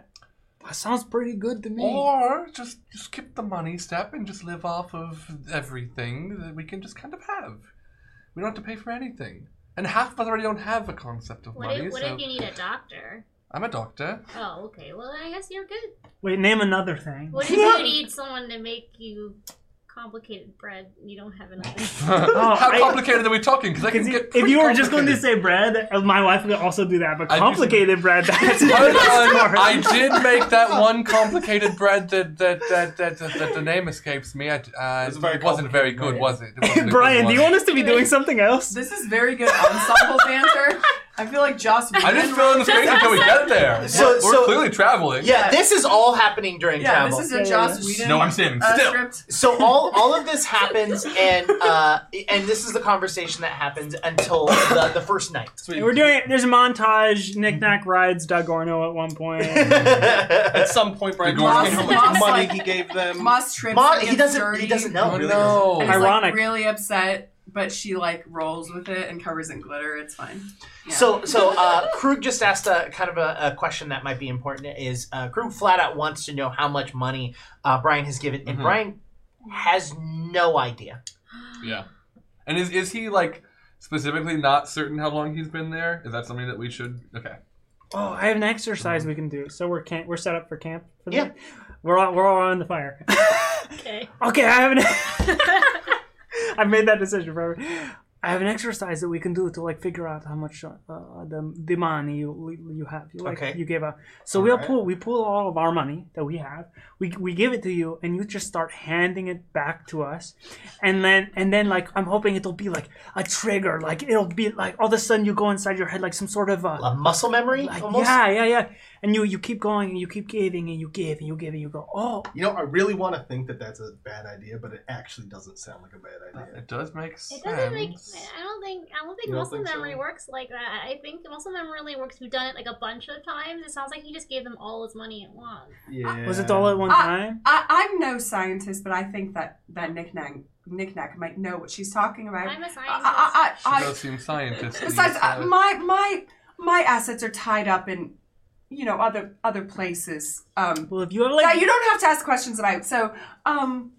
Speaker 6: Oh. that sounds pretty good to me.
Speaker 4: Or just skip the money step and just live off of everything that we can just kind of have. We don't have to pay for anything. And half of us already don't have a concept of
Speaker 5: What,
Speaker 4: money.
Speaker 5: if, what
Speaker 4: so
Speaker 5: if you need a doctor?
Speaker 4: I'm a doctor.
Speaker 5: Oh, okay. Well, I guess you're good.
Speaker 6: Wait, name another thing.
Speaker 5: What if you need someone to make you complicated bread? and You don't have enough.
Speaker 4: How
Speaker 6: Oh, I-
Speaker 4: complicated are we talking? Because I can
Speaker 6: Because
Speaker 4: get
Speaker 6: if if you were just going to
Speaker 4: pretty
Speaker 6: say bread, uh, my wife would also do that. But
Speaker 4: I'd do some-
Speaker 6: complicated bread, that's
Speaker 4: complicated.
Speaker 6: different
Speaker 4: Hold on, I
Speaker 6: story.
Speaker 4: did make that one complicated bread that that that that, that, that the name escapes me. I, uh,
Speaker 3: was very
Speaker 4: it wasn't very good,
Speaker 3: complicated,
Speaker 4: was it? It wasn't a good
Speaker 6: Brian, do you
Speaker 4: one.
Speaker 6: want us to be doing something else?
Speaker 2: This is very good ensemble banter. I feel like Joss
Speaker 4: I'm just filling the space until we get there.
Speaker 1: So-
Speaker 4: we're, we're
Speaker 1: so-
Speaker 4: clearly traveling.
Speaker 1: Yeah, this is all happening during
Speaker 2: Yeah,
Speaker 1: travel.
Speaker 2: this is a
Speaker 6: Yeah, yeah,
Speaker 2: Joss Whedon
Speaker 4: No, I'm saving
Speaker 2: uh,
Speaker 4: still.
Speaker 2: script.
Speaker 1: so all all of this happens, and uh, and this is the conversation that happens until the, the first night.
Speaker 3: Sweet.
Speaker 6: And We're doing. There's a montage. Knick Knack rides Dogorno at one point.
Speaker 3: At some point, Brian
Speaker 4: The Gorgon.
Speaker 3: asked how
Speaker 2: Moss-
Speaker 3: much money he gave them.
Speaker 2: Moss trips.
Speaker 1: Ma,
Speaker 2: and
Speaker 1: he
Speaker 2: gets
Speaker 1: doesn't
Speaker 2: dirty,
Speaker 1: he doesn't
Speaker 4: Oh,
Speaker 1: know.
Speaker 4: no.
Speaker 2: And is
Speaker 6: Ironic.
Speaker 2: like really upset, but she like rolls with it and covers it in glitter. It's fine. Yeah.
Speaker 1: So, so uh, Krug just asked a kind of a, a question that might be important. Is uh, Krug flat out wants to know how much money uh, Brian has given, and
Speaker 4: Mhm.
Speaker 1: Brian has no idea.
Speaker 4: Yeah. And is is he like specifically not certain how long he's been there? Is that something that we should? Okay.
Speaker 6: Oh, I have an exercise we can do. So we're camp. We're set up for camp. For the-
Speaker 1: Yeah.
Speaker 6: We're all, we're all on the fire.
Speaker 5: okay.
Speaker 6: okay, I have an. I've made that decision forever. I have an exercise that we can do to like figure out how much uh, the the money you you have. You, like,
Speaker 1: Okay.
Speaker 6: You gave up. So
Speaker 3: All
Speaker 6: we'll
Speaker 3: right.
Speaker 6: pull we pull all of our money that we have. We we give it to you, and you just start handing it back to us, and then and then like I'm hoping it'll be like a trigger. Like it'll be like all of a sudden you go inside your head like some sort of uh,
Speaker 1: A muscle memory,
Speaker 6: like,
Speaker 1: almost.
Speaker 6: yeah, yeah, yeah. And you you keep going and you keep giving and you give and you give and you go, oh,
Speaker 3: You know, I really want to think that that's a bad idea, but it actually doesn't sound like a bad idea.
Speaker 4: It does make sense.
Speaker 5: It doesn't make. I don't think. I don't think
Speaker 3: You don't
Speaker 5: muscle
Speaker 3: think so?
Speaker 5: memory works like that. I think muscle memory only works if you've done it like a bunch of times. It sounds like he just gave them all his money at once.
Speaker 3: Yeah.
Speaker 6: was it all at one
Speaker 2: Ah.
Speaker 6: time?
Speaker 2: I, I'm no scientist, but I think that that knickknack knickknack might know what she's talking about.
Speaker 5: I'm a scientist.
Speaker 2: I, I,
Speaker 4: She
Speaker 2: I, I,
Speaker 4: does seem scientist.
Speaker 2: besides, uh, my my my assets are tied up in you know other other places. Um,
Speaker 6: Well, if you have
Speaker 2: that
Speaker 6: like
Speaker 2: you don't have to ask questions about. So, um,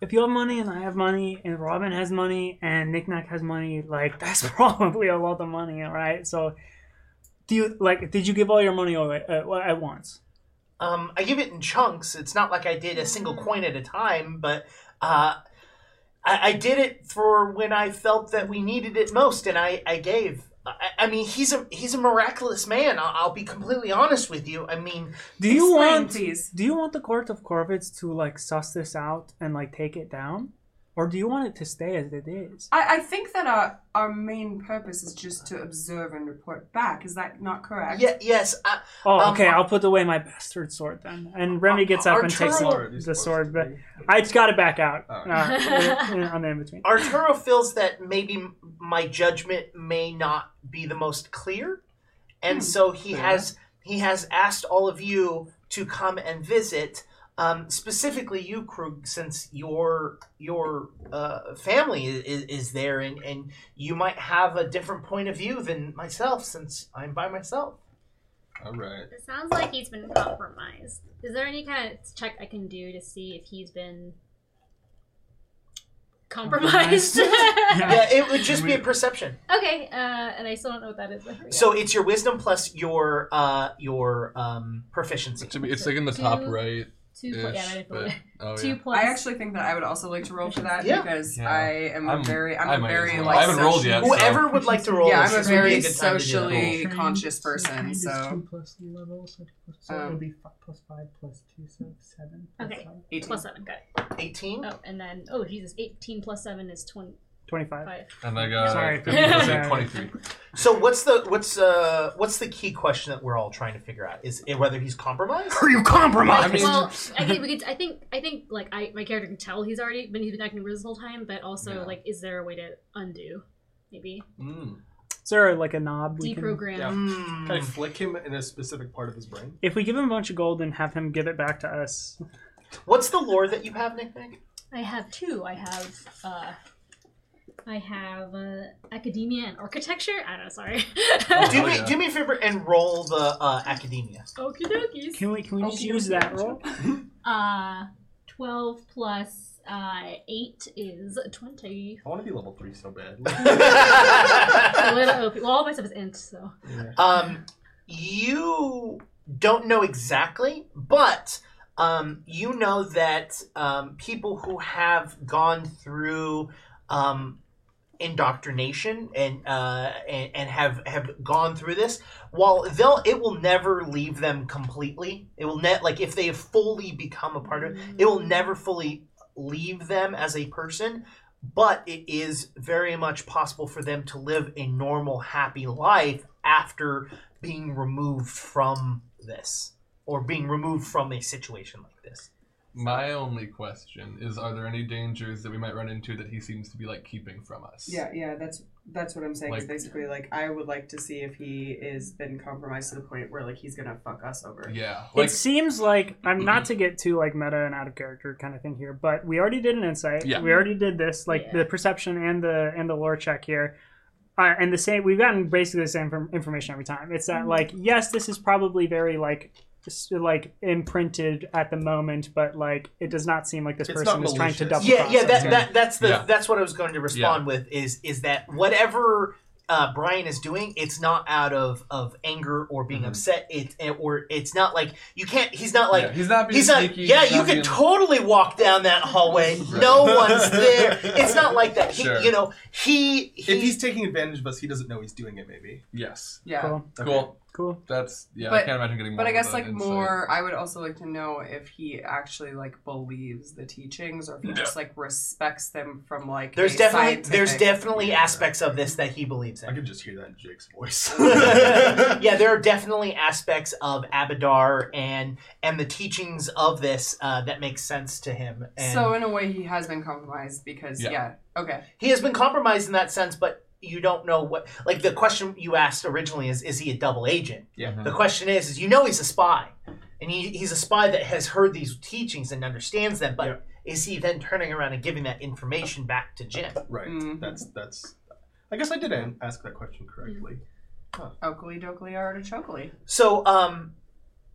Speaker 6: if you have money and I have money and Robin has money and Nick Knack has money, like that's probably a lot of money, all right? So, do you like? Did you give all your money away uh, at once?
Speaker 1: Um, I give it in chunks. It's not like I did a single coin at a time, but uh, I, I did it for when I felt that we needed it most, and I, I gave. I, I mean, he's a he's a miraculous man. I'll, I'll be completely honest with you. I mean,
Speaker 6: Do you
Speaker 2: Explain,
Speaker 6: want
Speaker 2: please.
Speaker 6: Do you want the court of Corvids to like suss this out and like take it down, or do you want it to stay as it is?
Speaker 2: I, I think that our our main purpose is just to observe and report back. Is that not correct?
Speaker 1: yeah, yes, I,
Speaker 6: Oh,
Speaker 1: Um,
Speaker 6: okay. I'll put away my bastard sword then. And Remy gets up and takes
Speaker 1: Arturo-
Speaker 6: the, the sword, but I just got it back out
Speaker 3: Oh.
Speaker 6: uh, on the in between.
Speaker 1: Arturo feels that maybe m- my judgment may not be the most clear,
Speaker 2: Hmm.
Speaker 1: and so he
Speaker 7: Fair
Speaker 1: has he has asked all of you to come and visit. Um, specifically, you, Krug, since your your uh, family is, is there, and, and you might have a different point of view than myself, since I'm by myself.
Speaker 3: All right.
Speaker 5: It sounds like he's been compromised.
Speaker 8: Is there any kind of check I can do to see if he's been compromised?
Speaker 1: Yeah, it would just be a perception.
Speaker 8: okay, uh, and I still don't know what that is. I forget.
Speaker 1: So it's your wisdom plus your uh your um proficiency.
Speaker 4: It should be, it's like in the top
Speaker 8: Two-
Speaker 4: right.
Speaker 8: two, pl- yeah, I didn't put
Speaker 4: but,
Speaker 8: it.
Speaker 4: oh,
Speaker 8: two
Speaker 4: yeah.
Speaker 8: plus.
Speaker 2: I actually think that I would also like to roll for that
Speaker 1: Yeah.
Speaker 2: because
Speaker 4: Yeah.
Speaker 2: I am a
Speaker 4: I'm-
Speaker 2: very I'm
Speaker 4: I
Speaker 2: a
Speaker 4: might as
Speaker 2: very
Speaker 4: well.
Speaker 2: like
Speaker 4: I haven't rolled
Speaker 2: social-
Speaker 4: yet. so-
Speaker 1: Whoever would like to roll,
Speaker 2: Yeah,
Speaker 1: this,
Speaker 2: I'm a
Speaker 1: this would be
Speaker 2: very
Speaker 1: good time to do that.
Speaker 2: socially conscious person, so
Speaker 6: plus level, so plus
Speaker 2: so it'll Um,
Speaker 6: be five plus five plus two, so seven.
Speaker 8: plus Okay. five.
Speaker 2: 18.
Speaker 8: Plus seven, got it.
Speaker 1: Eighteen.
Speaker 8: Oh, and then oh Jesus, eighteen plus seven is twenty-five.
Speaker 6: Twenty-five.
Speaker 4: And I got
Speaker 6: Sorry.
Speaker 4: 15, that's like
Speaker 6: Yeah.
Speaker 4: 23.
Speaker 1: So what's the what's uh what's the key question that we're all trying to figure out is it whether he's compromised?
Speaker 7: Are you compromised?
Speaker 4: I mean-
Speaker 8: well, I think we could. I think. I think. Like, I my character can tell he's already been. He's been acting rude this whole time. But also,
Speaker 4: Yeah.
Speaker 8: like, is there a way to undo? Maybe
Speaker 3: Mm.
Speaker 6: Is there like a knob we can?
Speaker 8: deprogram.
Speaker 3: Yeah.
Speaker 1: Hmm.
Speaker 3: Can I flick him in a specific part of his brain?
Speaker 6: If we give him a bunch of gold and have him give it back to us,
Speaker 1: What's the lore that you have, Nick? Nick?
Speaker 8: I have two. I have. uh I have uh, academia and architecture. I don't know. Sorry.
Speaker 4: Oh,
Speaker 1: Do
Speaker 4: hell
Speaker 1: me
Speaker 4: yeah.
Speaker 1: do me a favor and roll the uh, academia.
Speaker 8: Okie dokies.
Speaker 6: can we can we just
Speaker 2: Okay.
Speaker 6: use that roll?
Speaker 8: Uh, twelve plus uh eight is twenty.
Speaker 3: I want to be level three so bad.
Speaker 8: A little OP. Well, all my stuff is int, so.
Speaker 1: Um, you don't know exactly, but um, you know that um, people who have gone through um, indoctrination and, uh, and and have have gone through this, while they'll it will never leave them completely. It will net like if they have fully become a part of it, it will never fully leave them as a person. But it is very much possible for them to live a normal, happy life after being removed from this or being removed from a situation like this.
Speaker 4: My only question is Are there any dangers that we might run into that he seems to be like keeping from us?
Speaker 2: Yeah, yeah, that's that's what I'm saying. is
Speaker 4: Like-
Speaker 2: basically, like I would like to see if he is been compromised to the point where like he's gonna fuck us over.
Speaker 4: Yeah. Like,
Speaker 6: it seems like I'm
Speaker 3: mm-hmm.
Speaker 6: not to get too like meta and out of character kind of thing here, but we already did an insight.
Speaker 4: Yeah.
Speaker 6: We already did this, like
Speaker 8: Yeah.
Speaker 6: the perception and the and the lore check here. Uh, and the same, we've gotten basically the same from information every time. It's
Speaker 1: Mm-hmm.
Speaker 6: that like, yes, this is probably very like, s- like imprinted at the moment, but like, it does not seem like this
Speaker 3: It's
Speaker 6: person
Speaker 3: not
Speaker 6: is trying to
Speaker 3: malicious.
Speaker 1: Yeah,
Speaker 6: double.
Speaker 1: yeah,
Speaker 6: process
Speaker 1: that,
Speaker 6: it.
Speaker 1: that that's the
Speaker 4: Yeah.
Speaker 1: that's what I was going to respond with is is that whatever uh, Brian is doing, it's not out of of anger or being
Speaker 4: Mhm.
Speaker 1: upset. It or it's not like you can't. He's not like
Speaker 4: yeah, he's not being
Speaker 1: He's like,
Speaker 4: sneaky,
Speaker 1: yeah,
Speaker 4: he's
Speaker 1: you
Speaker 4: not
Speaker 1: can
Speaker 4: being-
Speaker 1: totally walk down that hallway. No one's there. It's not like that. He,
Speaker 4: Sure.
Speaker 1: You know, he, he
Speaker 7: if he's taking advantage of us, he doesn't know he's doing it. Maybe.
Speaker 4: Yes.
Speaker 2: Yeah.
Speaker 6: Cool,
Speaker 4: Cool.
Speaker 6: cool.
Speaker 4: That's, yeah, I
Speaker 2: But-
Speaker 4: can't imagine getting more.
Speaker 2: But I
Speaker 4: of
Speaker 2: guess
Speaker 4: an
Speaker 2: like
Speaker 4: insight.
Speaker 2: more, I would also like to know if he actually like believes the teachings or if he just like respects them from like.
Speaker 1: there's
Speaker 2: a
Speaker 1: definitely there's
Speaker 2: scientific-
Speaker 1: definitely aspects of this that he believes in.
Speaker 3: I can just hear that in Jake's voice.
Speaker 1: yeah, there are definitely aspects of Abadar and and the teachings of this uh, that makes sense to him. And
Speaker 2: So in a way, he has been compromised because
Speaker 4: Yeah.
Speaker 2: yeah. Okay.
Speaker 1: he has been compromised in that sense, but you don't know what. Like the question you asked originally is, is he a double agent?
Speaker 3: Yeah.
Speaker 1: The question is, is you know he's a spy, and he, he's a spy that has heard these teachings and understands them, but.
Speaker 3: Yeah.
Speaker 1: Is he then turning around and giving that information back to Jim?
Speaker 3: Right.
Speaker 2: Mhm.
Speaker 3: That's that's. I guess I did an- ask that question correctly.
Speaker 2: Oakley dokley artichokely.
Speaker 1: So, um,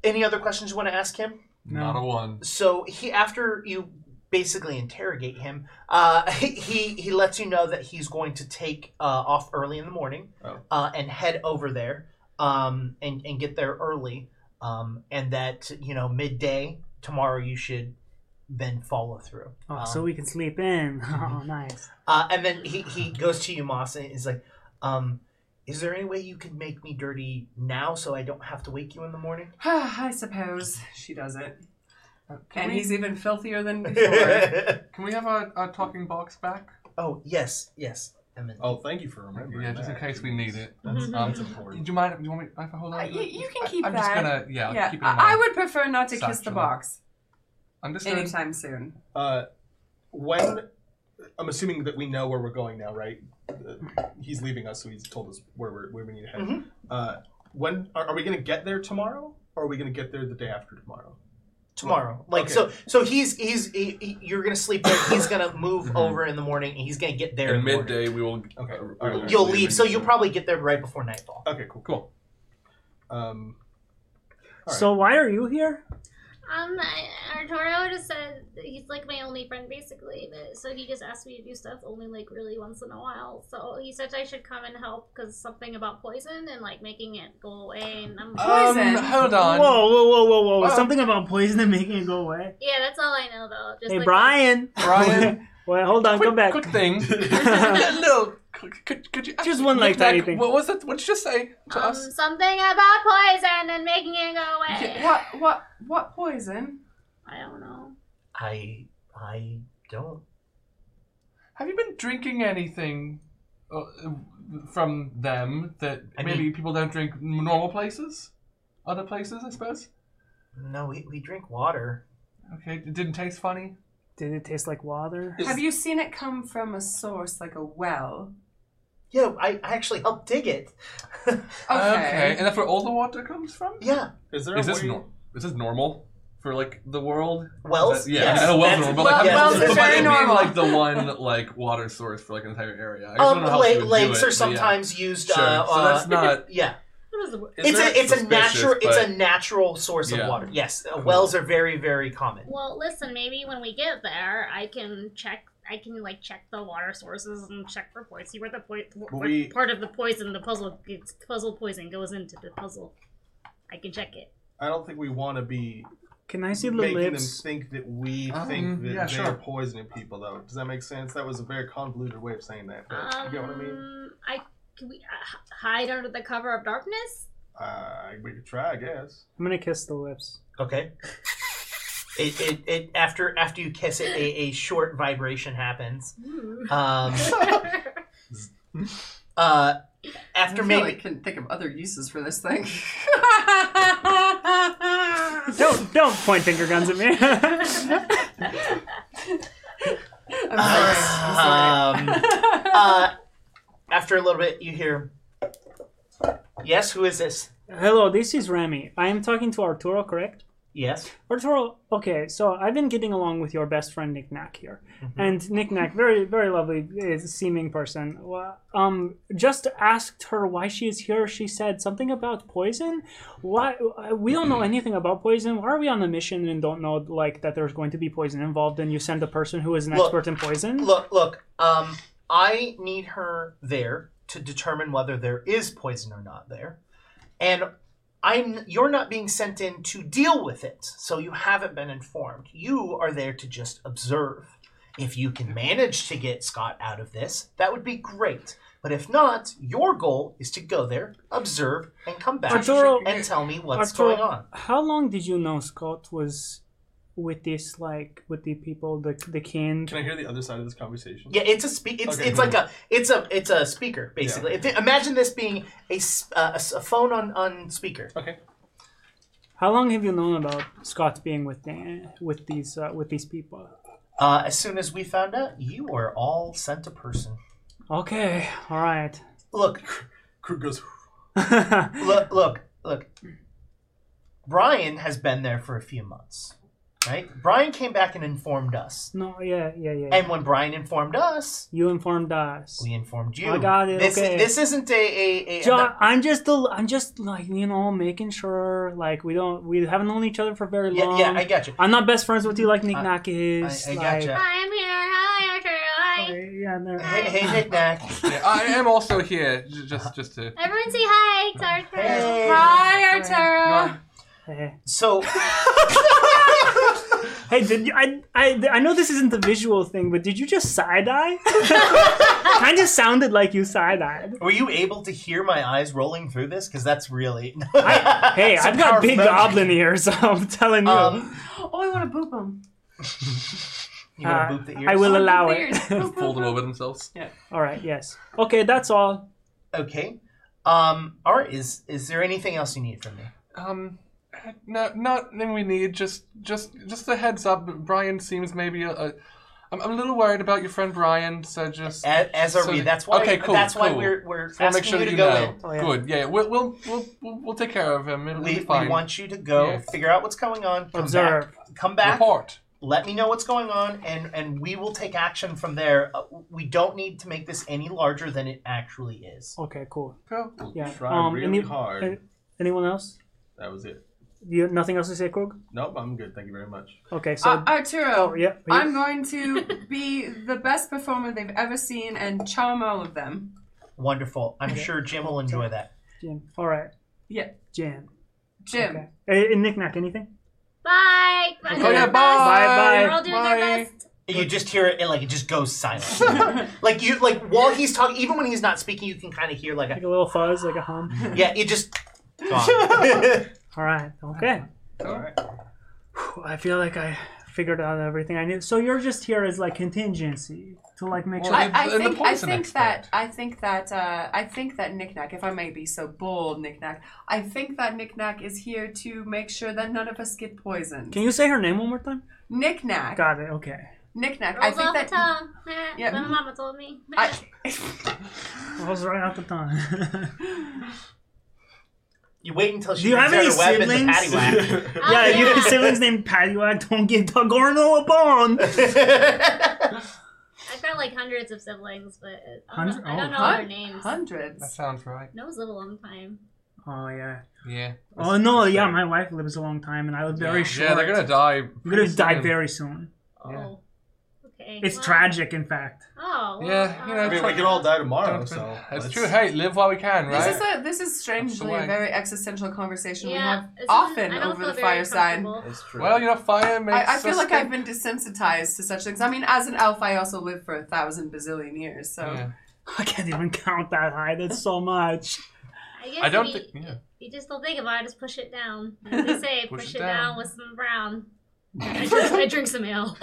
Speaker 1: any other questions you want to ask him?
Speaker 4: Not a one.
Speaker 1: so he after you basically interrogate him uh, he he lets you know that he's going to take uh, off early in the morning
Speaker 3: Oh.
Speaker 1: uh, and head over there um, and, and get there early um, and that you know midday tomorrow you should then follow through
Speaker 6: Oh,
Speaker 1: Um,
Speaker 6: so we can sleep in. Oh, nice.
Speaker 1: uh, and then he, he goes to you, Moss, and he's like, um, Is there any way you could make me dirty now so I don't have to wake you in the morning?
Speaker 2: I suppose she does it.
Speaker 1: Uh,
Speaker 4: Can
Speaker 2: and
Speaker 4: we-
Speaker 2: he's even filthier than before.
Speaker 4: Can we have a, a talking box back?
Speaker 1: oh, yes, yes. Emily.
Speaker 3: Oh, thank you for remembering.
Speaker 4: Yeah, just in
Speaker 3: that.
Speaker 4: case we need it.
Speaker 3: That's,
Speaker 8: Mhm.
Speaker 3: that's
Speaker 4: Do
Speaker 3: important.
Speaker 4: you mind? Do you want me? If I hold on.
Speaker 2: Uh,
Speaker 4: to
Speaker 2: you-
Speaker 4: it?
Speaker 2: you can
Speaker 4: I-
Speaker 2: keep
Speaker 4: I'm
Speaker 2: that.
Speaker 4: just gonna. Yeah,
Speaker 2: yeah,
Speaker 4: keep it in mind.
Speaker 2: I, I would prefer not to kiss the
Speaker 4: satchel.
Speaker 2: box
Speaker 4: I'm just gonna.
Speaker 2: anytime soon.
Speaker 3: Uh, when I'm assuming that we know where we're going now, right? Uh, he's leaving us, so he's told us where we're where we need to head.
Speaker 1: Mhm.
Speaker 3: Uh, when are, are we going to get there tomorrow, or are we going to get there the day after tomorrow?
Speaker 1: tomorrow. Like
Speaker 3: okay.
Speaker 1: so, so he's he's he, he- you're gonna sleep there. He's gonna move
Speaker 4: Mhm.
Speaker 1: over in the morning, and he's gonna get there
Speaker 4: In
Speaker 1: in the morning.
Speaker 4: midday, we will.
Speaker 3: Okay,
Speaker 4: uh,
Speaker 3: all
Speaker 4: we
Speaker 3: right.
Speaker 4: will
Speaker 1: You'll
Speaker 4: leave
Speaker 1: leave,
Speaker 4: and
Speaker 1: so
Speaker 4: get
Speaker 1: you'll
Speaker 4: there.
Speaker 1: probably get there right before nightfall.
Speaker 3: Okay, cool.
Speaker 4: Cool.
Speaker 3: Um, All right.
Speaker 6: So why are you here?
Speaker 5: Um, I- Arturo just said that he's like my only friend basically, but, so he just asked me to do stuff only like really once in a while. So he said I should come and help because something about poison and like making it go away. And I'm
Speaker 4: Um,
Speaker 2: Poison.
Speaker 4: hold on.
Speaker 6: Whoa, whoa, whoa, whoa,
Speaker 3: Uh.
Speaker 6: whoa!
Speaker 4: Oh.
Speaker 6: Something about poison and making it go away.
Speaker 5: yeah, that's all I know though. Just
Speaker 6: Hey,
Speaker 5: like,
Speaker 6: Brian.
Speaker 4: Brian,
Speaker 6: Wait, hold on.
Speaker 4: quick,
Speaker 6: come back.
Speaker 4: quick thing. no, could, could, could you
Speaker 6: Just one, like,
Speaker 4: Nick-nack,
Speaker 6: tiny thing.
Speaker 4: What was it? What did you say to
Speaker 5: Um,
Speaker 4: us?
Speaker 5: something about poison and making it go away.
Speaker 2: What what what poison?
Speaker 5: I don't know.
Speaker 1: I I don't.
Speaker 4: Have you been drinking anything uh, from them that
Speaker 1: I
Speaker 4: maybe
Speaker 1: mean-
Speaker 4: people don't drink in normal places? Other places, I suppose?
Speaker 1: No, we, we drink water.
Speaker 4: Okay, it didn't taste funny?
Speaker 6: Did it taste like water?
Speaker 2: Have you seen it come from a source like a well?
Speaker 1: Yeah, I, I actually helped dig it.
Speaker 4: And that's where all the water comes from?
Speaker 1: Yeah,
Speaker 3: is there
Speaker 4: Is
Speaker 3: a
Speaker 4: this,
Speaker 3: way-
Speaker 4: nor- is this normal for, like, the world?
Speaker 1: wells.
Speaker 4: yeah,
Speaker 1: yes,
Speaker 4: I know wells are
Speaker 1: that's-
Speaker 4: normal, but like,
Speaker 2: Well, wells
Speaker 4: but
Speaker 2: is very
Speaker 4: I mean,
Speaker 2: normal.
Speaker 4: like the one, like, water source for, like, an entire area. I just
Speaker 1: Um,
Speaker 4: don't know how
Speaker 1: la-
Speaker 4: she would do
Speaker 1: lakes
Speaker 4: it,
Speaker 1: are
Speaker 4: but
Speaker 1: sometimes used.
Speaker 4: Sure,
Speaker 1: Uh,
Speaker 4: so that's
Speaker 1: uh,
Speaker 4: not-
Speaker 1: Yeah,
Speaker 5: What is the word?
Speaker 4: Yeah. Is
Speaker 1: it's
Speaker 4: that
Speaker 1: a it's a
Speaker 4: suspicious,
Speaker 1: natural it's
Speaker 4: but-
Speaker 1: a natural source
Speaker 4: Yeah.
Speaker 1: of water. Yes, uh, wells are very very common.
Speaker 5: Well, listen, maybe when we get there, I can check. I can like check the water sources and check for poison. See where the point, what
Speaker 3: we-
Speaker 5: part of the poison, the puzzle, it's puzzle poison goes into the puzzle. I can check it.
Speaker 3: I don't think we want to be
Speaker 6: Can I see the
Speaker 3: making
Speaker 6: lips?
Speaker 3: them think that we
Speaker 4: Um,
Speaker 3: think that
Speaker 4: yeah,
Speaker 3: they
Speaker 4: sure.
Speaker 3: are poisoning people. Though, does that make sense? That was a very convoluted way of saying that. But Uh, you get what I mean?
Speaker 5: Um, I can we uh, h- hide under the cover of darkness?
Speaker 3: Uh, we could try, I guess.
Speaker 6: I'm gonna kiss the lips.
Speaker 1: Okay. It, it, it after after you kiss it, a, a short vibration happens. Um, uh, after
Speaker 2: I
Speaker 1: maybe
Speaker 2: really couldn't think of other uses for this thing.
Speaker 6: Don't don't point finger guns at me.
Speaker 2: I'm sorry. I'm
Speaker 1: Um,
Speaker 2: sorry.
Speaker 1: uh, after a little bit, you hear, "Yes, who is this?
Speaker 6: Hello, this is Remy. I am talking to Arturo, correct?
Speaker 1: Yes,
Speaker 6: Arturo, okay, so I've been getting along with your best friend Nick Knack here. And Nick Knack, very, very lovely uh, seeming person, wa- um, just asked her why she is here. She said something about poison. Why? uh, We don't know anything about poison. Why are we on a mission and don't know, like, that there's going to be poison involved and you send a person who is an
Speaker 1: Look,
Speaker 6: expert in poison?
Speaker 1: look, look. Um, I need her there to determine whether there is poison or not there, and I'm you're not being sent in to deal with it, so you haven't been informed. You are there to just observe. If you can manage to get Scott out of this, that would be great. But if not, your goal is to go there, observe, and come back
Speaker 6: Arturo-
Speaker 1: and tell me what's
Speaker 6: Arturo,
Speaker 1: going on.
Speaker 6: How long did you know Scott was with this, like, with the people, the, the kin?
Speaker 3: Can I hear the other side of this conversation?
Speaker 1: Yeah, it's a spe- it's
Speaker 3: Okay,
Speaker 1: it's
Speaker 3: cool.
Speaker 1: like a it's a it's a speaker basically. If it- imagine this being a s- uh, a s- a phone on on speaker.
Speaker 3: Okay.
Speaker 6: How long have you known about Scott being with the, with these uh, with these people?
Speaker 1: Uh, as soon as we found out, you were all sent a person.
Speaker 6: Okay, all right.
Speaker 1: Look,
Speaker 3: Krug goes.
Speaker 1: look, look, look. Brian has been there for a few months, right? Brian came back and informed us,
Speaker 6: no, yeah, yeah, yeah.
Speaker 1: and when Brian informed us,
Speaker 6: you informed us.
Speaker 1: we informed you.
Speaker 6: I got it,
Speaker 1: This
Speaker 6: okay.
Speaker 1: this isn't a a, a
Speaker 6: John, I'm just the, I'm just like you know making sure like we don't we haven't known each other for very
Speaker 1: yeah,
Speaker 6: long.
Speaker 1: yeah, I got you.
Speaker 6: am not best friends with you like Nick
Speaker 1: I-
Speaker 6: Knack
Speaker 1: I,
Speaker 6: is.
Speaker 1: I
Speaker 6: like,
Speaker 1: got you.
Speaker 5: Hi, I'm here. Hi, Arturo. Hi.
Speaker 6: Yeah, no.
Speaker 1: Hey, hey, Nick Nack.
Speaker 4: Yeah. Yeah, I am also here, j- just just to.
Speaker 5: Everyone say hi to Arturo.
Speaker 1: Hey.
Speaker 2: Hi, Arturo.
Speaker 6: Hey.
Speaker 1: So
Speaker 6: Hey, did you, I, I, I know this isn't the visual thing, but did you just side eye? kind of sounded like you side eyed.
Speaker 1: Were you able to hear my eyes rolling through this? Because that's really.
Speaker 6: Hey,
Speaker 1: It's a
Speaker 6: I've got
Speaker 1: powerful
Speaker 6: big
Speaker 1: memory.
Speaker 6: goblin ears, so I'm telling you.
Speaker 1: Um,
Speaker 2: Oh, I want to boop him.
Speaker 1: you want
Speaker 6: Uh,
Speaker 1: to boop the ears?
Speaker 6: I will allow
Speaker 2: Boop ears.
Speaker 6: it.
Speaker 2: Boop,
Speaker 4: Fold them
Speaker 2: boop,
Speaker 4: over themselves.
Speaker 6: all right, yes. Okay, that's all.
Speaker 1: Okay. Um, all right. Is is there anything else you need from me?
Speaker 4: Um, no, nothing we need. Just, just, just a heads up. Brian seems maybe a. a I'm, I'm a little worried about your friend Brian, so just.
Speaker 1: As, as are
Speaker 4: So-
Speaker 1: we. That's why.
Speaker 4: okay, cool,
Speaker 1: That's why
Speaker 4: cool.
Speaker 1: we're we're
Speaker 4: We'll
Speaker 1: asking
Speaker 4: make sure
Speaker 1: you
Speaker 4: that
Speaker 1: to
Speaker 4: you
Speaker 1: go
Speaker 4: know.
Speaker 6: Oh, yeah.
Speaker 4: Good. Yeah, we'll, we'll we'll we'll we'll take care of him. It'll
Speaker 1: in.
Speaker 4: be
Speaker 1: We,
Speaker 4: fine.
Speaker 1: we want you to go
Speaker 4: Yes.
Speaker 1: figure out what's going on. Come
Speaker 6: Observe.
Speaker 1: back. Come back.
Speaker 4: report.
Speaker 1: Let me know what's going on, and and we will take action from there. Uh, we don't need to make this any larger than it actually is.
Speaker 6: Okay, cool.
Speaker 4: Cool.
Speaker 6: Yeah. Um,
Speaker 3: Try really
Speaker 6: any-
Speaker 3: hard.
Speaker 6: an- Anyone else?
Speaker 3: That was it.
Speaker 6: You have nothing else to say, Krog?
Speaker 3: Nope, I'm good. Thank you very much.
Speaker 6: Okay, so.
Speaker 2: Uh, Arturo,
Speaker 6: oh, yeah. yeah.
Speaker 2: I'm going to be the best performer they've ever seen and chow 'em all of them.
Speaker 1: Wonderful. I'm sure Jim will enjoy that.
Speaker 6: Jam. All right.
Speaker 2: Yeah.
Speaker 6: Jam.
Speaker 2: Jim.
Speaker 6: Okay. Eh, eh, knick-knack, anything?
Speaker 5: Bye.
Speaker 4: Oh, yeah, bye.
Speaker 6: Bye,
Speaker 5: They're
Speaker 6: bye.
Speaker 5: all doing their
Speaker 4: Bye.
Speaker 5: best.
Speaker 1: You just hear it, and like it just goes silent. like you, like while he's talking, even when he's not speaking, you can kind of hear like
Speaker 6: Like
Speaker 1: a
Speaker 6: a little fuzz, like a hum.
Speaker 1: yeah. It just gone.
Speaker 6: All right. Okay.
Speaker 3: All right.
Speaker 6: Whew, I feel like I figured out everything I knew. So you're just here as like contingency to like make sure.
Speaker 4: Well,
Speaker 2: I,
Speaker 4: And
Speaker 2: I
Speaker 4: the
Speaker 2: think I
Speaker 4: poison
Speaker 2: think
Speaker 4: expert.
Speaker 2: that I think that uh, I think that knickknack, if I may be so bold, knickknack, I think that knickknack is here to make sure that none of us get poisoned.
Speaker 6: Can you say her name one more time?
Speaker 2: Knickknack,
Speaker 6: Got it. Okay.
Speaker 2: knickknack. I
Speaker 5: Rolls off
Speaker 2: think
Speaker 5: the
Speaker 2: that
Speaker 5: tongue. Eh,
Speaker 2: Yeah.
Speaker 5: My mama told me.
Speaker 2: I,
Speaker 6: I was right out the time.
Speaker 1: You wait until she
Speaker 6: Do you
Speaker 1: brings
Speaker 6: have
Speaker 1: out
Speaker 6: any
Speaker 1: her weapon, the paddywhack.
Speaker 5: Oh,
Speaker 6: yeah, you have siblings named Paddywhack. Don't give Dogorno a bone.
Speaker 5: I've got like hundreds of siblings, but I
Speaker 6: Hundred-
Speaker 5: don't, I don't
Speaker 6: oh.
Speaker 5: know
Speaker 2: Hun-
Speaker 5: their names.
Speaker 4: That
Speaker 2: hundreds.
Speaker 4: sounds right.
Speaker 5: Noah's live a long time.
Speaker 6: Oh yeah.
Speaker 4: Yeah.
Speaker 6: Oh no. Yeah, my wife lives a long time, and I live very
Speaker 4: yeah.
Speaker 6: short.
Speaker 4: Yeah, they're gonna die.
Speaker 6: I'm gonna
Speaker 4: pretty
Speaker 6: die
Speaker 4: soon.
Speaker 6: very soon.
Speaker 4: Yeah.
Speaker 5: Oh. Okay.
Speaker 6: It's
Speaker 5: well,
Speaker 6: tragic, in fact.
Speaker 5: Oh. well,
Speaker 4: Yeah, you know,
Speaker 5: uh,
Speaker 3: I mean, we can all die tomorrow, so
Speaker 4: Oh, That's
Speaker 3: let's-
Speaker 4: true. Hey, live while we can, right?
Speaker 2: This is a this is strangely
Speaker 4: way.
Speaker 2: a very existential conversation we
Speaker 5: Yeah,
Speaker 2: have
Speaker 5: it's-
Speaker 2: often
Speaker 5: I don't
Speaker 2: over
Speaker 5: feel
Speaker 2: the
Speaker 5: very
Speaker 2: fireside.
Speaker 5: comfortable.
Speaker 3: That's true.
Speaker 4: well, you know, fire makes.
Speaker 2: I, I feel
Speaker 4: us
Speaker 2: like
Speaker 4: think-
Speaker 2: I've been desensitized to such things. I mean, as an elf, I also lived for a thousand bazillion years, so
Speaker 4: Yeah.
Speaker 6: I can't even count that high. That's so much.
Speaker 5: I guess
Speaker 4: I don't
Speaker 5: if
Speaker 4: think.
Speaker 5: you,
Speaker 4: Yeah.
Speaker 5: if you just don't think about it, just push it down. As they say, push, it down. with some brown. I drink, I drink some ale.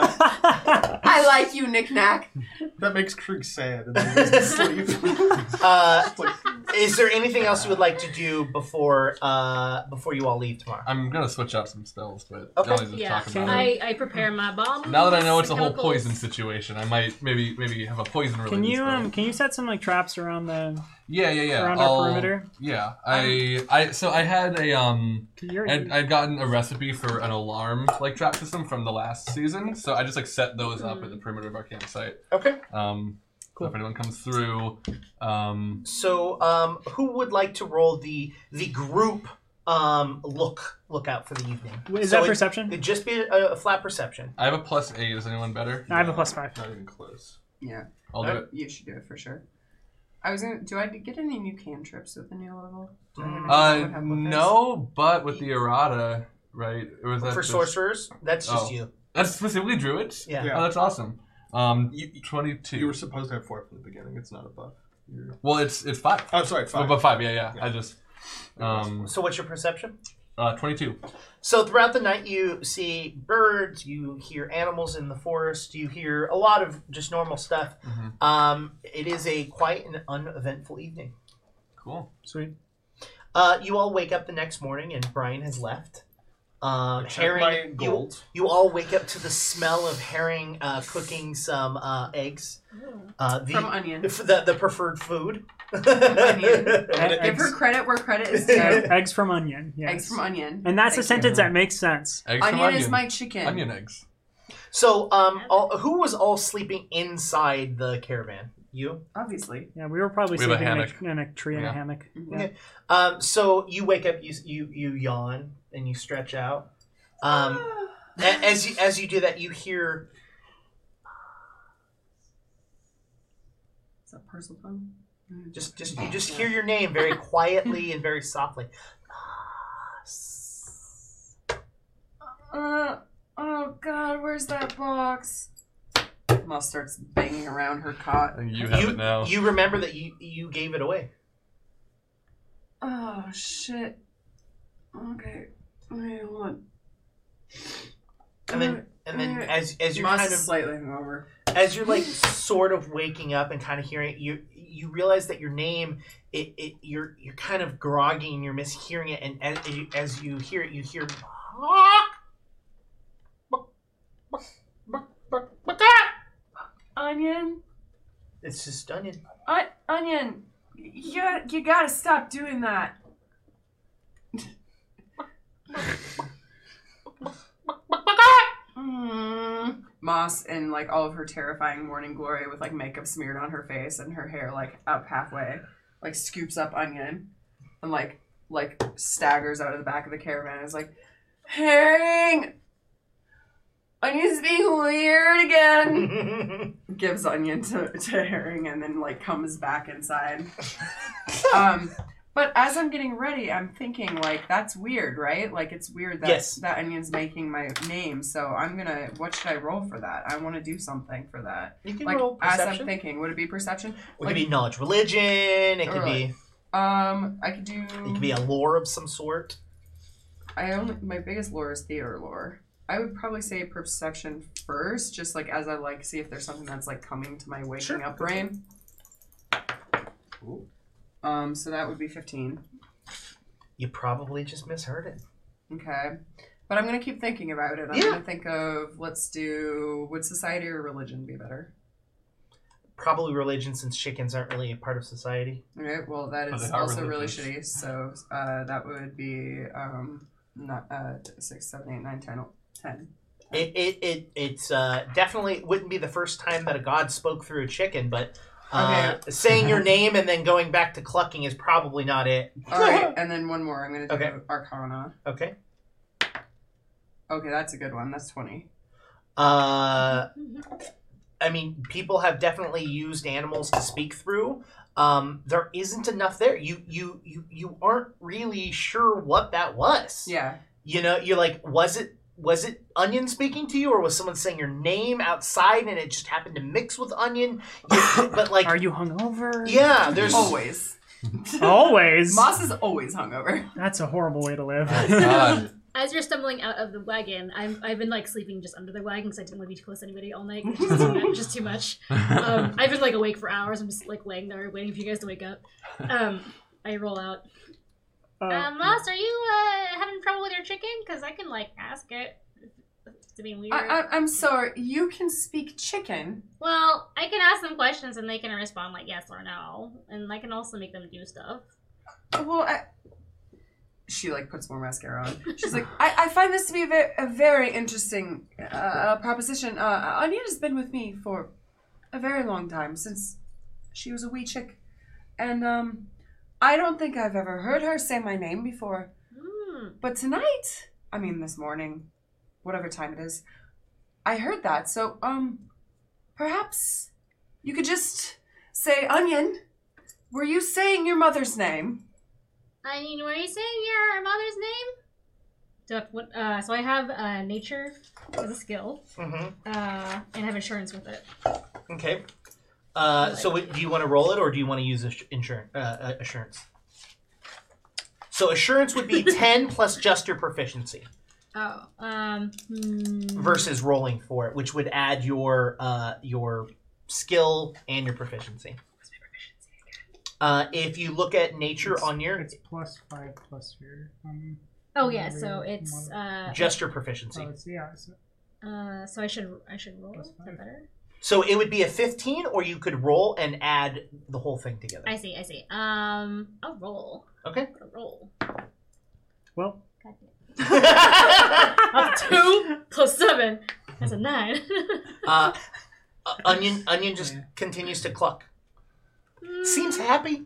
Speaker 2: I like you, knickknack.
Speaker 3: That makes Krieg sad and then he goes to sleep.
Speaker 1: uh,
Speaker 3: It's like,
Speaker 1: is there anything else you would like to do before uh, before you all leave tomorrow?
Speaker 4: I'm gonna switch up some spells, but
Speaker 1: Okay.
Speaker 4: always just
Speaker 5: Yeah,
Speaker 4: talk about it.
Speaker 5: I, I prepare my bomb.
Speaker 4: Now that I know it's a whole poison situation, I might maybe maybe have a poison related.
Speaker 6: Can you um can you set some like traps around the
Speaker 4: Yeah, yeah, yeah.
Speaker 6: around
Speaker 4: I'll-
Speaker 6: our perimeter? Um,
Speaker 4: Yeah, I I so I had a um
Speaker 6: You're,
Speaker 4: I'd, I'd gotten a recipe for an alarm like trap system from the last season, so I just like set those up
Speaker 6: Mm-hmm.
Speaker 4: at the perimeter of our campsite.
Speaker 1: Okay.
Speaker 4: Um, so if anyone comes through, um,
Speaker 1: So, um, who would like to roll the the group um, look look out for the evening?
Speaker 6: is
Speaker 1: So
Speaker 6: that
Speaker 1: it-
Speaker 6: perception?
Speaker 1: It'd just be a, a flat perception.
Speaker 4: I have a plus eight. Is anyone better?
Speaker 6: I have a plus five.
Speaker 3: Not even close.
Speaker 2: Yeah,
Speaker 4: I'll do it.
Speaker 2: you should do it for sure. I was gonna. Do I get any new cantrips with the new level? Do I have anything that would
Speaker 4: Uh,
Speaker 2: help with this?
Speaker 4: no, but with the errata, right? Or was that
Speaker 1: For
Speaker 4: just-
Speaker 1: sorcerers, that's just
Speaker 4: Oh.
Speaker 1: you.
Speaker 4: That's specifically druids.
Speaker 1: Yeah.
Speaker 3: Yeah.
Speaker 4: Oh, that's awesome. Um,
Speaker 3: You,
Speaker 4: twenty-two.
Speaker 3: you were supposed to have four from the beginning. It's not a buff. You're...
Speaker 4: well, it's it's five.
Speaker 3: Oh, sorry,
Speaker 4: Oh,
Speaker 3: five.
Speaker 4: but five. Yeah, yeah. I just um
Speaker 1: So, what's your perception?
Speaker 4: uh, twenty-two.
Speaker 1: So throughout the night, you see birds, you hear animals in the forest, you hear a lot of just normal stuff.
Speaker 3: Mm-hmm.
Speaker 4: Mhm.
Speaker 1: Um, it is a quiet and uneventful evening.
Speaker 4: Cool.
Speaker 6: Sweet.
Speaker 1: Uh, you all wake up the next morning, and Brian has left. Um,
Speaker 3: Check
Speaker 1: herring,
Speaker 3: my
Speaker 1: you-
Speaker 3: gold.
Speaker 1: You, all wake up to the smell of herring uh, cooking some uh, eggs. Uh, the,
Speaker 2: Oh. From Onion.
Speaker 1: f- the the preferred food.
Speaker 2: Onion. Give her
Speaker 6: Eggs,
Speaker 2: credit where credit is
Speaker 6: egg-
Speaker 2: due.
Speaker 6: eggs from onion. Yes.
Speaker 2: Eggs from Onion.
Speaker 6: And that's a
Speaker 2: Thank
Speaker 6: sentence that makes sense.
Speaker 2: you.
Speaker 4: Eggs from
Speaker 2: Onion is my chicken.
Speaker 4: onion eggs.
Speaker 1: so, um, all, who was all sleeping inside the caravan? You.
Speaker 2: Obviously.
Speaker 6: Yeah, we were probably
Speaker 4: We have a
Speaker 6: sleeping in, a, in a tree in
Speaker 4: Yeah.
Speaker 6: a hammock.
Speaker 2: Mhm.
Speaker 6: Yeah.
Speaker 1: Um, so you wake up, you you you yawn and you stretch out. Um, a- as you as you do that, you hear
Speaker 2: Is that parcel phone?
Speaker 1: just just you just hear your name very quietly and very softly.
Speaker 2: Yes. Uh, oh God, where's that box? Moss starts banging around her cot.
Speaker 4: And you have
Speaker 1: you,
Speaker 4: it now.
Speaker 1: you remember that you you gave it away.
Speaker 2: Oh shit. Okay. Wait, hold on. Uh,
Speaker 1: And then and then
Speaker 2: Alright.
Speaker 1: as as you're
Speaker 2: Moss
Speaker 1: kind
Speaker 2: is
Speaker 1: of
Speaker 2: slightly hungover.
Speaker 1: as you're like sort of waking up and kind of hearing it, you you realize that your name it, it you're you're kind of groggy and you're mishearing it and as, you- as you hear it you hear
Speaker 2: Onion,
Speaker 1: it's just onion.
Speaker 2: I- onion, you gotta, you gotta stop doing that. Mm. Moss in like all of her terrifying morning glory with like makeup smeared on her face and her hair like up halfway, like scoops up onion and like like staggers out of the back of the caravan and is like, Herring! Onion's being weird again! Gives onion to, to Herring and then like comes back inside. um but as I'm getting ready, I'm thinking like that's weird, right? Like it's weird that
Speaker 1: Yes.
Speaker 2: that onion's making my name. So I'm gonna. What should I roll for that? I want to do something for that.
Speaker 1: you can
Speaker 2: Like
Speaker 1: roll
Speaker 2: as
Speaker 1: perception.
Speaker 2: I'm thinking, would it be perception?
Speaker 1: it could be knowledge religion. It could
Speaker 2: Alright.
Speaker 1: be
Speaker 2: Um, I could do.
Speaker 1: it could be a lore of some sort.
Speaker 2: I only my biggest lore is theater lore. I would probably say perception first, just like as I like see if there's something that's like coming to my waking
Speaker 1: Sure,
Speaker 2: up
Speaker 1: go for
Speaker 2: brain.
Speaker 3: Ooh.
Speaker 2: Um, so that would be fifteen.
Speaker 1: You probably just misheard it.
Speaker 2: Okay. But I'm gonna keep thinking about it. I'm
Speaker 1: Yeah.
Speaker 2: gonna think of let's do would society or religion be better?
Speaker 1: Probably religion since chickens aren't really a part of society.
Speaker 2: All right. Well, that
Speaker 4: But
Speaker 2: is
Speaker 4: they are
Speaker 2: also really shitty.
Speaker 4: religious.
Speaker 2: So uh, that would be um, not uh, six, seven, eight, nine, ten, el- ten.
Speaker 1: It, it, it it's uh, definitely wouldn't be the first time that a god spoke through a chicken, but uh, saying your name and then going back to clucking is probably not it.
Speaker 2: All right, and then one more. I'm gonna do
Speaker 1: Okay.
Speaker 2: Arcana.
Speaker 1: Okay.
Speaker 2: Okay, that's a good one. That's twenty.
Speaker 1: Uh, I mean, people have definitely used animals to speak through. Um, there isn't enough there. You you you you aren't really sure what that was.
Speaker 2: Yeah.
Speaker 1: You know, you're like, was it was it onion speaking to you, or was someone saying your name outside and it just happened to mix with onion? You- but like,
Speaker 6: Are you hungover?
Speaker 1: yeah, there's
Speaker 2: Mm-hmm. Always.
Speaker 6: Always.
Speaker 2: Moss is always hungover.
Speaker 6: That's a horrible way to live.
Speaker 4: God.
Speaker 8: Um, As you're stumbling out of the wagon, I'm, I've been like sleeping just under the wagon because I didn't want to be close to anybody all night. Just too much. Just too much. Um, I've been like awake for hours. I'm just like laying there waiting for you guys to wake up. Um, I roll out.
Speaker 2: Oh.
Speaker 6: Uh,
Speaker 5: Um, Moss, are you uh, having trouble with your chicken? Because I can like ask it. To be weird.
Speaker 2: I, I, I'm sorry. You can speak chicken.
Speaker 5: well, I can ask them questions and they can respond like yes or no, and I can also make them do stuff.
Speaker 2: Well, I, she like puts more mascara on. She's like, I, I find this to be a very, a very interesting uh, proposition. Uh, Onion has been with me for a very long time since she was a wee chick, and um, I don't think I've ever heard her say my name before.
Speaker 5: Hmm.
Speaker 2: But tonight, I mean this morning, whatever time it is, I heard that. So, um, perhaps you could just say, Onion, were you saying your mother's name?
Speaker 5: I mean, were you saying your mother's name?
Speaker 8: Do I have- what- uh, so I have uh, nature as a skill,
Speaker 1: Mhm.
Speaker 8: uh, and I have insurance with it.
Speaker 1: okay. Uh, so wait, do you want to roll it, or do you want to use insurance? Uh, uh, assurance. So assurance would be ten plus just your proficiency
Speaker 8: Oh, um, hmm.
Speaker 1: versus rolling for it, which would add your uh, your skill and your proficiency. Uh, if you look at nature on your
Speaker 6: it's plus five plus your. Um,
Speaker 8: oh yeah, so it's uh,
Speaker 1: just your proficiency,
Speaker 6: so it's, yeah, it's
Speaker 8: uh, so I should I should roll. Is that
Speaker 6: five.
Speaker 8: better?
Speaker 1: so it would be a fifteen, or you could roll and add the whole thing together.
Speaker 8: I see, I see. Um, I'll roll.
Speaker 1: Okay.
Speaker 8: I'll roll.
Speaker 6: well.
Speaker 8: God damn.
Speaker 1: uh,
Speaker 8: That's two plus seven. That's a nine.
Speaker 1: uh, onion, onion just continues to cluck. Seems happy.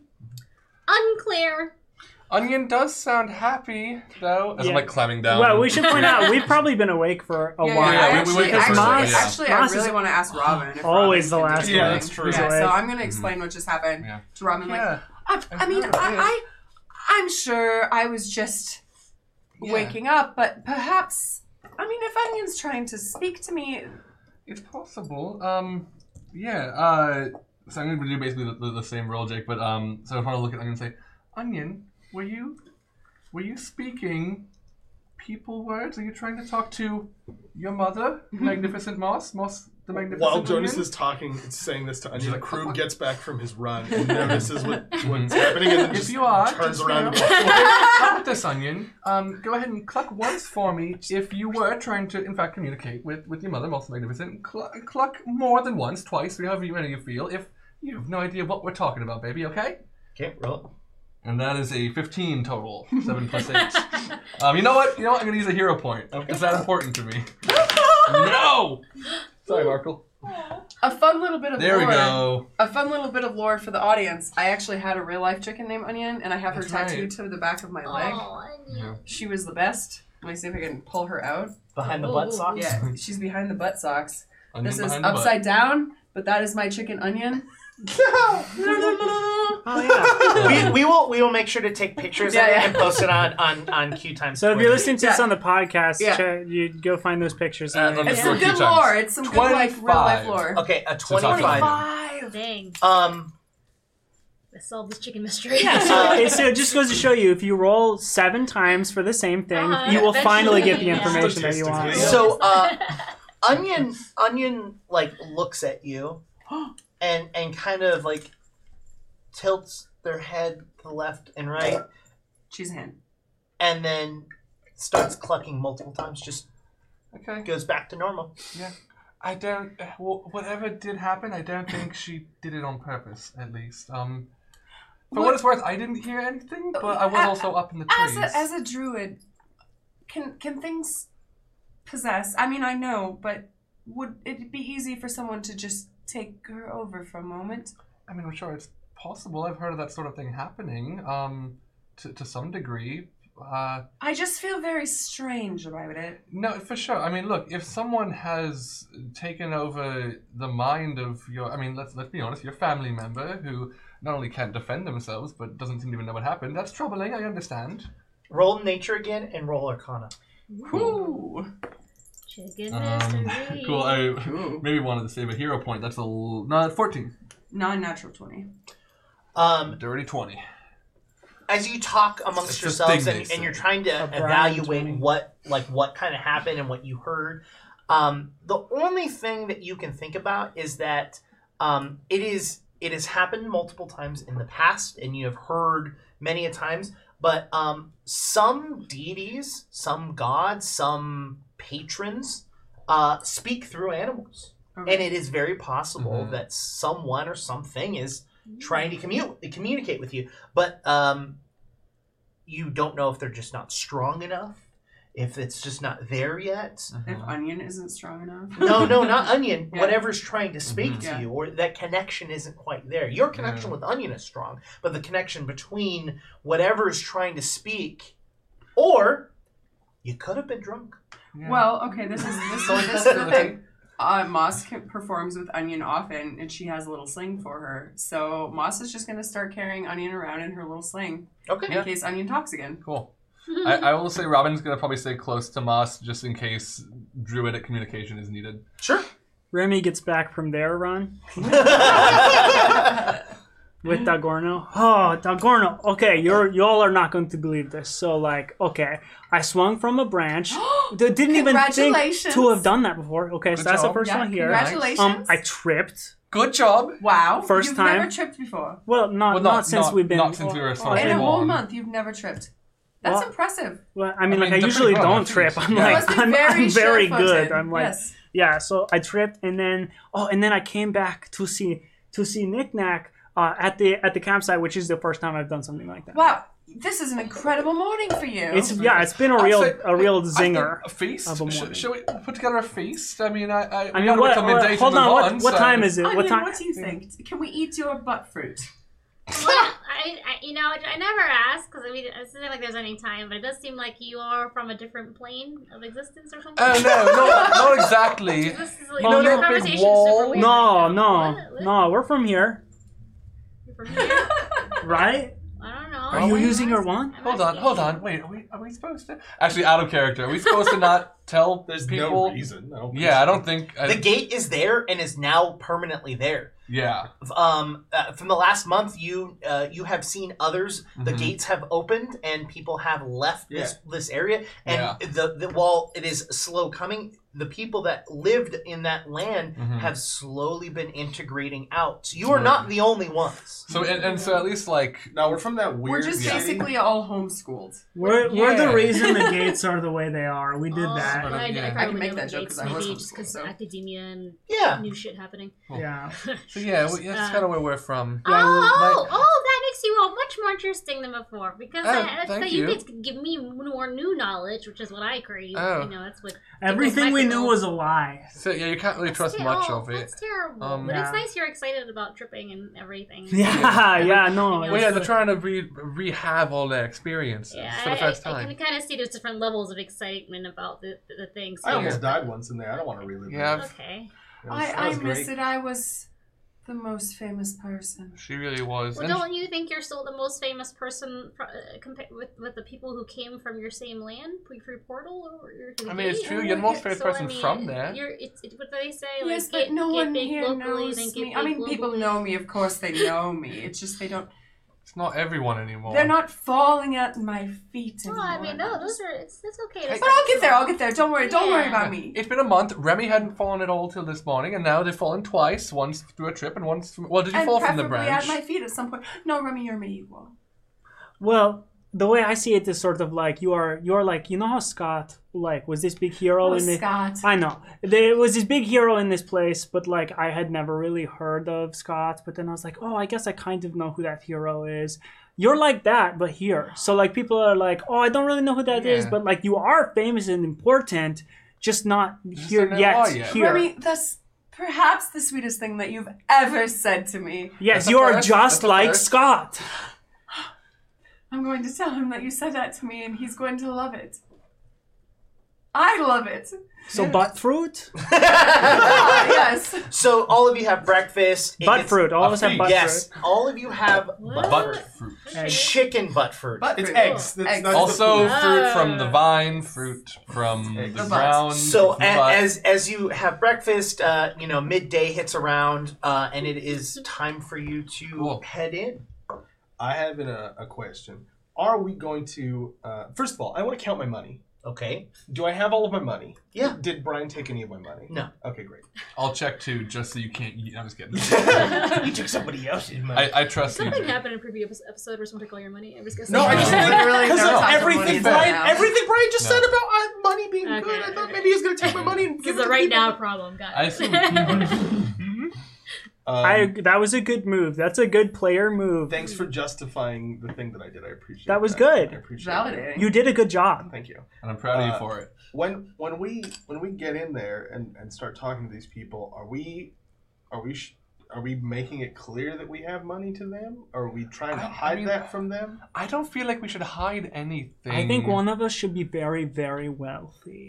Speaker 8: Unclear.
Speaker 4: Onion does sound happy, though. As I'm like
Speaker 6: Yeah.
Speaker 4: climbing down.
Speaker 6: Well, we should point out we've probably been awake for a while.
Speaker 4: Oh, yeah,
Speaker 2: I
Speaker 4: we- we
Speaker 2: actually,
Speaker 4: wake up
Speaker 2: actually,
Speaker 4: early, yeah.
Speaker 2: actually,
Speaker 6: Ross
Speaker 2: I
Speaker 6: is
Speaker 2: really want to ask Robin. If
Speaker 6: always
Speaker 2: Robin
Speaker 6: the
Speaker 2: can
Speaker 6: last
Speaker 2: do
Speaker 4: one. Yeah,
Speaker 2: anything.
Speaker 4: that's true.
Speaker 2: Yeah,
Speaker 6: He's
Speaker 2: so
Speaker 6: always-
Speaker 2: I'm going to explain what just happened
Speaker 4: Mm-hmm. Yeah.
Speaker 2: to Robin. Like,
Speaker 4: Yeah.
Speaker 2: I, I mean, I,
Speaker 4: Yeah.
Speaker 2: I, I'm sure I was just
Speaker 4: Yeah.
Speaker 2: waking up, but perhaps. I mean, if Onion's trying to speak to me,
Speaker 4: It's possible. Um, yeah. Uh, so I'm gonna do basically the, the, the same role, Jake. But um, so if I want to look at, I'm gonna say, Onion, were you, were you speaking people words? Are you trying to talk to your mother,
Speaker 6: Mm-hmm.
Speaker 4: Magnificent Moss, Moss the Magnificent?
Speaker 7: While Jonas
Speaker 4: Onion?
Speaker 7: is talking, it's saying this to Onion.
Speaker 4: She's
Speaker 7: The
Speaker 4: like,
Speaker 7: crew
Speaker 4: "What?"
Speaker 7: gets back from his run and notices what, what's happening and then
Speaker 4: If
Speaker 7: just
Speaker 4: you are,
Speaker 7: turns
Speaker 4: just
Speaker 7: around. and
Speaker 4: now-
Speaker 7: walks away.
Speaker 4: Come with this onion. Um, go ahead and cluck once for me if you were trying to, in fact, communicate with, with your mother, Most Magnificent. Cluck, cluck more than once, twice, however many you feel, if you have no idea what we're talking about, baby, okay?
Speaker 1: Okay, roll.
Speaker 4: And that is a 15 total. 7 plus 8. Um, you know what? You know what? I'm going to use a hero point. Is that important to me? no! Sorry, Markle.
Speaker 2: a fun little bit of
Speaker 4: There we
Speaker 2: lore.
Speaker 4: go.
Speaker 2: A fun little bit of lore for the audience. I actually had a real life chicken named Onion, and I have her
Speaker 4: That's right.
Speaker 2: tattooed to the back of my leg. She was the best. Let me see if I can pull her out.
Speaker 1: Behind the butt socks.
Speaker 2: Yeah, she's behind the butt socks.
Speaker 4: Onion
Speaker 2: This is
Speaker 4: behind the butt.
Speaker 2: upside down, but that is my chicken onion.
Speaker 6: Oh, yeah.
Speaker 1: we, we will we will make sure to take pictures
Speaker 2: Yeah,
Speaker 1: of
Speaker 2: yeah.
Speaker 1: it and post it on on on Q time.
Speaker 6: So if you're listening to this
Speaker 2: Yeah.
Speaker 6: on the podcast,
Speaker 2: Yeah.
Speaker 6: check- you go find those pictures.
Speaker 4: Uh,
Speaker 6: and-
Speaker 2: It's
Speaker 4: Yeah.
Speaker 2: some
Speaker 4: Two
Speaker 2: good
Speaker 4: times.
Speaker 2: lore. It's some good like real life
Speaker 4: 25.
Speaker 2: lore.
Speaker 1: okay, a
Speaker 4: So it's not
Speaker 1: twenty-five.
Speaker 4: fine.
Speaker 8: Dang.
Speaker 1: Um,
Speaker 8: Let's solve this chicken mystery.
Speaker 6: Yeah, so it's, so it just goes to show you if you roll seven times for the same thing,
Speaker 8: Uh-huh.
Speaker 6: you will
Speaker 8: Eventually,
Speaker 6: finally get the
Speaker 8: yeah.
Speaker 6: information that you want.
Speaker 7: Yeah.
Speaker 1: so uh, onion onion like looks at you, and and kind of like tilts their head to left and right,
Speaker 2: She's in.
Speaker 1: and then starts clucking multiple times. Just
Speaker 4: Okay.
Speaker 1: goes back to normal.
Speaker 4: I don't. Well, whatever did happen, I don't think she did it on purpose. At least, um, for what,
Speaker 2: What-
Speaker 4: it's worth, I didn't hear anything, but I was
Speaker 2: Uh,
Speaker 4: also up in the
Speaker 2: As
Speaker 4: trees.
Speaker 2: a, as a druid, can can things possess? I mean, I know, but would it be easy for someone to just take her over for a moment?
Speaker 4: I mean, I'm sure it's possible. I've heard of that sort of thing happening, um, to to some degree. Uh,
Speaker 2: I just feel very strange about it.
Speaker 4: no, for sure. I mean, look, if someone has taken over the mind of your, I mean, let's let's be honest, your family member who not only can't defend themselves but doesn't seem to even know what happened. That's troubling. I understand.
Speaker 1: Roll nature again and roll arcana.
Speaker 2: Ooh.
Speaker 8: Chicken
Speaker 4: Um,
Speaker 8: mystery.
Speaker 4: cool. I maybe wanted to save a hero point. That's a l- no, fourteen.
Speaker 2: Non-natural twenty.
Speaker 1: Um,
Speaker 4: Dirty twenty.
Speaker 1: as you talk amongst
Speaker 4: It's a
Speaker 1: yourselves
Speaker 4: thing
Speaker 1: and,
Speaker 4: they
Speaker 1: and you're
Speaker 4: say.
Speaker 1: trying to
Speaker 6: A brown
Speaker 1: evaluate
Speaker 6: twenty.
Speaker 1: what like what kind of happened and what you heard um, the only thing that you can think about is that um, it is it has happened multiple times in the past and you have heard many a times but um, some deities some gods some patrons uh, speak through animals and it is very possible
Speaker 4: Mhm.
Speaker 1: that someone or something is
Speaker 2: Mm-hmm.
Speaker 1: trying to commu- communicate with you but um, you don't know if they're just not strong enough if it's just not there yet
Speaker 2: If onion isn't strong enough.
Speaker 1: no no not onion
Speaker 2: Yeah.
Speaker 1: whatever's trying to speak
Speaker 4: Mhm.
Speaker 1: to
Speaker 2: Yeah.
Speaker 1: you or that connection isn't quite there your connection
Speaker 4: Yeah.
Speaker 1: with onion is strong but the connection between whatever is trying to speak or you could have been drunk
Speaker 2: Well, okay, this is this, this is the thing. Uh, Moss can, performs with Onion often, and she has a little sling for her. So Moss is just gonna start carrying Onion around in her little sling
Speaker 1: okay
Speaker 4: Yeah.
Speaker 2: in case Onion talks again.
Speaker 4: Cool. I, I will say Robin's gonna probably stay close to Moss just in case druidic communication is needed.
Speaker 1: sure
Speaker 6: Remy gets back from their run with
Speaker 2: Mm-hmm.
Speaker 6: Dagorno. Oh, Dagorno. Okay, you're y'all are not going to believe this. So like, okay, I swung from a branch. D- Didn't even think
Speaker 2: Congratulations.
Speaker 6: to have done that before. Okay, so
Speaker 4: Good
Speaker 6: that's the
Speaker 4: job.
Speaker 6: first
Speaker 2: Yeah,
Speaker 6: one here.
Speaker 2: congratulations!
Speaker 6: Um, I tripped.
Speaker 4: Good job.
Speaker 2: wow,
Speaker 6: first
Speaker 2: you've
Speaker 6: time.
Speaker 2: never tripped before.
Speaker 6: Well, not
Speaker 4: Well,
Speaker 6: not,
Speaker 4: not-
Speaker 6: since
Speaker 4: not-
Speaker 6: we've been
Speaker 4: not since we were assaulted.
Speaker 2: In a
Speaker 4: Go
Speaker 2: whole
Speaker 4: on.
Speaker 2: month, you've never tripped. That's
Speaker 6: Well-
Speaker 2: impressive.
Speaker 6: Well, I
Speaker 4: I
Speaker 6: mean, like
Speaker 4: mean,
Speaker 6: I
Speaker 4: they're
Speaker 6: usually
Speaker 4: pretty good,
Speaker 6: don't
Speaker 4: jeez.
Speaker 6: trip. I'm
Speaker 4: Yeah.
Speaker 2: You
Speaker 6: like
Speaker 2: must be
Speaker 6: I'm, I'm very good.
Speaker 2: sure-footed.
Speaker 6: I'm like
Speaker 2: yes.
Speaker 6: yeah so i tripped and then oh and then i came back to see to see knickknack uh, at the at the campsite which is the first time i've done something like that
Speaker 2: wow, this is an incredible morning for you.
Speaker 6: it's yeah it's been a
Speaker 4: I'd
Speaker 6: real
Speaker 4: say-
Speaker 6: a real
Speaker 4: I think
Speaker 6: zinger
Speaker 4: A feast.
Speaker 6: of a
Speaker 4: Sh-
Speaker 6: morning.
Speaker 4: shall we put together a feast? I mean, I. I, we
Speaker 6: i mean
Speaker 4: gotta wait
Speaker 6: what,
Speaker 4: till
Speaker 6: what-
Speaker 4: midday to
Speaker 6: hold on
Speaker 4: move
Speaker 6: what,
Speaker 4: on,
Speaker 6: what
Speaker 4: so-
Speaker 6: time is it
Speaker 2: Onion,
Speaker 6: what
Speaker 2: what,
Speaker 6: time
Speaker 2: do you think? Can we eat your butt fruit?
Speaker 5: Well, I, I, you know, I never asked because I mean, it doesn't seem like there's any time, but it does seem like you are from a different plane of existence or something.
Speaker 4: Oh no, not, not exactly.
Speaker 5: This is like,
Speaker 4: No,
Speaker 5: your
Speaker 4: no, big
Speaker 5: conversation is
Speaker 4: wall.
Speaker 5: super weird.
Speaker 6: no
Speaker 5: right now.
Speaker 6: no
Speaker 5: What? What?
Speaker 6: no we're from here
Speaker 5: From here?
Speaker 6: right
Speaker 5: I don't know.
Speaker 6: Are you using your wand?
Speaker 5: I'm
Speaker 4: Hold on,
Speaker 5: asking.
Speaker 4: hold on. Wait, are we, are we supposed to? Actually, out of character. Are we supposed to not tell
Speaker 3: There's
Speaker 4: people?
Speaker 3: no reason. I don't think
Speaker 4: Yeah, I
Speaker 3: so.
Speaker 4: don't think. I,
Speaker 1: The gate is there and is now permanently there.
Speaker 4: yeah.
Speaker 1: Um, uh, from the last month, you uh, you have seen others. The
Speaker 4: Mhm.
Speaker 1: gates have opened and people have left this this area. And the, the while it is slow coming, the people that lived in that land
Speaker 4: Mhm.
Speaker 1: have slowly been integrating out. So you are not the only ones.
Speaker 4: So and, and so at least like
Speaker 3: No, we're from that weird.
Speaker 2: We're just
Speaker 4: Yeah.
Speaker 3: city.
Speaker 2: basically all homeschooled.
Speaker 6: We're, we're
Speaker 4: Yeah.
Speaker 6: the reason the gates are the way they are. We did
Speaker 8: Oh,
Speaker 6: that.
Speaker 4: But, um,
Speaker 8: I,
Speaker 4: yeah.
Speaker 8: I,
Speaker 4: I
Speaker 8: probably
Speaker 2: can make
Speaker 8: know
Speaker 2: that
Speaker 8: the
Speaker 2: joke
Speaker 8: dates
Speaker 2: 'cause I was
Speaker 8: maybe
Speaker 2: homeschooled,
Speaker 8: just because
Speaker 2: so.
Speaker 8: academia and
Speaker 1: Yeah.
Speaker 8: new shit happening.
Speaker 6: Yeah.
Speaker 4: so yeah, well, yeah, that's kind of where we're from. Yeah,
Speaker 5: uh, oh,
Speaker 4: we-
Speaker 5: oh, oh, that makes you all much more interesting than before because
Speaker 4: Oh,
Speaker 5: uh, so
Speaker 4: thank
Speaker 5: you
Speaker 4: you.
Speaker 5: guys can give me more new knowledge, which is what I crave.
Speaker 4: Oh.
Speaker 5: You know, that's what.
Speaker 6: Everything we knew
Speaker 5: Michael.
Speaker 6: was a lie.
Speaker 4: so yeah, you can't really trust
Speaker 5: That's
Speaker 4: much
Speaker 5: ter-
Speaker 4: of
Speaker 5: oh,
Speaker 4: it.
Speaker 5: That's terrible.
Speaker 4: Um,
Speaker 5: but
Speaker 6: Yeah.
Speaker 5: it's nice you're excited about tripping and everything.
Speaker 6: Yeah, yeah,
Speaker 5: Well,
Speaker 6: no.
Speaker 4: Well, yeah,
Speaker 6: it's-
Speaker 4: they're trying to re- rehab all their experiences
Speaker 5: Yeah,
Speaker 4: for the
Speaker 5: I-
Speaker 4: first
Speaker 5: I, I,
Speaker 4: time.
Speaker 5: can kind of see there's different levels of excitement about the, the, the things.
Speaker 3: I
Speaker 5: here.
Speaker 3: almost died once in there. I don't want to relive
Speaker 4: Yeah,
Speaker 3: that.
Speaker 4: I've-
Speaker 5: Okay.
Speaker 3: That was-
Speaker 2: I,
Speaker 3: that
Speaker 2: I
Speaker 3: was
Speaker 2: miss it.
Speaker 3: great.
Speaker 2: I was the most famous person.
Speaker 4: she really was.
Speaker 5: Well,
Speaker 4: And
Speaker 5: don't you think you're still the most famous person fr- uh, compa- with with the people who came from your same land, pre pre portal, or your?
Speaker 4: I mean, it's
Speaker 5: gate?
Speaker 4: true.
Speaker 2: Oh,
Speaker 4: You're the most
Speaker 2: yeah,
Speaker 4: famous
Speaker 5: So, I
Speaker 4: person
Speaker 5: mean,
Speaker 4: from there.
Speaker 5: You're, it's, it, what do they say?
Speaker 2: Yes,
Speaker 5: like,
Speaker 2: but
Speaker 5: get-
Speaker 2: no
Speaker 5: get
Speaker 2: one
Speaker 5: big
Speaker 2: here
Speaker 5: locally,
Speaker 2: knows
Speaker 5: then get
Speaker 2: me. I
Speaker 5: big
Speaker 2: mean, people
Speaker 5: globally.
Speaker 2: know me. Of course, they know me. It's just they don't.
Speaker 4: It's not everyone
Speaker 3: Oh.
Speaker 4: anymore.
Speaker 2: They're not falling at my feet
Speaker 5: Well,
Speaker 2: anymore.
Speaker 5: I mean, no, those are it's, it's okay.
Speaker 4: Hey,
Speaker 5: That's
Speaker 2: But I'll get there.
Speaker 5: not-
Speaker 2: I'll get there. Don't worry. Don't worry
Speaker 5: Yeah.
Speaker 2: about me.
Speaker 4: It's been a month. Remy hadn't fallen at all till this morning, and now they've fallen twice. Once through a trip, and once from. Well, did you
Speaker 2: and
Speaker 4: fall from
Speaker 2: preferably
Speaker 4: the branch?
Speaker 2: at my feet at some point. No, Remy, you're me equal.
Speaker 6: Well, the way I see it is sort of like you are you are like you know how Scott like was this big hero
Speaker 2: Oh,
Speaker 6: in the
Speaker 2: Scott.
Speaker 6: I know there was this big hero in this place, but like I had never really heard of Scott. But then I was like, oh, I guess I kind of know who that hero is. You're like that, but here. So like people are like, oh, I don't really know who that is,
Speaker 4: Yeah.
Speaker 6: but like you are famous and important, just not
Speaker 4: Just
Speaker 6: here
Speaker 4: don't know
Speaker 6: yet.
Speaker 4: why yet.
Speaker 6: Here,
Speaker 2: Remy, that's perhaps the sweetest thing that you've ever said to me.
Speaker 4: That's
Speaker 6: yes,
Speaker 4: a
Speaker 6: you are
Speaker 4: first.
Speaker 6: just
Speaker 4: That's a
Speaker 6: like
Speaker 4: first.
Speaker 6: Scott.
Speaker 2: I'm going to tell him that you said that to me, and he's going to love it. I love it.
Speaker 6: So butt fruit,
Speaker 2: Ah, yes.
Speaker 1: So all of you have breakfast. It
Speaker 6: butt
Speaker 1: gets-
Speaker 6: fruit. All of us
Speaker 4: a
Speaker 6: have
Speaker 4: feet.
Speaker 6: butt
Speaker 1: Yes,
Speaker 6: fruit.
Speaker 1: all of you have
Speaker 5: What?
Speaker 4: Butt fruit.
Speaker 6: Egg.
Speaker 1: chicken butt fruit.
Speaker 3: But it's
Speaker 2: Fruit.
Speaker 3: eggs. That's,
Speaker 2: Eggs.
Speaker 3: That's the
Speaker 4: Also,
Speaker 3: food.
Speaker 4: fruit from
Speaker 2: Ah.
Speaker 4: the vine, fruit from the
Speaker 3: Excellent.
Speaker 4: ground.
Speaker 1: So a-
Speaker 4: the butt.
Speaker 1: as as you have breakfast, uh, you know midday hits around, uh, and it is time for you to
Speaker 4: Cool.
Speaker 1: head in.
Speaker 3: I have an, uh, a question. Are we going to? Uh, first of all, I want to count my money.
Speaker 1: Okay.
Speaker 3: Do I have all of my money?
Speaker 1: Yeah.
Speaker 3: Did Brian take any of my money?
Speaker 1: No.
Speaker 3: Okay, great.
Speaker 4: I'll check too, just so you can't. Eat. I'm just kidding.
Speaker 1: you took somebody else's
Speaker 4: I, I trust you.
Speaker 8: Something
Speaker 4: Jake.
Speaker 8: happened in a previous episode where someone took all your money. I was gonna
Speaker 3: Mhm. No,
Speaker 8: say-
Speaker 3: I just
Speaker 2: Literally,
Speaker 3: because
Speaker 2: no
Speaker 3: of
Speaker 2: talking
Speaker 3: everything
Speaker 2: money
Speaker 3: Brian,
Speaker 2: now.
Speaker 3: everything Brian just
Speaker 4: No.
Speaker 3: said about uh, money being
Speaker 8: Okay,
Speaker 3: good. I thought
Speaker 8: okay.
Speaker 3: maybe he was going to take my money and
Speaker 8: This
Speaker 3: give
Speaker 8: is
Speaker 3: it
Speaker 8: a
Speaker 3: to
Speaker 8: right
Speaker 3: people.
Speaker 8: now problem, guys.
Speaker 4: I assume people-
Speaker 3: Um,
Speaker 6: I that was a good move. That's a good player move.
Speaker 3: Thanks for justifying the thing that I did. I appreciate
Speaker 6: That was good.
Speaker 3: I appreciate it.
Speaker 2: Validating.
Speaker 6: You did a good job.
Speaker 3: Thank you.
Speaker 4: and I'm proud of you
Speaker 3: Uh,
Speaker 4: for it.
Speaker 3: When when we when we get in there and, and start talking to these people, are we are we sh- are we making it clear that we have money to them? are we trying to
Speaker 4: I- I
Speaker 3: hide
Speaker 4: mean-
Speaker 3: that from them?
Speaker 4: I don't feel like we should hide anything.
Speaker 6: I think one of us should be very, very wealthy.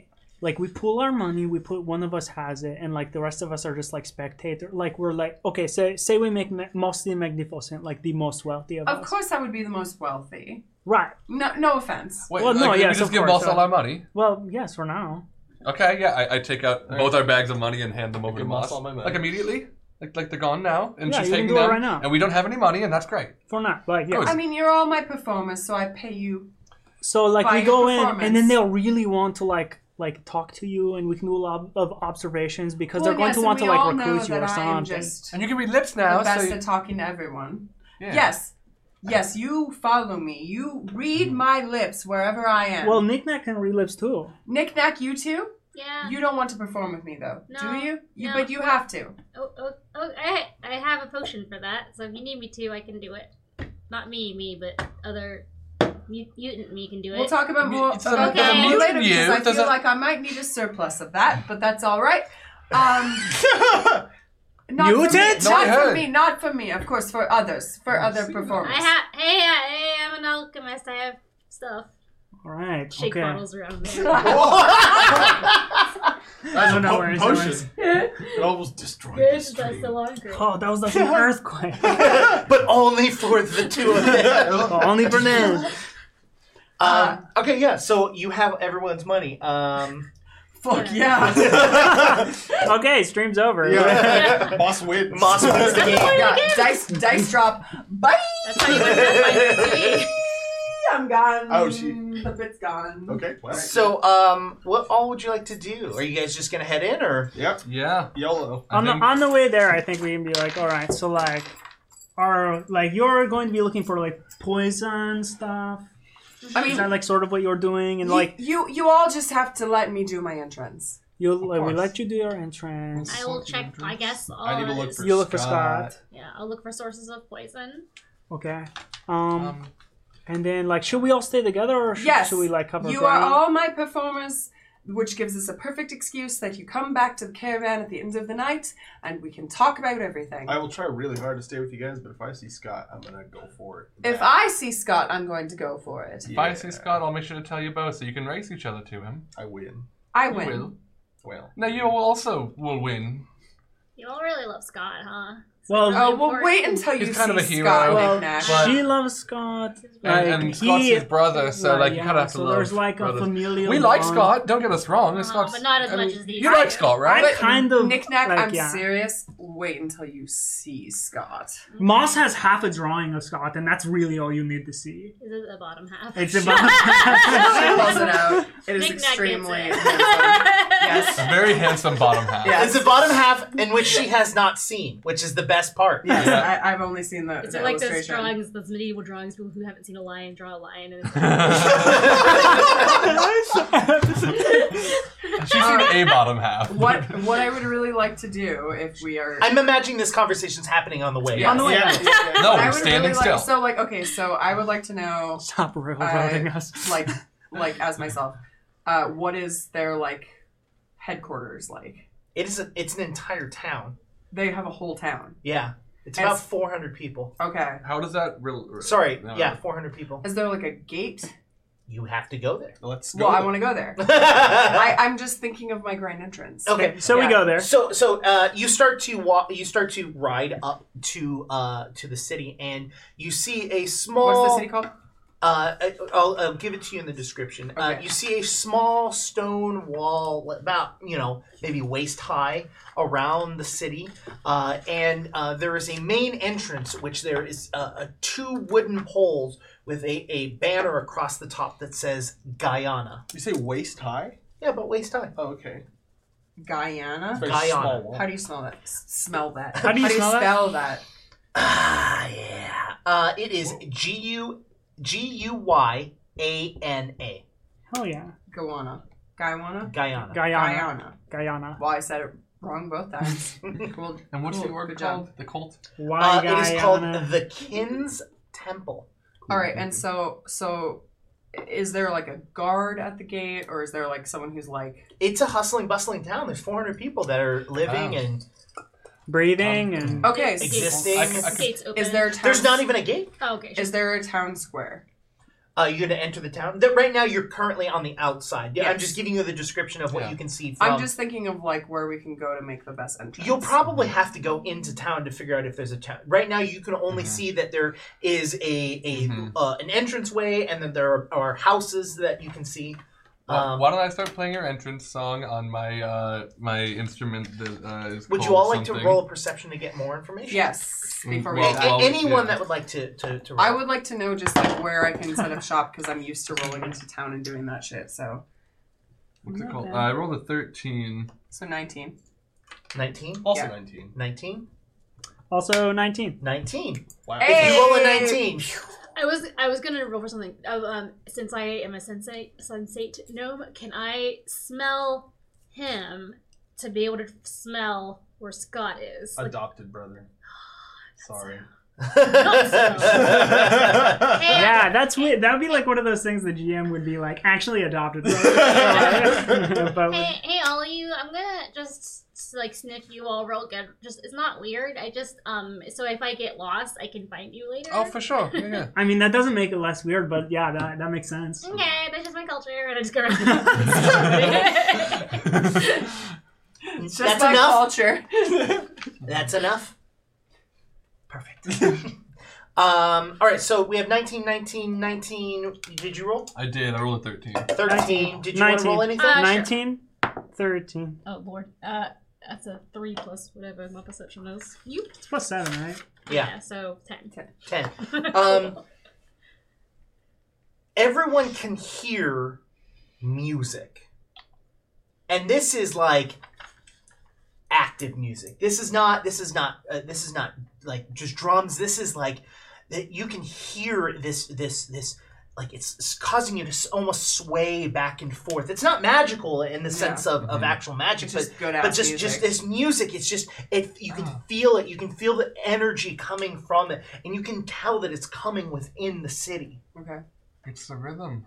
Speaker 6: Like we pool our money, we put one of us has it, and like the rest of us are just like spectator. Like we're like okay, say say we make ma- mostly magnificent, like the most wealthy of,
Speaker 2: Of
Speaker 6: us.
Speaker 2: course, I would be the most wealthy.
Speaker 6: Right.
Speaker 2: No, no offense.
Speaker 4: Wait,
Speaker 6: Well, no,
Speaker 4: like, we
Speaker 6: yes,
Speaker 4: just
Speaker 6: of
Speaker 4: give
Speaker 6: course,
Speaker 4: boss all
Speaker 6: uh,
Speaker 4: our money.
Speaker 6: Well, yes, for now.
Speaker 4: Okay, yeah, I, I take out both our bags of money and hand them over to
Speaker 3: give Moss
Speaker 4: Moss.
Speaker 3: all my money.
Speaker 4: Like immediately, like like they're gone now, and
Speaker 6: Yeah,
Speaker 4: she's
Speaker 6: you can
Speaker 4: taking
Speaker 6: do it
Speaker 4: them,
Speaker 6: right now.
Speaker 4: and we don't have any money, and that's great.
Speaker 6: For now, like yeah.
Speaker 4: Good.
Speaker 2: I mean, you're all my performers, so I pay you.
Speaker 6: So like
Speaker 2: By
Speaker 6: we
Speaker 2: your
Speaker 6: go in, and then
Speaker 2: performance.
Speaker 6: they'll really want to like like talk to you, and we can do a lot of observations because
Speaker 2: Well,
Speaker 6: they're
Speaker 2: Oh, yes,
Speaker 6: going to
Speaker 2: and
Speaker 6: want to
Speaker 2: we
Speaker 6: like
Speaker 2: all know
Speaker 6: recruit you
Speaker 2: that
Speaker 6: or
Speaker 2: I am
Speaker 6: something.
Speaker 2: just
Speaker 4: And you can read lips
Speaker 2: the
Speaker 4: now.
Speaker 2: best
Speaker 4: so
Speaker 2: at talking to everyone.
Speaker 4: yeah.
Speaker 2: Yes. Yes, you follow me. You
Speaker 4: Mm-hmm.
Speaker 2: read my lips wherever I am.
Speaker 6: Well, knickknack can relips too.
Speaker 2: Nick Nack, you too?
Speaker 5: Yeah.
Speaker 2: You don't want to perform with me though,
Speaker 5: No,
Speaker 2: do you? you
Speaker 5: no.
Speaker 2: But you have to.
Speaker 5: Oh, oh, oh, I, I have a potion for that, so if you need me to, I can do it. Not me, me, but other mu- mutant me can do it.
Speaker 2: We'll talk about
Speaker 4: Me-
Speaker 2: more
Speaker 4: it's
Speaker 2: about
Speaker 5: a-
Speaker 2: that
Speaker 5: okay.
Speaker 2: more later
Speaker 4: You-
Speaker 2: because I feel
Speaker 4: doesn't-
Speaker 2: like I might need a surplus of that, but that's all right. Um, not
Speaker 6: You
Speaker 2: for me,
Speaker 6: did?
Speaker 4: Not
Speaker 2: not
Speaker 4: her.
Speaker 2: for me, not for me. Of course, for others, for
Speaker 4: I
Speaker 2: other
Speaker 4: see.
Speaker 2: performers.
Speaker 5: I have. Hey, I, hey, I'm an alchemist. I have stuff.
Speaker 6: All right.
Speaker 5: Shake
Speaker 6: okay.
Speaker 5: bottles around there.
Speaker 3: That's
Speaker 6: No,
Speaker 3: a
Speaker 6: no
Speaker 3: potent
Speaker 6: worries, no
Speaker 3: potion.
Speaker 6: worries.
Speaker 3: It almost destroyed the
Speaker 8: There's that's
Speaker 3: stream.
Speaker 8: the long grip.
Speaker 6: Oh, that was like an earthquake.
Speaker 1: but only for the two of them.
Speaker 6: Oh, only for now.
Speaker 1: Um, okay, yeah. So you have everyone's money. Um,
Speaker 2: Fuck yeah.
Speaker 6: Okay, stream's over.
Speaker 3: Yeah. Boss wins.
Speaker 1: Moss wins the
Speaker 5: Oh
Speaker 1: game.
Speaker 2: yeah. Dice, dice drop. Bye.
Speaker 8: That's how you win that fight.
Speaker 2: I'm gone.
Speaker 3: Oh, she-
Speaker 2: The bit's gone.
Speaker 3: Okay. Well,
Speaker 1: So, um, what all would you like to do? Are you guys just gonna head in, or
Speaker 3: Yep.
Speaker 4: Yeah.
Speaker 3: YOLO.
Speaker 4: I
Speaker 6: on the
Speaker 4: think-
Speaker 6: on the way there, I think we can be like, all right, so like, are like you're going to be looking for like poison stuff?
Speaker 2: I
Speaker 6: Is
Speaker 2: mean,
Speaker 6: that like sort of what you're doing? And like,
Speaker 2: you, you you all just have to let me do my entrance.
Speaker 6: you like, we
Speaker 4: course.
Speaker 6: let you do your entrance.
Speaker 8: I will check. I guess.
Speaker 3: I need to look
Speaker 8: uh,
Speaker 3: for
Speaker 6: You look for Scott.
Speaker 8: Yeah, I'll look for sources of poison.
Speaker 6: Okay. Um, and then like, should we all stay together or should,
Speaker 2: Yes.
Speaker 6: should we like cover?
Speaker 2: you
Speaker 6: ground?
Speaker 2: are all my performers, which gives us a perfect excuse that you come back to the caravan at the end of the night and we can talk about everything.
Speaker 3: I will try really hard to stay with you guys, but if I see Scott, I'm gonna go for it.
Speaker 2: if I see Scott, I'm going to go for it.
Speaker 4: If I see Scott, I'll make sure to tell you both so you can race each other to him.
Speaker 3: I win.
Speaker 2: I
Speaker 4: You
Speaker 2: win.
Speaker 4: will.
Speaker 3: Well,
Speaker 4: Now you also will win.
Speaker 8: You all really love Scott, huh?
Speaker 6: Well,
Speaker 2: Oh, well, wait until you
Speaker 4: He's
Speaker 2: see
Speaker 4: kind of a hero,
Speaker 2: Scott
Speaker 6: well,
Speaker 2: Knick-Knack.
Speaker 4: but-
Speaker 6: she loves Scott. Like,
Speaker 4: And, and
Speaker 6: he,
Speaker 4: Scott's his brother, so
Speaker 6: Well,
Speaker 4: like you
Speaker 6: yeah,
Speaker 4: kind of have to
Speaker 6: so
Speaker 4: love
Speaker 6: there's like a
Speaker 4: brothers.
Speaker 6: familial.
Speaker 4: We like
Speaker 6: bond.
Speaker 4: Scott. Don't get us wrong.
Speaker 8: Uh,
Speaker 4: It's Scott's,
Speaker 8: but not as
Speaker 4: I
Speaker 8: much
Speaker 4: mean,
Speaker 8: as these
Speaker 4: You like
Speaker 8: guys.
Speaker 4: Scott, right?
Speaker 6: I kind of
Speaker 2: Nick Knack,
Speaker 6: like,
Speaker 2: I'm
Speaker 6: yeah.
Speaker 2: serious. Wait until you see Scott.
Speaker 6: Moss has half a drawing of Scott, and that's really all you need to see.
Speaker 8: This is the bottom half.
Speaker 6: It's about half.
Speaker 2: Pulls it out. It is
Speaker 8: Knick-knack
Speaker 2: extremely
Speaker 8: gets it.
Speaker 2: handsome.
Speaker 4: a
Speaker 2: Yes.
Speaker 4: very handsome bottom half.
Speaker 2: Yeah.
Speaker 1: it's the bottom half in which she has not seen, which is the best part.
Speaker 2: Yes, I, I've only seen the,
Speaker 8: It's
Speaker 2: the
Speaker 8: like those
Speaker 2: illustration.
Speaker 8: drawings, those medieval drawings, people who haven't seen a lion draw a lion. And it's
Speaker 4: She's seen a bottom half.
Speaker 2: What what I would really like to do if we are
Speaker 1: I'm imagining this conversation's happening on the way.
Speaker 2: Yeah.
Speaker 6: On the way
Speaker 3: yeah.
Speaker 6: out.
Speaker 4: No,
Speaker 2: I
Speaker 4: we're
Speaker 2: would
Speaker 4: standing
Speaker 2: really
Speaker 4: still.
Speaker 2: like so like okay, so I would like to know
Speaker 6: Stop railroading us.
Speaker 2: like like as myself, uh, what is their like headquarters like?
Speaker 1: It is. A, it's an entire town.
Speaker 2: They have a whole town.
Speaker 1: Yeah, it's
Speaker 2: As-
Speaker 1: about 400 people.
Speaker 2: Okay.
Speaker 4: How does that? Re- re-
Speaker 1: Sorry,
Speaker 4: no.
Speaker 1: yeah, 400 people.
Speaker 2: Is there like a gate?
Speaker 1: You have to go there.
Speaker 3: let's go.
Speaker 2: Well, I want to go there. I, I'm just thinking of my grand entrance.
Speaker 1: okay.
Speaker 6: So we
Speaker 2: Yeah.
Speaker 6: go there.
Speaker 1: So, so uh, you start to walk. You start to ride up to uh, to the city, and you see a small.
Speaker 2: What's the city called?
Speaker 1: Uh, I- I'll, I'll give it to you in the description. Uh,
Speaker 2: Okay.
Speaker 1: you see a small stone wall, about you know maybe waist high, around the city, uh, and uh, there is a main entrance which there is uh, uh, two wooden poles with a, a banner across the top that says Guyana.
Speaker 3: You say waist high?
Speaker 1: Yeah, but waist high.
Speaker 3: Oh, okay.
Speaker 2: Guyana.
Speaker 3: Very
Speaker 1: Guyana.
Speaker 3: small wall.
Speaker 2: How do you smell that? S- smell that.
Speaker 6: How do you smell that?
Speaker 2: spell that?
Speaker 1: Ah, yeah. Uh, it is G U G U Y A N A
Speaker 6: Hell yeah.
Speaker 2: Guyana. Guyana.
Speaker 1: Guyana.
Speaker 6: Guyana.
Speaker 2: Guyana. Uh,
Speaker 6: Guyana.
Speaker 2: Well, I said it wrong both times. cool.
Speaker 4: And what's the
Speaker 2: Cool.
Speaker 4: word
Speaker 2: Good job.
Speaker 4: called? The cult.
Speaker 6: Why
Speaker 1: Uh, it is called
Speaker 6: Guyana?
Speaker 1: the Kins Temple.
Speaker 2: All right, and so so, is there like a guard at the gate, or is there like someone who's like
Speaker 1: it's a hustling, bustling town. There's 400 people that are living,
Speaker 4: Wow.
Speaker 1: and
Speaker 6: Breathing and
Speaker 2: okay?
Speaker 8: Gates-
Speaker 2: so
Speaker 1: Existing.
Speaker 4: Um, I c- I c-
Speaker 8: Gates open.
Speaker 2: Is there a town,
Speaker 1: there's not even a gate.
Speaker 8: Oh, okay. sure.
Speaker 2: Is there a town square?
Speaker 1: Uh, you're going to enter the town. That right now you're currently on the outside. Yeah, I'm
Speaker 2: Yes.
Speaker 1: just giving you the description of what
Speaker 4: Yeah.
Speaker 1: you can see. From.
Speaker 2: I'm just thinking of like where we can go to make the best entrance.
Speaker 1: You'll probably have to go into town to figure out if there's a town. Right now, you can only
Speaker 2: Mm-hmm.
Speaker 4: Mhm.
Speaker 1: see that there is a, a
Speaker 4: Mhm.
Speaker 1: uh, an entranceway, and then there are, are houses that you can see.
Speaker 4: Well,
Speaker 1: Um,
Speaker 4: why don't I start playing your entrance song on my uh, my instrument that uh, is
Speaker 1: would you
Speaker 4: called
Speaker 1: all like
Speaker 4: something?
Speaker 1: to roll a perception to get more information?
Speaker 2: yes.
Speaker 4: Mm,
Speaker 2: Before
Speaker 1: A-
Speaker 2: we
Speaker 4: well,
Speaker 2: do
Speaker 1: a-
Speaker 2: that.
Speaker 4: well-
Speaker 1: anyone
Speaker 4: yeah.
Speaker 1: that would like to to, to roll.
Speaker 2: I would like to know just like where I can set up shop because I'm used to rolling into town and doing that shit. So
Speaker 4: What's it
Speaker 2: No,
Speaker 4: called?
Speaker 2: man.
Speaker 4: Uh, I rolled a thirteen.
Speaker 2: so 19.
Speaker 1: 19,
Speaker 3: Also
Speaker 2: Yeah.
Speaker 3: 19.
Speaker 1: 19,
Speaker 6: also 19.
Speaker 1: 19.
Speaker 3: Wow.
Speaker 2: Hey!
Speaker 1: If you roll a 19,
Speaker 8: I was I was gonna roll for something. Oh, um, since I am a sensei sensate gnome, can I smell him to be able to smell where Scott is?
Speaker 4: Uh,
Speaker 8: Like,
Speaker 3: Adopted brother. Sorry.
Speaker 8: hey,
Speaker 6: Yeah, that's weird. That would be like one of those things the GM would be like, actually adopted. but
Speaker 8: hey, hey, all of you, I'm gonna just
Speaker 5: s- like sniff you all real good. Just it's not weird. I just um so if I get lost, I can find you later.
Speaker 4: Oh, for sure. Yeah, yeah.
Speaker 6: I mean, that doesn't make it less weird, but yeah, that, that makes sense.
Speaker 5: okay, that's just my culture, and I just go around.
Speaker 2: It's just
Speaker 1: That's
Speaker 2: my
Speaker 1: enough.
Speaker 2: culture.
Speaker 1: That's enough. Perfect. um, all right, so we have 19, 19, 19. Did you roll?
Speaker 4: I did. I rolled a 13.
Speaker 1: 13. Did you want to
Speaker 6: 19.
Speaker 1: roll anything?
Speaker 5: Uh, sure.
Speaker 6: 19, 13.
Speaker 8: Oh lord. Uh, that's a three plus whatever my perception is. You.
Speaker 6: It's plus 7, right?
Speaker 1: Yeah.
Speaker 5: so ten.
Speaker 1: 10. Um, everyone can hear music. And this is like active music. This is not this is not uh, this is not like just drums. This is like that you can hear this this this like it's, it's causing you to s- almost sway back and forth. It's not magical in the sense of, of
Speaker 4: Mhm.
Speaker 1: actual magic,
Speaker 2: It's
Speaker 1: but
Speaker 2: just good ass
Speaker 1: but just
Speaker 2: music. Ah.
Speaker 1: just this music it's just it you can feel it you can feel the energy coming from it and you can tell that it's coming within the city
Speaker 2: okay.
Speaker 4: It's the rhythm,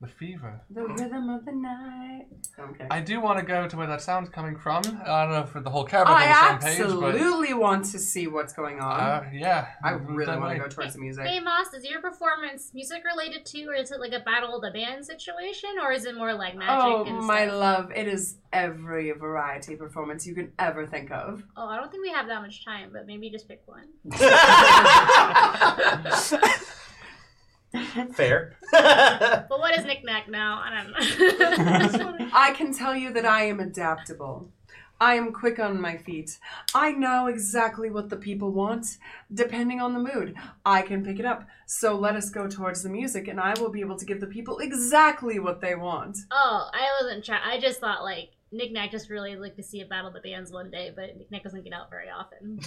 Speaker 4: the fever.
Speaker 2: The rhythm of the night. Okay.
Speaker 4: I do want to go to where that sound's coming from. I don't know if the whole cavern on
Speaker 2: I
Speaker 4: the same page,
Speaker 2: absolutely want to see what's going
Speaker 4: but
Speaker 2: on.
Speaker 4: uh, yeah.
Speaker 2: I
Speaker 4: That
Speaker 2: really want
Speaker 4: might-
Speaker 2: to go towards the music.
Speaker 5: Hey Moss, is your performance music related to, or is it like a battle of the band situation, or is it more like magic?
Speaker 2: Oh
Speaker 5: and
Speaker 2: my
Speaker 5: stuff?
Speaker 2: love, it is every variety performance you can ever think of.
Speaker 5: Oh, I don't think we have that much time, but maybe just pick one.
Speaker 1: fair
Speaker 5: But what is knickknack now? I don't know.
Speaker 2: I can tell you that I am adaptable. I am quick on my feet. I know exactly what the people want, depending on the mood. I can pick it up. So let us go towards the music, and I will be able to give the people exactly what they want.
Speaker 5: oh, I wasn't trying. I just thought like knickknack just really like to see a battle of the bands one day, but knickknack doesn't get out very often.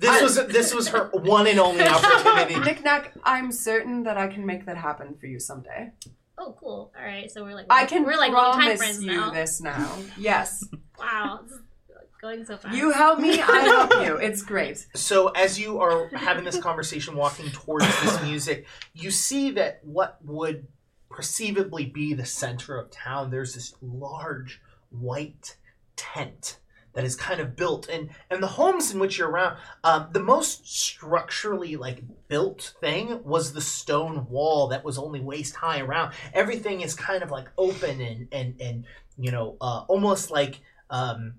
Speaker 1: this was this was her one and only opportunity
Speaker 2: Knick Knack, I'm certain that I can make that happen for you someday.
Speaker 5: Oh, cool. All right, so we're like
Speaker 2: I can
Speaker 5: we're like longtime
Speaker 2: promise
Speaker 5: friends
Speaker 2: you
Speaker 5: now.
Speaker 2: this now. Yes.
Speaker 5: Wow, this is going so fast.
Speaker 2: You help me, I help you. It's great.
Speaker 1: so as you are having this conversation walking towards this music you see that what would perceivably be the center of town there's this large white tent that is kind of built and and the homes in which you're around um, the most structurally like built thing was the stone wall that was only waist high around everything is kind of like open and and and you know uh, almost like um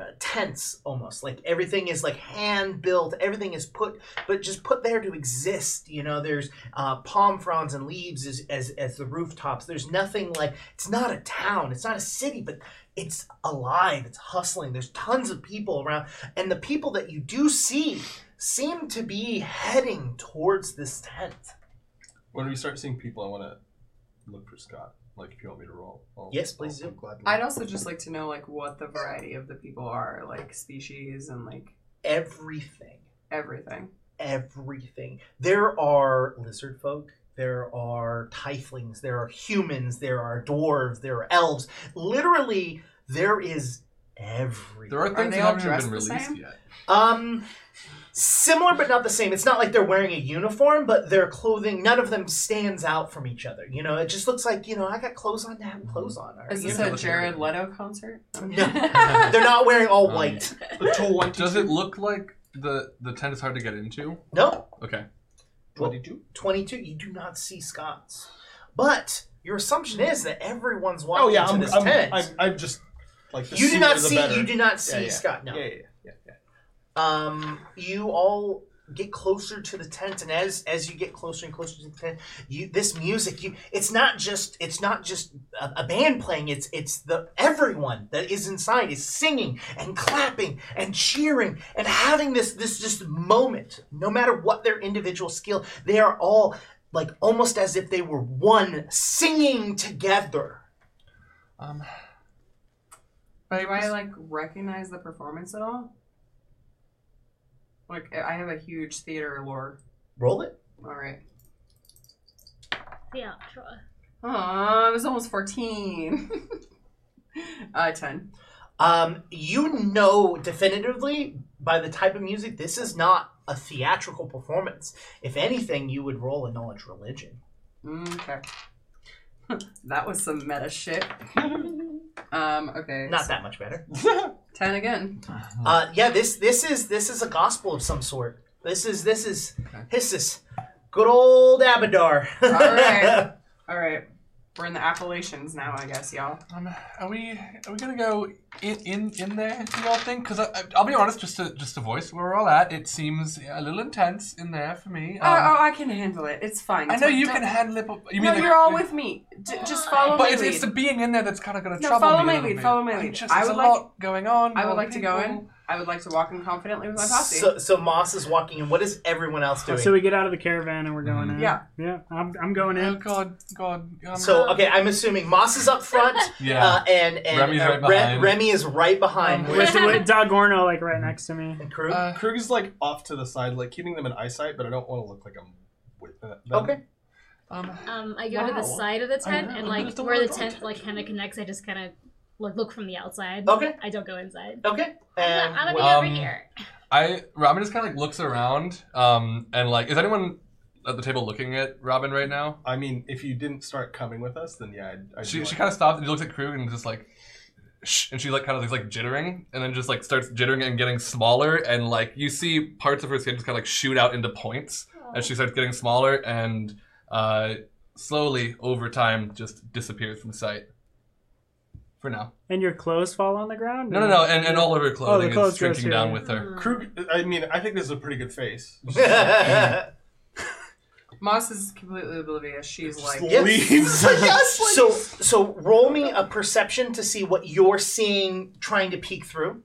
Speaker 1: uh, tents almost like everything is like hand built everything is put but just put there to exist you know there's uh, palm fronds and leaves as, as as the rooftops there's nothing like it's not a town it's not a city but it's alive it's hustling there's tons of people around and the people that you do see seem to be heading towards this tent
Speaker 3: When we start seeing people, I want to look for Scott. Like, if you want me to roll. I'll-
Speaker 1: Yes, please
Speaker 3: I'll-
Speaker 1: do.
Speaker 3: I'm glad to-
Speaker 2: I'd also just like to know like what the variety of the people are, like species and like
Speaker 1: everything
Speaker 2: everything.
Speaker 1: everything. There are lizard folk, there are tieflings, there are humans, there are dwarves, there are elves. Literally, there is everything.
Speaker 4: There are
Speaker 2: Are
Speaker 4: things
Speaker 2: they
Speaker 4: that
Speaker 2: all
Speaker 4: haven't even been
Speaker 2: dressed the
Speaker 4: released
Speaker 2: same?
Speaker 4: yet.
Speaker 1: Um, similar but not the same. It's not like they're wearing a uniform, but their clothing, none of them stands out from each other. You know, it just looks like, you know, I got clothes on to have clothes
Speaker 4: Mm-hmm.
Speaker 1: on. Or,
Speaker 2: Is
Speaker 1: you
Speaker 2: this
Speaker 1: know,
Speaker 2: a Jared Leto concert?
Speaker 1: No. they're not wearing all
Speaker 4: Um,
Speaker 1: white.
Speaker 3: The toll one.
Speaker 4: Does it look like the the tent is hard to get into?
Speaker 1: No,
Speaker 4: Okay.
Speaker 3: 22?
Speaker 1: 22. You do not see Scots. But your assumption is that everyone's walking
Speaker 3: Oh, yeah.
Speaker 1: to
Speaker 3: I'm,
Speaker 1: this
Speaker 3: I'm,
Speaker 1: tent.
Speaker 3: I'm, I'm just. Like, the
Speaker 1: you do
Speaker 3: sooner
Speaker 1: not
Speaker 3: the
Speaker 1: see
Speaker 3: better.
Speaker 1: you do not see
Speaker 3: yeah.
Speaker 1: Scott no
Speaker 3: Yeah, yeah, yeah. yeah.
Speaker 1: um you all get closer to the tent and as as you get closer and closer to the tent you this music you it's not just it's not just a, a band playing it's it's the everyone that is inside is singing and clapping and cheering and having this this just moment no matter what their individual skill they are all like almost as if they were one singing together
Speaker 4: Um.
Speaker 2: Do I like recognize the performance at all? Like I have a huge theater lore.
Speaker 1: roll it
Speaker 2: All right.
Speaker 5: yeah, sure.
Speaker 2: Aw, I was almost fourteen. uh, ten.
Speaker 1: Um, you know definitively by the type of music, this is not a theatrical performance. If anything, you would roll a knowledge religion.
Speaker 2: Okay. that was some meta shit. Um, okay.
Speaker 1: Not that much better.
Speaker 2: Ten again.
Speaker 1: Uh, yeah, this this is this is a gospel of some sort. This is this is this is good old Abadar. All
Speaker 2: right. All right. We're in the Appalachians now, I guess, y'all.
Speaker 4: Um, are we are we gonna go in in, in there? Do y'all think? Because I'll be honest, just to just to voice where we're all at, it seems a little intense in there for me.
Speaker 2: oh,
Speaker 4: Um,
Speaker 2: oh, I can handle it. It's fine.
Speaker 4: I
Speaker 2: It's
Speaker 4: know
Speaker 2: fine.
Speaker 4: you
Speaker 2: Don't-
Speaker 4: can handle it. But you
Speaker 2: no,
Speaker 4: mean the-
Speaker 2: you're all with me. J- just follow my
Speaker 4: But it's,
Speaker 2: lead.
Speaker 4: it's the being in there that's kind of gonna
Speaker 2: No,
Speaker 4: trouble
Speaker 2: follow
Speaker 4: me. a
Speaker 2: my
Speaker 4: little
Speaker 2: lead,
Speaker 4: bit.
Speaker 2: follow my
Speaker 4: I
Speaker 2: lead.
Speaker 4: Just,
Speaker 2: I
Speaker 4: there's
Speaker 2: would
Speaker 4: a
Speaker 2: like-
Speaker 4: lot going on.
Speaker 2: I would
Speaker 4: more
Speaker 2: like to go in.
Speaker 4: people.
Speaker 2: I would like to walk in confidently with my posse.
Speaker 1: So, so Moss is walking in. What is everyone else doing?
Speaker 6: So we get out of the caravan and we're going in.
Speaker 2: Yeah.
Speaker 6: Yeah. I'm, I'm going
Speaker 4: Oh
Speaker 6: in.
Speaker 4: God, God. Um,
Speaker 2: Uh,
Speaker 1: So okay, I'm assuming Moss is up front,
Speaker 4: Yeah.
Speaker 1: uh, and and
Speaker 4: Remy's
Speaker 1: uh,
Speaker 4: right
Speaker 1: Re-
Speaker 4: behind.
Speaker 1: Remy is right behind.
Speaker 4: Um,
Speaker 1: Where's
Speaker 6: With, with Dogorno like right next to me.
Speaker 1: the crew?
Speaker 4: uh,
Speaker 3: Krug is like off to the side, like keeping them in eyesight, but I don't want to look like I'm with them.
Speaker 1: okay.
Speaker 4: um,
Speaker 8: Um, I go to
Speaker 2: Wow.
Speaker 8: the side of the tent
Speaker 4: know,
Speaker 8: and
Speaker 4: I
Speaker 8: like
Speaker 4: just don't
Speaker 8: where
Speaker 4: wanna
Speaker 8: the
Speaker 4: go
Speaker 8: tent
Speaker 4: into
Speaker 8: like kind of connects. I just kind of like look from the outside.
Speaker 1: Okay.
Speaker 8: I don't go inside.
Speaker 1: Okay.
Speaker 5: I'm
Speaker 1: And
Speaker 5: gonna be
Speaker 4: Um,
Speaker 5: over here.
Speaker 4: I Robin just kind of like looks around, um, and like, is anyone at the table looking at Robin right now?
Speaker 3: I mean, if you didn't start coming with us, then yeah, I'd. I'd
Speaker 4: She
Speaker 3: be
Speaker 4: she
Speaker 3: like-
Speaker 4: kind of stops and she looks at Krug and just like, shh, and she like kind of is like jittering, and then just like starts jittering and getting smaller, and like you see parts of her skin just kind of like shoot out into points as she starts getting smaller, and uh, slowly over time just disappears from sight. For now,
Speaker 6: And your clothes fall on the ground?
Speaker 4: no, no, no, and, and all of her clothing is
Speaker 6: clothes goes
Speaker 4: shrinking
Speaker 6: here,
Speaker 4: down
Speaker 6: yeah.
Speaker 4: with her.
Speaker 3: Krug, I mean, I think this is a pretty good face.
Speaker 2: Moss is completely oblivious. She's like,
Speaker 1: Yeah.
Speaker 3: Leaves.
Speaker 1: so so roll me a perception to see what you're seeing, trying to peek through.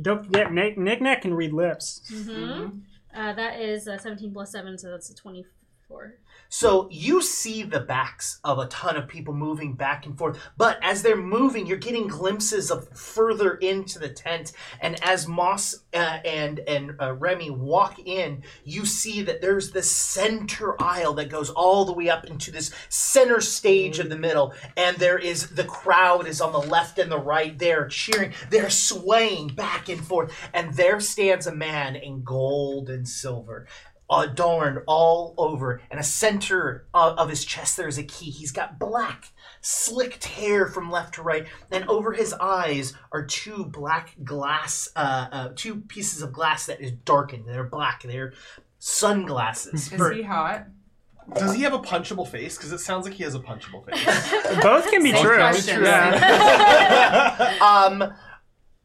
Speaker 6: Don't forget, Nick, Nick Nack can read lips.
Speaker 8: Mhm. Uh, that is uh, 17 plus 7, so that's a 24.
Speaker 1: So you see the backs of a ton of people moving back and forth, but as they're moving, you're getting glimpses of further into the tent. And as Moss uh, and and uh, Remy walk in, you see that there's this center aisle that goes all the way up into this center stage of the middle, and there is the crowd is on the left and the right. They're cheering, they're swaying back and forth, and there stands a man in gold and silver adorned all over, and a center of, of his chest there is a key. He's got black, slicked hair from left to right, and over his eyes are two black glass, uh, uh, two pieces of glass that is darkened. They're black. They're sunglasses.
Speaker 2: is
Speaker 1: For-
Speaker 2: he hot?
Speaker 3: Does he have a punchable face? Because it sounds like he has a punchable face.
Speaker 6: Both can be
Speaker 2: Same
Speaker 6: true.
Speaker 2: question.
Speaker 6: Yeah.
Speaker 1: um,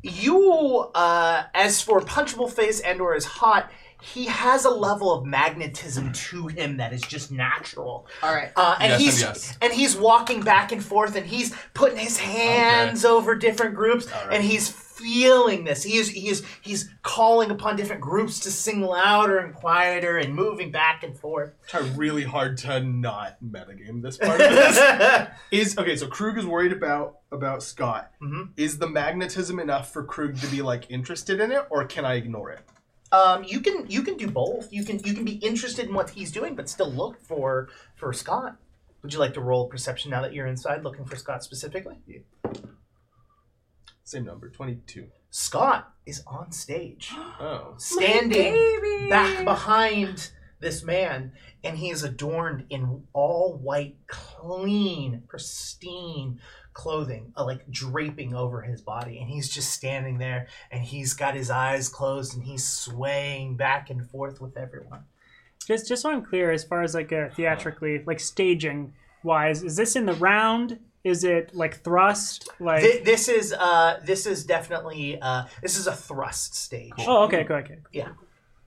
Speaker 1: you, uh, as for punchable face and or is hot. He has a level of magnetism to him that is just natural.
Speaker 2: All right.
Speaker 1: Uh, and
Speaker 4: Yes and
Speaker 1: he's
Speaker 4: yes.
Speaker 1: and he's walking back and forth, and he's putting his hands over different groups, and he's feeling this. He is he is he's calling upon different groups to sing louder and quieter, and moving back and forth.
Speaker 3: Try really hard to not metagame this part. Of this. Is okay. So Krug is worried about about Scott.
Speaker 1: Mhm.
Speaker 3: Is the magnetism enough for Krug to be like interested in it, or can I ignore it?
Speaker 1: um, you can you can do both. You can you can be interested in what he's doing, but still look for for Scott. Would you like to roll perception now that you're inside, looking for Scott specifically?
Speaker 3: Same number, twenty-two.
Speaker 1: Scott is on stage,
Speaker 3: Oh,
Speaker 1: standing.
Speaker 2: Baby.
Speaker 1: back behind this man, and he is adorned in all white, clean, pristine clothing, uh, like draping over his body. And he's just standing there, and he's got his eyes closed, and he's swaying back and forth with everyone.
Speaker 6: just, just so I'm clear, as far as like a theatrically, like staging wise, is this in the round? Is it like thrust? Like.
Speaker 1: Thi- This is uh, this is definitely uh, this is a thrust stage.
Speaker 6: Oh, okay, cool, okay.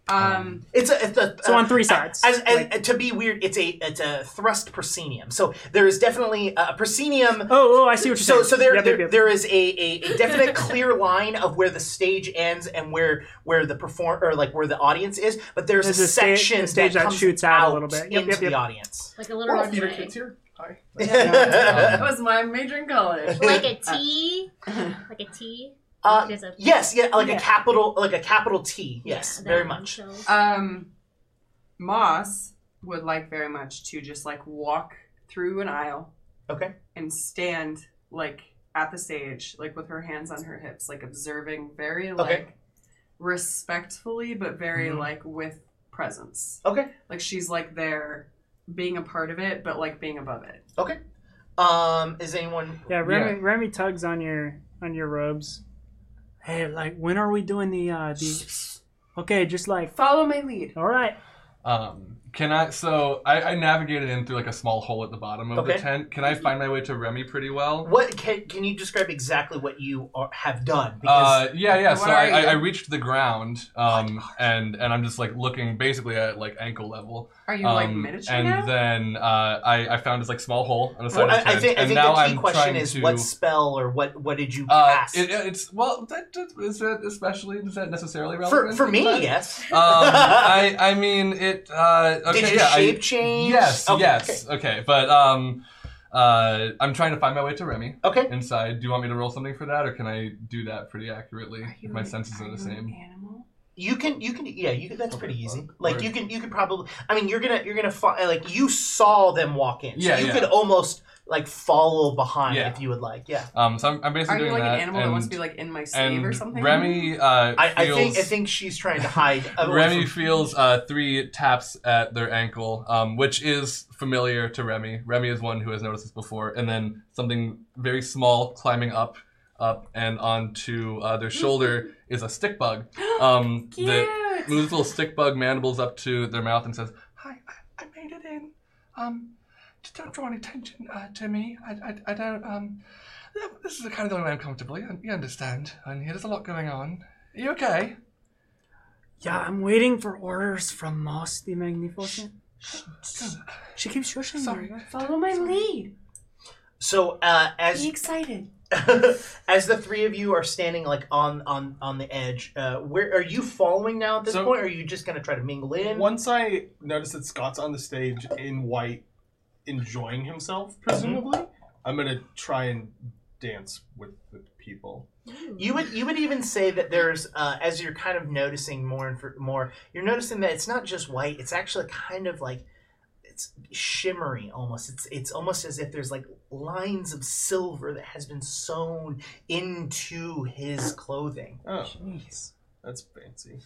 Speaker 2: Um,
Speaker 1: It's a, it's a
Speaker 6: So on three
Speaker 1: uh,
Speaker 6: sides,
Speaker 1: As, as,
Speaker 6: like-
Speaker 1: to be weird, it's a it's a thrust proscenium. So there is definitely a proscenium.
Speaker 6: Oh, oh, I see what you're
Speaker 1: so
Speaker 6: saying.
Speaker 1: so there,
Speaker 6: Yep,
Speaker 1: there,
Speaker 6: yep, yep.
Speaker 1: there is a, a, a definite clear line of where the stage ends and where where the perform or like where the audience is, but there's,
Speaker 6: There's
Speaker 1: a,
Speaker 6: a sta- a
Speaker 1: section
Speaker 6: stage
Speaker 1: that,
Speaker 6: that
Speaker 1: comes
Speaker 6: shoots out a little bit. Yep,
Speaker 1: into
Speaker 6: yep, yep.
Speaker 1: the audience.
Speaker 8: Like a little
Speaker 3: we're all theater
Speaker 8: runway.
Speaker 3: kids here. Hi.
Speaker 2: that was my major in college.
Speaker 5: Like a T. like a T.
Speaker 1: Uh,
Speaker 5: There's a-
Speaker 1: yes, yeah, like
Speaker 6: Yeah.
Speaker 1: a capital like a capital T. Yes,
Speaker 8: Yeah,
Speaker 1: very
Speaker 8: that one,
Speaker 1: much.
Speaker 8: so-
Speaker 2: Um, Moss would like very much to just like walk through an aisle
Speaker 1: Okay.
Speaker 2: and stand like at the stage, like with her hands on her hips, like observing very like respectfully, but very
Speaker 1: Mhm.
Speaker 2: like with presence.
Speaker 1: Okay.
Speaker 2: Like she's like there being a part of it, but like being above it.
Speaker 1: Um, is anyone?
Speaker 6: Yeah, Remy, Remy tugs on your on your robes. Hey, like when are we doing the uh the? Okay, just like
Speaker 2: Follow my lead.
Speaker 6: all right.
Speaker 4: Um, can I? So I, I navigated in through like a small hole at the bottom of
Speaker 1: Okay.
Speaker 4: the tent. Can I find my way to Remy pretty well?
Speaker 1: What can can you describe exactly what you are, have done? Because
Speaker 4: Uh, yeah, yeah.
Speaker 2: What
Speaker 4: So
Speaker 2: are
Speaker 4: I, I,
Speaker 2: you?
Speaker 4: I reached the ground,
Speaker 1: Oh
Speaker 4: um, and and I'm just like looking basically at like ankle level.
Speaker 2: Are you like
Speaker 4: Um,
Speaker 2: miniature
Speaker 4: and
Speaker 2: now?
Speaker 4: then uh, I, I found this like small hole on the side
Speaker 1: Well,
Speaker 4: of the
Speaker 1: I, I
Speaker 4: tent,
Speaker 1: think I
Speaker 4: and
Speaker 1: think
Speaker 4: now
Speaker 1: the key
Speaker 4: I'm
Speaker 1: question
Speaker 4: trying
Speaker 1: is
Speaker 4: to.
Speaker 1: what spell or what what did you
Speaker 4: uh,
Speaker 1: pass?
Speaker 4: it, it's well. That, that, is that especially is that necessarily
Speaker 1: for
Speaker 4: relevant?
Speaker 1: for me,
Speaker 4: But-
Speaker 1: yes.
Speaker 4: Um, I I mean it. Uh, okay,
Speaker 1: did you
Speaker 4: yeah, I-
Speaker 1: shape change?
Speaker 4: Yes,
Speaker 1: Okay,
Speaker 4: yes, okay. But um, uh, I'm trying to find my way to Remy
Speaker 1: Okay. okay.
Speaker 4: inside. Do you want me to roll something for that, or can I do that pretty accurately?
Speaker 2: Are you
Speaker 4: If my
Speaker 2: an-
Speaker 4: senses are the
Speaker 2: you An
Speaker 4: same.
Speaker 2: animal?
Speaker 1: You can you can yeah you can, that's
Speaker 3: Okay,
Speaker 1: pretty easy.
Speaker 3: fuck.
Speaker 1: Like
Speaker 4: Word.
Speaker 1: you can you can probably I mean you're gonna you're gonna fi- like you saw them walk in. So
Speaker 4: Yeah,
Speaker 1: you
Speaker 4: yeah.
Speaker 1: could almost like follow behind
Speaker 4: Yeah.
Speaker 1: if you would like. Yeah.
Speaker 4: Um, so I'm, I'm basically
Speaker 2: Are you
Speaker 4: doing
Speaker 2: like
Speaker 4: that.
Speaker 2: an animal
Speaker 4: and,
Speaker 2: that wants to be like in my sleeve
Speaker 4: and
Speaker 2: or something?
Speaker 4: Remy uh,
Speaker 1: I, I
Speaker 4: feels.
Speaker 1: think I think she's trying to hide. away
Speaker 4: Remy
Speaker 1: from-
Speaker 4: feels uh, three taps at their ankle, um, which is familiar to Remy. Remy is one who has noticed this before, and then something very small climbing up, up and onto uh, their shoulder is a stick bug. Um,
Speaker 2: Cute.
Speaker 4: that moves its little stick bug mandibles up to their mouth and says, "Hi, I, I made it in. Um, just don't draw any attention uh, to me. I, I, I don't. Um, this is the kind of the way I'm comfortable. You, you understand? And here, there's a lot going on. Are you okay?
Speaker 6: Yeah, I'm waiting for orders from Moss the Magnificent. She keeps shushing
Speaker 4: Sorry.
Speaker 6: me.
Speaker 2: Follow my lead.
Speaker 1: So uh, as
Speaker 2: Be excited.
Speaker 1: as the three of you are standing like on on on the edge, uh, where are you following now at this
Speaker 7: So-
Speaker 1: point? Or are you just gonna try to mingle in?
Speaker 7: Once I notice that Scott's on the stage in white, enjoying himself, presumably, I'm gonna try and dance with the people.
Speaker 1: You would you would even say that there's uh, as you're kind of noticing more and for, more, you're noticing that it's not just white. It's actually kind of like it's shimmery almost. It's it's almost as if there's like lines of silver that has been sewn into his clothing.
Speaker 7: Oh, that's fancy.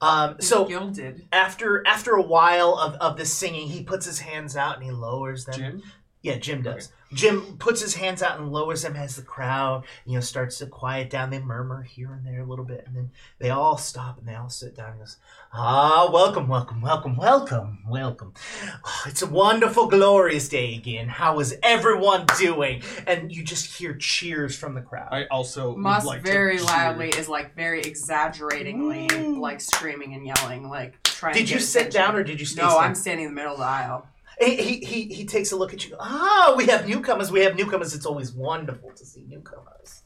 Speaker 1: Um, so
Speaker 2: gilded.
Speaker 1: after after a while of, of this singing, he puts his hands out and he lowers them.
Speaker 7: Jim?
Speaker 1: Yeah, Jim does. Jim puts his hands out and lowers them as the crowd, you know, starts to quiet down. They murmur here and there a little bit, and then they all stop and they all sit down and goes, Ah, welcome, welcome, welcome, welcome, welcome. Oh, it's a wonderful, glorious day again. How is everyone doing? And you just hear cheers from the crowd.
Speaker 7: I also would
Speaker 2: Moss
Speaker 7: like to
Speaker 2: very
Speaker 7: cheer.
Speaker 2: loudly is like very exaggeratingly
Speaker 1: Ooh.
Speaker 2: like screaming and yelling like trying.
Speaker 1: Mm. did
Speaker 2: to
Speaker 1: you
Speaker 2: get
Speaker 1: sit
Speaker 2: attention.
Speaker 1: down or did you stay
Speaker 2: No,
Speaker 1: standing?
Speaker 2: I'm standing in the middle of the aisle.
Speaker 1: He, he, he, he takes a look at you. Ah, we have newcomers. We have newcomers. It's always wonderful to see newcomers.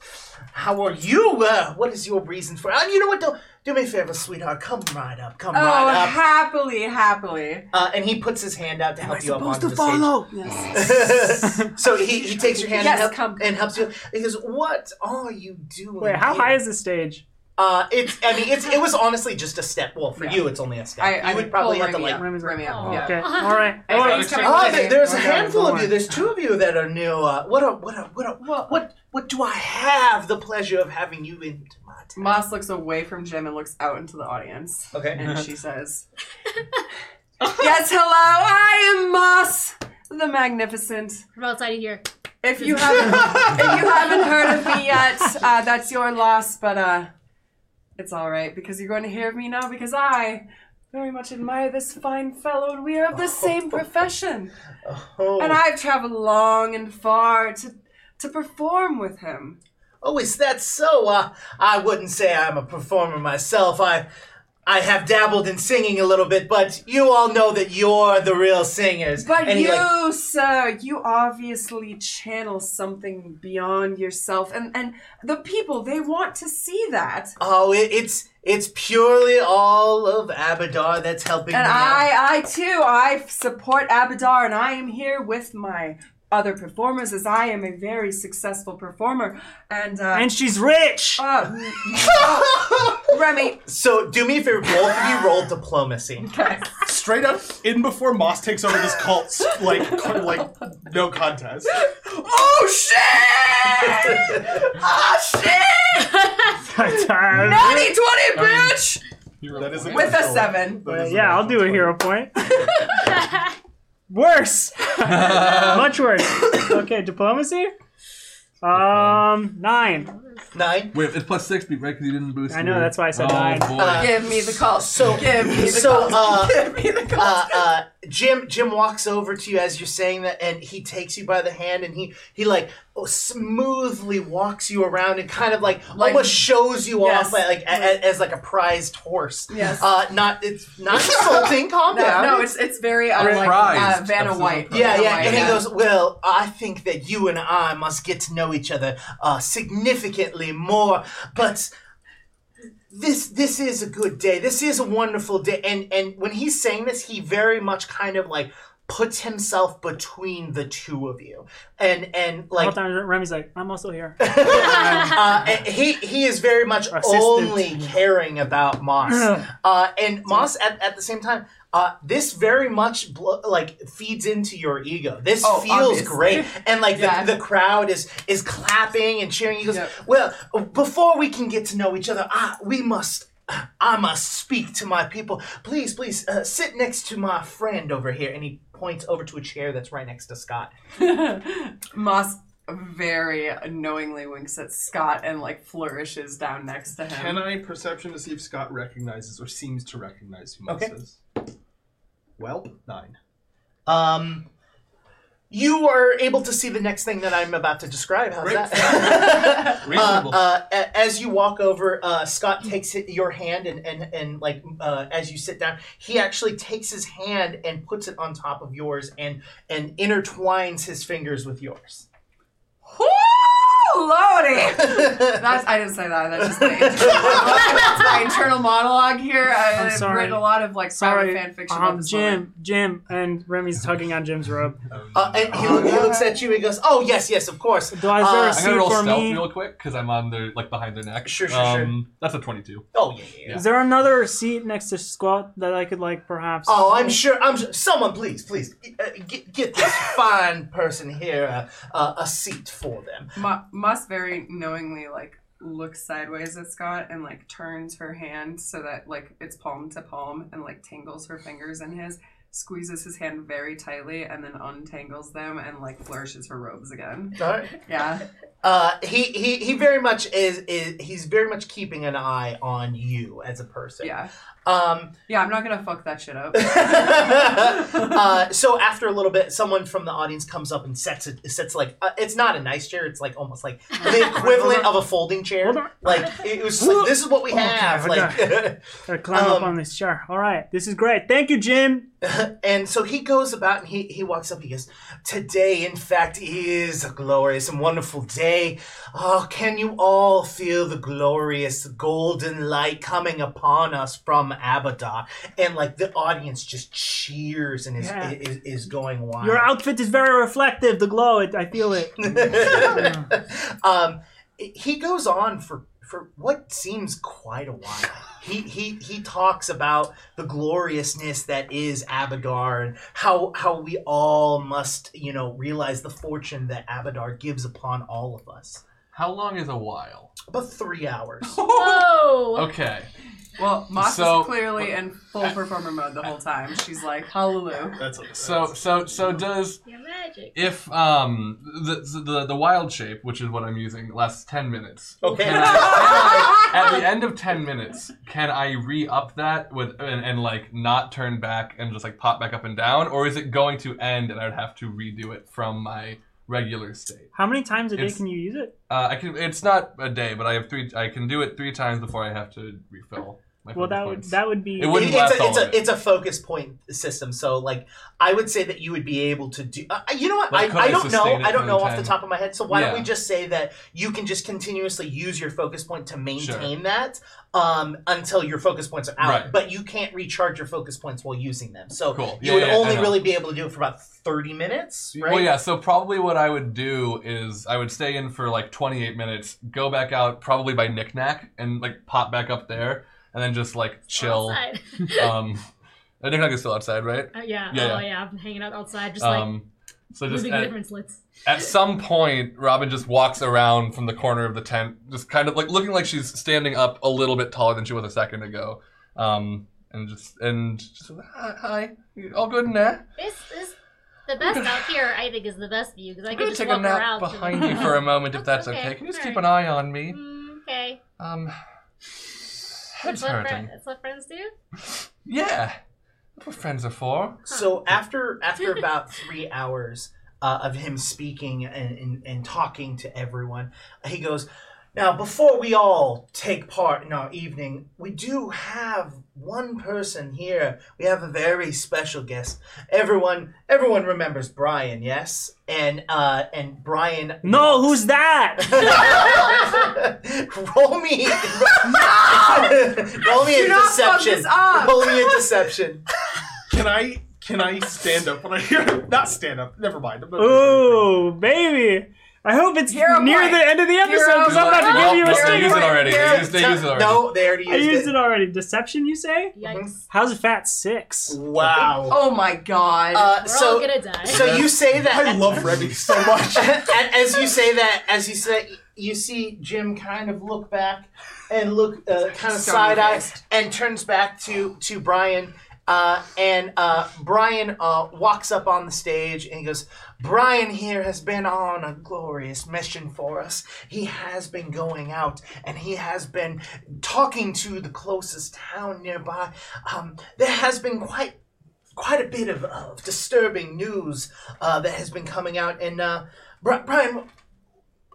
Speaker 1: How are you? Uh, what is your reason for? And you know what? Don't, do me a favor, sweetheart. Come right up. Come
Speaker 2: Oh,
Speaker 1: right up.
Speaker 2: happily, happily.
Speaker 1: Uh, and he puts his hand out to help you up onto the
Speaker 6: Yes.
Speaker 1: stage. so he, he takes your hand
Speaker 2: Yes,
Speaker 1: and, help-
Speaker 2: come.
Speaker 1: and helps you. He goes, "What are you doing?"
Speaker 6: Wait, how
Speaker 1: here?"
Speaker 6: high is the stage?
Speaker 1: Uh, it's. I mean, it's. It was honestly just a step. Well, for
Speaker 2: Yeah.
Speaker 1: you, it's only a step.
Speaker 2: I,
Speaker 1: you
Speaker 2: I
Speaker 1: would probably have to like
Speaker 2: Remy up.
Speaker 6: Remy's
Speaker 2: Remy up.
Speaker 8: Oh.
Speaker 2: Yeah.
Speaker 6: Okay. All right.
Speaker 2: Hey,
Speaker 6: All right.
Speaker 2: Remy's coming
Speaker 1: Oh,
Speaker 2: with
Speaker 1: there-
Speaker 2: me.
Speaker 1: there's a
Speaker 6: One guy,
Speaker 1: handful
Speaker 6: one
Speaker 1: of you.
Speaker 6: more.
Speaker 1: There's two of you that are new. Uh, what a what a what a
Speaker 2: Well-
Speaker 1: what what do I have the pleasure of having you into my town?
Speaker 2: Moss looks away from Jim and looks out into the audience,
Speaker 1: Okay.
Speaker 2: and she says, "Yes, hello. I am Moss, the Magnificent.
Speaker 8: From outside of here.
Speaker 2: If you haven't, if you haven't heard of me yet, uh, that's your loss. But uh, it's all right because you're going to hear of me now because I." Very much admire this fine fellow, and we are of the same profession.
Speaker 1: Oh,
Speaker 2: And I've traveled long and far to to perform with him.
Speaker 1: oh, is that so? Uh, I wouldn't say I'm a performer myself. I I have dabbled in singing a little bit, but you all know that you're the real singers.
Speaker 2: But
Speaker 1: And he,
Speaker 2: you,
Speaker 1: like,
Speaker 2: sir, you obviously channel something beyond yourself, and and the people they want to see that.
Speaker 1: oh, it, it's it's purely all of Abadar that's helping
Speaker 2: And
Speaker 1: me out.
Speaker 2: I, I too, I support Abadar, and I am here with my other performers, as I am a very successful performer. And uh,
Speaker 6: And she's rich.
Speaker 2: uh, Remy,
Speaker 1: So do me a favor, both of you roll diplomacy.
Speaker 7: Straight up in before Moss takes over this cult, like co- like no contest.
Speaker 2: oh shit! Oh shit! Naughty twenty, bitch!
Speaker 4: You're
Speaker 7: That is a
Speaker 2: With a
Speaker 7: That's all.
Speaker 2: seven.
Speaker 7: That is
Speaker 6: yeah,
Speaker 7: a
Speaker 6: I'll do a
Speaker 7: natural
Speaker 6: hero point. Worse.
Speaker 4: Um,
Speaker 6: Much worse. Okay, diplomacy? Um, nine.
Speaker 1: Nine.
Speaker 4: Wait, it's plus six, right? Because you didn't boost.
Speaker 6: I know,
Speaker 4: your-
Speaker 6: that's why I said
Speaker 4: oh,
Speaker 6: nine.
Speaker 4: Boy.
Speaker 1: Uh,
Speaker 2: Give me the call.
Speaker 1: so-
Speaker 2: give me the
Speaker 1: so,
Speaker 2: calls.
Speaker 1: uh,
Speaker 2: give me the calls.
Speaker 1: uh, uh, Jim Jim walks over to you as you're saying that, and he takes you by the hand, and he he like oh, smoothly walks you around and kind of like,
Speaker 2: Like-
Speaker 1: almost shows you
Speaker 2: Yes.
Speaker 1: off like, like a, a- as like a prized horse.
Speaker 2: Yes.
Speaker 1: Uh, not it's not insulting. Calm
Speaker 2: no,
Speaker 1: down.
Speaker 2: no, it's it's very unlike uh,
Speaker 4: Reprised.
Speaker 2: Vanna
Speaker 4: Absolutely.
Speaker 2: White.
Speaker 1: yeah,
Speaker 2: Vanna
Speaker 1: yeah,
Speaker 2: White,
Speaker 1: and he goes, "Well, I think that you and I must get to know each other uh, significantly more, but this this is a good day. This is a wonderful day." And and when he's saying this, he very much kind of like puts himself between the two of you, and and
Speaker 6: The
Speaker 1: like
Speaker 6: whole time Remy's like, I'm also here.
Speaker 1: uh, and he he is very much
Speaker 6: Assistant.
Speaker 1: only caring about Moss, uh, and Moss at, at the same time. Uh, this very much blo- like feeds into your ego. This
Speaker 2: Oh,
Speaker 1: feels
Speaker 2: obviously.
Speaker 1: great, and like
Speaker 2: Yeah.
Speaker 1: the, the crowd is is clapping and cheering. He goes,
Speaker 2: Yep.
Speaker 1: "Well, before we can get to know each other, I, we must." I must speak to my people. Please, please uh, sit next to my friend over here. And he points over to a chair that's right next to Scott.
Speaker 2: Moss very knowingly winks at Scott and like flourishes down next to him.
Speaker 3: Can I perception to see if Scott recognizes or seems to recognize who Moss
Speaker 1: Okay.
Speaker 3: is? Well, nine.
Speaker 1: Um, you are able to see the next thing that I'm about to describe. How's
Speaker 3: Great.
Speaker 1: that? uh,
Speaker 3: Reasonable.
Speaker 1: uh, a- as you walk over, uh, Scott takes it, your hand and and and like uh, as you sit down, he actually takes his hand and puts it on top of yours and and intertwines his fingers with yours.
Speaker 2: Whoo, Lordy!
Speaker 1: Uh,
Speaker 2: That's I didn't say that. That's just my, that's my internal monologue here. I,
Speaker 6: I'm
Speaker 2: have
Speaker 6: sorry.
Speaker 2: read a lot of like
Speaker 6: Sorry,
Speaker 2: private fan fiction about
Speaker 6: um,
Speaker 2: this moment.
Speaker 6: Jim, Jim, and Remy's tugging on Jim's robe.
Speaker 1: Uh, and he, he looks at you. and He goes, "Oh yes, yes, of course."
Speaker 6: Do I
Speaker 1: Uh,
Speaker 6: deserve
Speaker 4: I
Speaker 6: a
Speaker 4: gotta
Speaker 6: seat
Speaker 4: roll
Speaker 6: for
Speaker 4: stealth
Speaker 6: me?
Speaker 4: real quick because I'm on their like behind their neck. Um,
Speaker 1: Sure, sure, sure.
Speaker 4: That's a twenty-two.
Speaker 1: Oh yeah, yeah, yeah.
Speaker 6: Is there another seat next to Squat that I could like perhaps?
Speaker 1: Oh, I'm sure. I'm sure. Someone, please, please, uh, get, get this fine person here uh, uh, a seat for them.
Speaker 2: Mo- Moss very knowingly like looks sideways at Scott and like turns her hand so that like it's palm to palm and like tangles her fingers in his, squeezes his hand very tightly, and then untangles them and like flourishes her robes again.
Speaker 1: All right.
Speaker 2: Yeah.
Speaker 1: Uh, he, he he very much is, is he's very much keeping an eye on you as a person.
Speaker 2: Yeah.
Speaker 1: Um.
Speaker 2: Yeah, I'm not gonna fuck that shit up.
Speaker 1: uh, so after a little bit, someone from the audience comes up and sets it sets like uh, it's not a nice chair. It's like almost like the equivalent of a folding
Speaker 6: Hold
Speaker 1: chair.
Speaker 6: on.
Speaker 1: Like it was. just like, this is what we
Speaker 6: Okay,
Speaker 1: have. Like.
Speaker 6: Gotta climb up
Speaker 1: um,
Speaker 6: on this chair. All right, this is great. Thank you, Jim.
Speaker 1: And so he goes about and he, he walks up. He goes, Today, in fact, is a glorious and wonderful day. Oh, can you all feel the glorious golden light coming upon us from Abaddon? And like the audience just cheers and is,
Speaker 6: Yeah.
Speaker 1: is, is going wild.
Speaker 6: Your outfit is very reflective. The glow, it, I feel it.
Speaker 1: um, he goes on for for what seems quite a while. He he he talks about the gloriousness that is Abadar and how how we all must you know realize the fortune that Abadar gives upon all of us.
Speaker 4: How long is a while?
Speaker 1: About three hours.
Speaker 5: Oh, Whoa!
Speaker 4: Okay.
Speaker 2: Well, Moss
Speaker 4: So-
Speaker 2: is clearly in full performer mode the whole time. She's like, hallelujah.
Speaker 3: That's a,
Speaker 4: So so so does
Speaker 5: Your magic.
Speaker 4: if um the the the wild shape, which is what I'm using, lasts ten minutes.
Speaker 1: Okay.
Speaker 4: Can I- at the end of ten minutes, can I re-up that with and, and like not turn back and just like pop back up and down, or is it going to end and I would have to redo it from my regular state?
Speaker 6: How many times a day
Speaker 4: It's-
Speaker 6: can you use it?
Speaker 4: Uh, I can. It's not a day, but I have three. I can do it three times before I have to refill. My
Speaker 6: Well,
Speaker 4: focus
Speaker 6: that would
Speaker 4: points.
Speaker 6: that would be.
Speaker 4: It would- wouldn't
Speaker 1: It-
Speaker 4: last
Speaker 1: it's a,
Speaker 4: all
Speaker 1: it's a
Speaker 4: of it.
Speaker 1: it's a focus point system. So like I would say that you would be able to do. Uh, you know what?
Speaker 4: But
Speaker 1: I,
Speaker 4: could
Speaker 1: I
Speaker 4: I
Speaker 1: don't know.
Speaker 4: sustain it
Speaker 1: I don't
Speaker 4: for
Speaker 1: know
Speaker 4: the
Speaker 1: off the
Speaker 4: time?
Speaker 1: top of my head. So why don't
Speaker 4: Yeah.
Speaker 1: we just say that you can just continuously use your focus point to maintain
Speaker 4: Sure.
Speaker 1: that um, until your focus points are out.
Speaker 4: Right.
Speaker 1: But you can't recharge your focus points while using them. So
Speaker 4: Cool.
Speaker 1: you
Speaker 4: Yeah,
Speaker 1: would
Speaker 4: yeah, I
Speaker 1: only
Speaker 4: know.
Speaker 1: really be able to do it for about thirty minutes, right?
Speaker 4: Well, yeah. So probably what I would do is I would stay in for like 28 minutes, go back out probably by knickknack, and like pop back up there, and then just like chill.
Speaker 5: Outside.
Speaker 4: um, the knickknack is still outside, right?
Speaker 5: Uh, yeah.
Speaker 4: Yeah,
Speaker 5: Oh
Speaker 4: yeah.
Speaker 5: yeah. I'm hanging out outside, just like
Speaker 4: Um, so just
Speaker 5: moving
Speaker 4: at,
Speaker 5: different slits.
Speaker 4: at some point, Robin just walks around from the corner of the tent, just kind of like looking like she's standing up a little bit taller than she was a second ago, um, and just and just, "Hi, hi, all good in there.
Speaker 5: This is The best out here, I think, is the best view because I
Speaker 4: I'm
Speaker 5: could
Speaker 4: gonna
Speaker 5: just
Speaker 4: take a
Speaker 5: walk
Speaker 4: nap
Speaker 5: around. to-
Speaker 4: behind you for a moment if that's
Speaker 5: That's
Speaker 4: okay.
Speaker 5: okay.
Speaker 4: Can you just
Speaker 5: All
Speaker 4: keep an
Speaker 5: right.
Speaker 4: eye on me?
Speaker 5: Mm, okay.
Speaker 4: Um, head's
Speaker 5: That's what, fri-
Speaker 4: hurting.
Speaker 5: that's what friends do.
Speaker 4: Yeah, that's what friends are for.
Speaker 1: So after after about three hours uh, of him speaking and, and, and talking to everyone, he goes, "Now before we all take part in our evening, we do have one person here. We have a very special guest. Everyone everyone remembers Brian, yes, and uh, and Brian.
Speaker 6: No, who's that?
Speaker 1: roll me, roll me a
Speaker 2: Do not fuck
Speaker 1: deception.
Speaker 2: this up.
Speaker 1: Roll me a deception.
Speaker 3: Can I can I stand up when I hear him? Not stand up. Never mind. I'm not gonna do
Speaker 6: Ooh, baby. I hope it's
Speaker 2: Hero
Speaker 6: near
Speaker 2: point.
Speaker 6: the end of the episode
Speaker 2: Hero
Speaker 6: because I'm about to
Speaker 2: point.
Speaker 6: give you
Speaker 4: No,
Speaker 6: a
Speaker 4: they
Speaker 6: sting.
Speaker 4: use it already. They
Speaker 1: Yeah,
Speaker 4: use, they use it already.
Speaker 1: No, they already used,
Speaker 6: I used it already. Deception, you say?
Speaker 4: Mm-hmm.
Speaker 8: Yikes.
Speaker 6: How's a fat six?
Speaker 3: anything. Wow.
Speaker 2: Oh my god.
Speaker 1: Uh,
Speaker 8: We're all
Speaker 1: so,
Speaker 8: gonna die.
Speaker 1: so you say that.
Speaker 3: I love Remy so much.
Speaker 1: and as you say that, as you say, you see Jim kind of look back and look uh, kind of side eye
Speaker 2: Stone-faced.
Speaker 1: and turns back to to Brian. Uh, and uh, Brian uh, walks up on the stage and he goes, Brian here has been on a glorious mission for us. He has been going out and he has been talking to the closest town nearby. Um, there has been quite quite a bit of, of disturbing news uh, that has been coming out. And uh, Bri- Brian,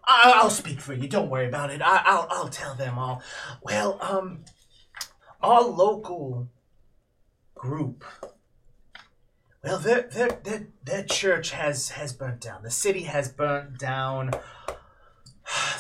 Speaker 1: I- I'll speak for you. Don't worry about it. I- I'll I'll tell them all. Well, um, our local group. Well, their their their, their church has has burnt down. The city has burnt down.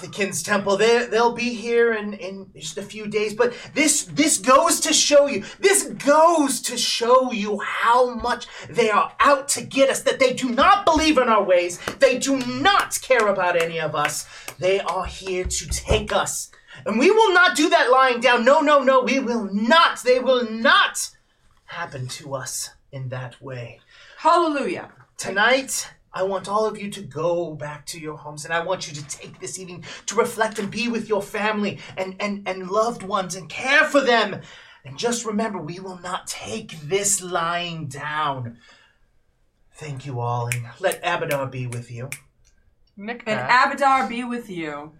Speaker 1: The Kin's Temple. They they'll be here in, in just a few days. But this this goes to show you. This goes to show you how much they are out to get us. That they do not believe in our ways. They do not care about any of us. They are here to take us, and we will not do that lying down. No, no, no. We will not. They will not happen to us in that way.
Speaker 2: Hallelujah.
Speaker 1: Tonight, I want all of you to go back to your homes and I want you to take this evening to reflect and be with your family and, and, and loved ones and care for them. And just remember, we will not take this lying down. Thank you all, and let Abadar be with you.
Speaker 4: Nick
Speaker 2: And
Speaker 4: Nack,
Speaker 2: Abadar be with you.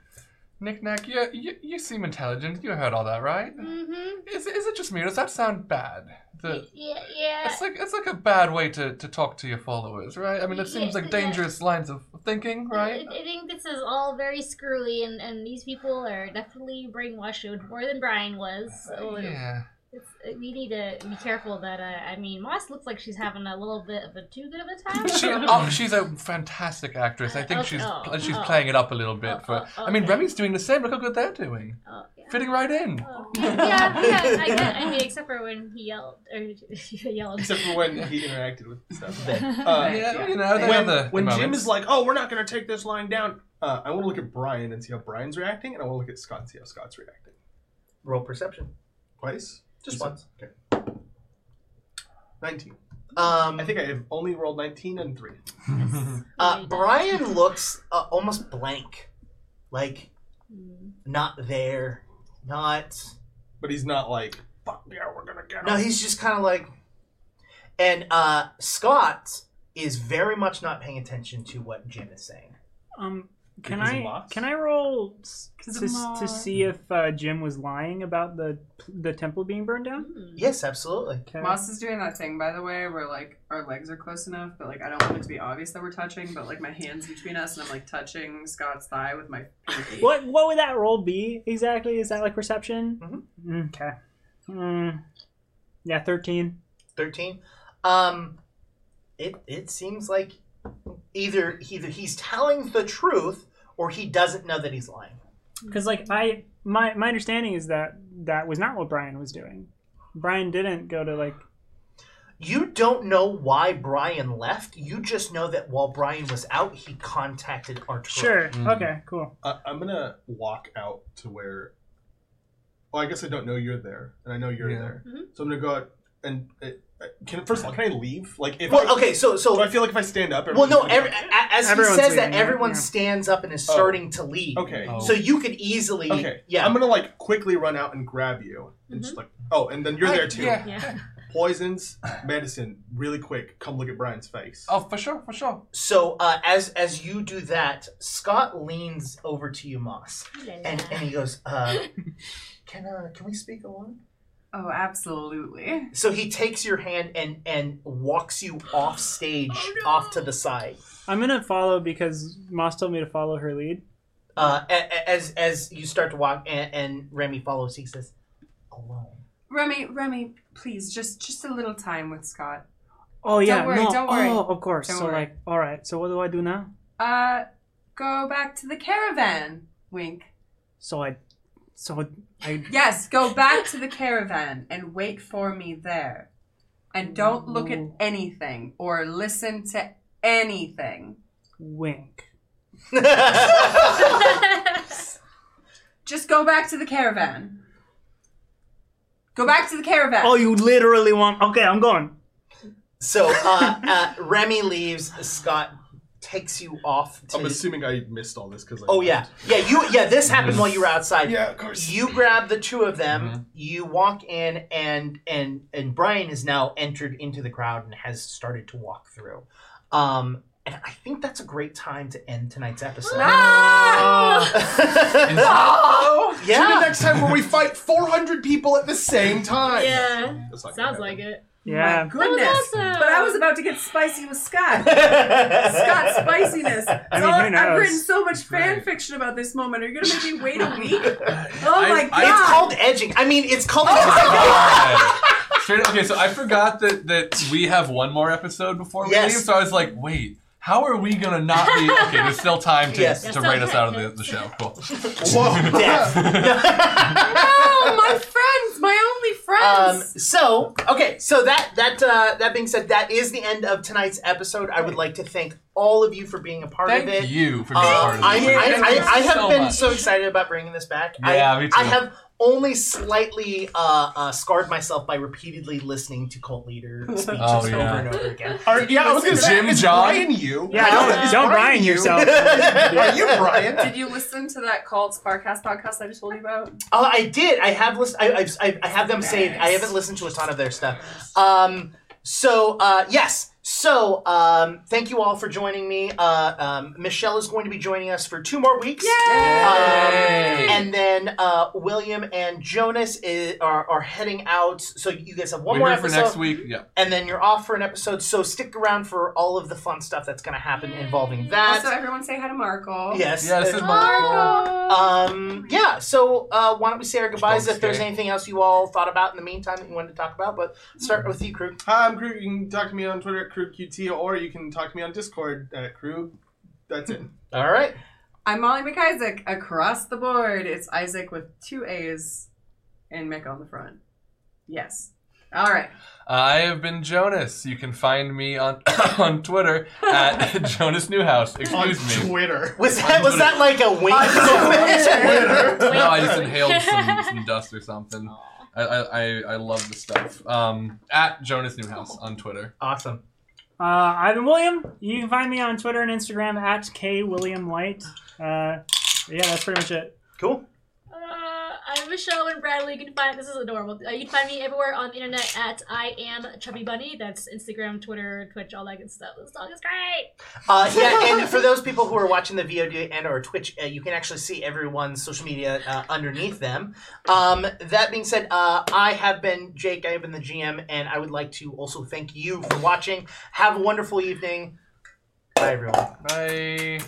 Speaker 4: Nick Nack, you, you you seem intelligent. You heard all that, right?
Speaker 5: Mm-hmm.
Speaker 4: Is, is it just me? or Does that sound bad? The,
Speaker 5: Yeah, yeah.
Speaker 4: it's like it's like a bad way to, to talk to your followers, right? I mean, it seems like
Speaker 5: Yeah, yeah.
Speaker 4: dangerous lines of thinking, right?
Speaker 5: I, I think this is all very screwy, and, and these people are definitely brainwashed more than Brian was. So
Speaker 4: Oh, Yeah.
Speaker 5: it's, uh, we need to be careful that, uh, I mean, Moss looks like she's having a little bit of a too good of a time.
Speaker 4: She, oh, she's a fantastic actress. I think
Speaker 5: Oh,
Speaker 4: she's
Speaker 5: oh,
Speaker 4: pl- she's
Speaker 5: oh.
Speaker 4: playing it up a little bit
Speaker 5: Oh,
Speaker 4: for.
Speaker 5: oh,
Speaker 4: I mean,
Speaker 5: okay.
Speaker 4: Remy's doing the same. Look how good they're doing.
Speaker 5: Oh, yeah.
Speaker 4: Fitting right in.
Speaker 5: Oh, yeah, yeah, I, get, I mean, except for when he yelled, or he yelled.
Speaker 3: Except for when he interacted with stuff.
Speaker 4: yeah,
Speaker 3: Uh,
Speaker 4: you know, they
Speaker 3: when,
Speaker 4: have the, the
Speaker 3: when Jim
Speaker 4: moments.
Speaker 3: is like, "Oh, we're not gonna take this line down," uh, I want to look at Brian and see how Brian's reacting, and I want to look at Scott and see how Scott's reacting.
Speaker 1: Roll perception.
Speaker 3: Twice,
Speaker 1: Just once.
Speaker 3: Okay. Nineteen.
Speaker 1: Um,
Speaker 3: I think I have only rolled nineteen and three.
Speaker 1: uh, Brian looks uh, almost blank, like
Speaker 3: Hmm.
Speaker 5: Mm.
Speaker 1: not there, not
Speaker 3: But he's not like, "Fuck yeah, we're gonna get him."
Speaker 1: No, he's just kind of like, and uh, Scott is very much not paying attention to what Jim is saying.
Speaker 6: Um, can
Speaker 3: Because of
Speaker 6: I
Speaker 3: Moss?
Speaker 6: can I roll s-
Speaker 2: of
Speaker 6: to, to
Speaker 2: Moss.
Speaker 6: see if uh, Jim was lying about the the temple being burned down?
Speaker 5: Mm.
Speaker 1: Yes, absolutely.
Speaker 6: Okay.
Speaker 2: Moss is doing that thing, by the way, where like our legs are close enough, but like I don't want it to be obvious that we're touching, but like my hands between us, and I'm like touching Scott's thigh with my pinky.
Speaker 6: What what would that roll be exactly? Is that like perception?
Speaker 1: Mhm.
Speaker 6: Mm, Okay. Mm, yeah, thirteen.
Speaker 1: Thirteen. Um, it it seems like either either he's telling the truth or he doesn't know that he's lying.
Speaker 6: Because like I my my understanding is that that was not what Brian was doing. Brian didn't go to like
Speaker 1: You don't know why Brian left. You just know that while Brian was out, he contacted Arturo.
Speaker 6: sure.
Speaker 4: Mm.
Speaker 6: Okay, cool.
Speaker 3: Uh, I'm gonna walk out to where. Well, I guess I don't know you're there, and I know you're
Speaker 4: Yeah.
Speaker 3: there,
Speaker 1: Mm-hmm.
Speaker 5: Mhm.
Speaker 3: so I'm gonna go out and. Uh, uh, can first of all, can I leave? Like, if I,
Speaker 1: Well, okay, so so
Speaker 3: do I feel like if I stand up?
Speaker 1: Well, no.
Speaker 3: everyone's
Speaker 1: Every, a-
Speaker 3: gonna-
Speaker 1: a- as
Speaker 6: Everyone's
Speaker 1: he says that,
Speaker 6: leaving, yeah,
Speaker 1: everyone
Speaker 6: yeah.
Speaker 1: stands up and is starting to leave.
Speaker 3: Oh. okay.
Speaker 4: Oh.
Speaker 1: So you could easily,
Speaker 3: Okay.
Speaker 1: yeah. Mm-hmm. Uh,
Speaker 3: I'm gonna like quickly run out and grab you, and just like, oh, and then you're
Speaker 4: I-
Speaker 3: there too.
Speaker 4: Yeah.
Speaker 5: Yeah.
Speaker 7: poisons, medicine, really quick. Come look at Brian's face.
Speaker 4: Oh, for sure, for sure.
Speaker 1: So uh, as as you do that, Scott leans over to you, Moss, and and he goes, uh, "Can uh, can we speak alone?"
Speaker 2: Oh, absolutely.
Speaker 1: So he takes your hand and and walks you off stage, off to the side.
Speaker 6: I'm gonna follow because Moss told me to follow her lead.
Speaker 1: Uh, a- a- as as you start to walk, and, and Remy follows. He says, "Alone."
Speaker 2: Remy, Remy, please, just just a little time with Scott.
Speaker 6: Oh yeah,
Speaker 2: worry,
Speaker 6: no,
Speaker 2: don't worry.
Speaker 6: oh of course.
Speaker 2: Don't
Speaker 6: so
Speaker 2: worry.
Speaker 6: like, all right. So what do I do now?
Speaker 2: Uh, go back to the caravan. Wink.
Speaker 6: So I, so I,
Speaker 2: Yes, go back to the caravan and wait for me there. And don't look at
Speaker 6: Ooh.
Speaker 2: anything or listen to anything.
Speaker 6: wink.
Speaker 2: Just go back to the caravan. Go back to the caravan.
Speaker 6: Oh, you literally want? Okay, I'm going.
Speaker 1: so uh, uh, Remy leaves. Scott takes you off. To,
Speaker 7: I'm assuming I missed all this because.
Speaker 1: Oh yeah, yeah. You yeah. This happened while you were outside.
Speaker 3: Yeah, of course.
Speaker 1: You grab the two of them.
Speaker 3: Mm-hmm.
Speaker 1: You walk in, and and and Brian has now entered into the crowd and has started to walk through. Um, and I think that's a great time to end tonight's episode.
Speaker 2: Ah! Oh!
Speaker 1: yeah.
Speaker 3: Tune in next time where we fight 400 people at the same time.
Speaker 8: Yeah.
Speaker 3: That's not gonna
Speaker 8: Sounds
Speaker 3: happen.
Speaker 8: like it.
Speaker 6: Yeah.
Speaker 2: My
Speaker 8: That was
Speaker 2: goodness.
Speaker 8: awesome.
Speaker 2: But I was about to get spicy with Scott. Scott's
Speaker 1: Scott
Speaker 2: spiciness.
Speaker 6: I mean,
Speaker 2: Oh,
Speaker 6: who
Speaker 2: I've
Speaker 6: knows?
Speaker 2: written so much fan
Speaker 4: Right.
Speaker 2: fiction about this moment. Are you gonna make me wait a week? Oh
Speaker 4: I-
Speaker 2: my
Speaker 4: I-
Speaker 2: god!
Speaker 1: It's called edging. I mean, it's called.
Speaker 4: Straight, okay, so I forgot that that we have one more episode before we
Speaker 1: Yes.
Speaker 4: leave. So I was like, wait, how are we gonna not be? Okay, there's still time to,
Speaker 1: Yes.
Speaker 4: to
Speaker 8: There's still
Speaker 4: write us out of
Speaker 8: time.
Speaker 4: the, the show. Cool.
Speaker 3: Whoa.
Speaker 1: Death.
Speaker 2: no, Oh, my friends, my only
Speaker 1: Um,
Speaker 2: friends.
Speaker 1: so okay, so that that uh, that being said, that is the end of tonight's episode. I would like to thank all of you for being a part
Speaker 2: Thank
Speaker 1: of it.
Speaker 4: Thank you for being a part
Speaker 1: Uh,
Speaker 4: of
Speaker 1: I,
Speaker 4: this.
Speaker 1: I, I, I have
Speaker 4: so
Speaker 1: been
Speaker 4: much.
Speaker 1: so excited about bringing this back.
Speaker 4: Yeah,
Speaker 1: I,
Speaker 4: me too.
Speaker 1: I have only slightly uh, uh, scarred myself by repeatedly listening to cult leader speeches
Speaker 4: Oh, yeah.
Speaker 1: over and over again.
Speaker 3: Are, yeah, I was gonna say,
Speaker 4: Jim
Speaker 3: is
Speaker 4: John?
Speaker 3: Brian you?
Speaker 6: Yeah.
Speaker 3: I know
Speaker 6: Don't,
Speaker 3: that- is
Speaker 6: don't Brian
Speaker 3: you?
Speaker 6: yourself.
Speaker 3: Are you Brian?
Speaker 2: Did you listen to that cult Sparkcast podcast I just told you about?
Speaker 1: Oh, I did. I have list. I, I've- I, I have them saved. I haven't listened to a ton of their stuff. Um. So uh, yes. So um, thank you all for joining me. Uh, um, Michelle is going to be joining us for two more weeks. Um, and then uh, William and Jonas i are, are heading out. So you guys have one
Speaker 4: We're
Speaker 1: more
Speaker 4: here for
Speaker 1: episode,
Speaker 4: next week. Yeah.
Speaker 1: and then you're off for an episode. So stick around for all of the fun stuff that's going to happen involving that.
Speaker 2: Also, everyone say hi to Markle.
Speaker 1: yes.
Speaker 4: Yeah, this is Uh,
Speaker 2: Markle.
Speaker 1: Um, yeah, so uh, why don't we say our goodbyes
Speaker 4: Don't
Speaker 1: if there's
Speaker 4: stay.
Speaker 1: anything else you all thought about in the meantime that you wanted to talk about? But start with you, crew.
Speaker 7: Hi, I'm Krug. You can talk to me on Twitter at KrugQT, or you can talk to me on Discord at Krug. That's it.
Speaker 1: All right.
Speaker 2: I'm Molly McIsaac across the board. It's Isaac with two A's and Mick on the front. Yes. All right.
Speaker 4: I have been Jonas. You can find me on on Twitter at Jonas Newhouse.
Speaker 7: on
Speaker 4: Excuse me.
Speaker 7: Twitter.
Speaker 1: Was that was that like a wink?
Speaker 4: No, I just inhaled some, some dust or something. I, I, I- I love the stuff. Um, at Jonas Newhouse on Twitter.
Speaker 1: awesome.
Speaker 6: Uh, I've been William. You can find me on Twitter and Instagram at kwilliamwhite. Uh, yeah, that's pretty much it.
Speaker 1: Cool.
Speaker 8: Uh, I'm Michelle and Bradley. You can find this is adorable. Uh, you can find me everywhere on the internet at I am Chubby Bunny. That's Instagram, Twitter, Twitch, all that good stuff. This song is great.
Speaker 1: Uh, yeah, and for those people who are watching the VOD and or Twitch, uh, you can actually see everyone's social media uh, underneath them. Um, that being said, uh, I have been Jake. I have been the GM, and I would like to also thank you for watching. Have a wonderful evening. Bye, everyone.
Speaker 4: Bye.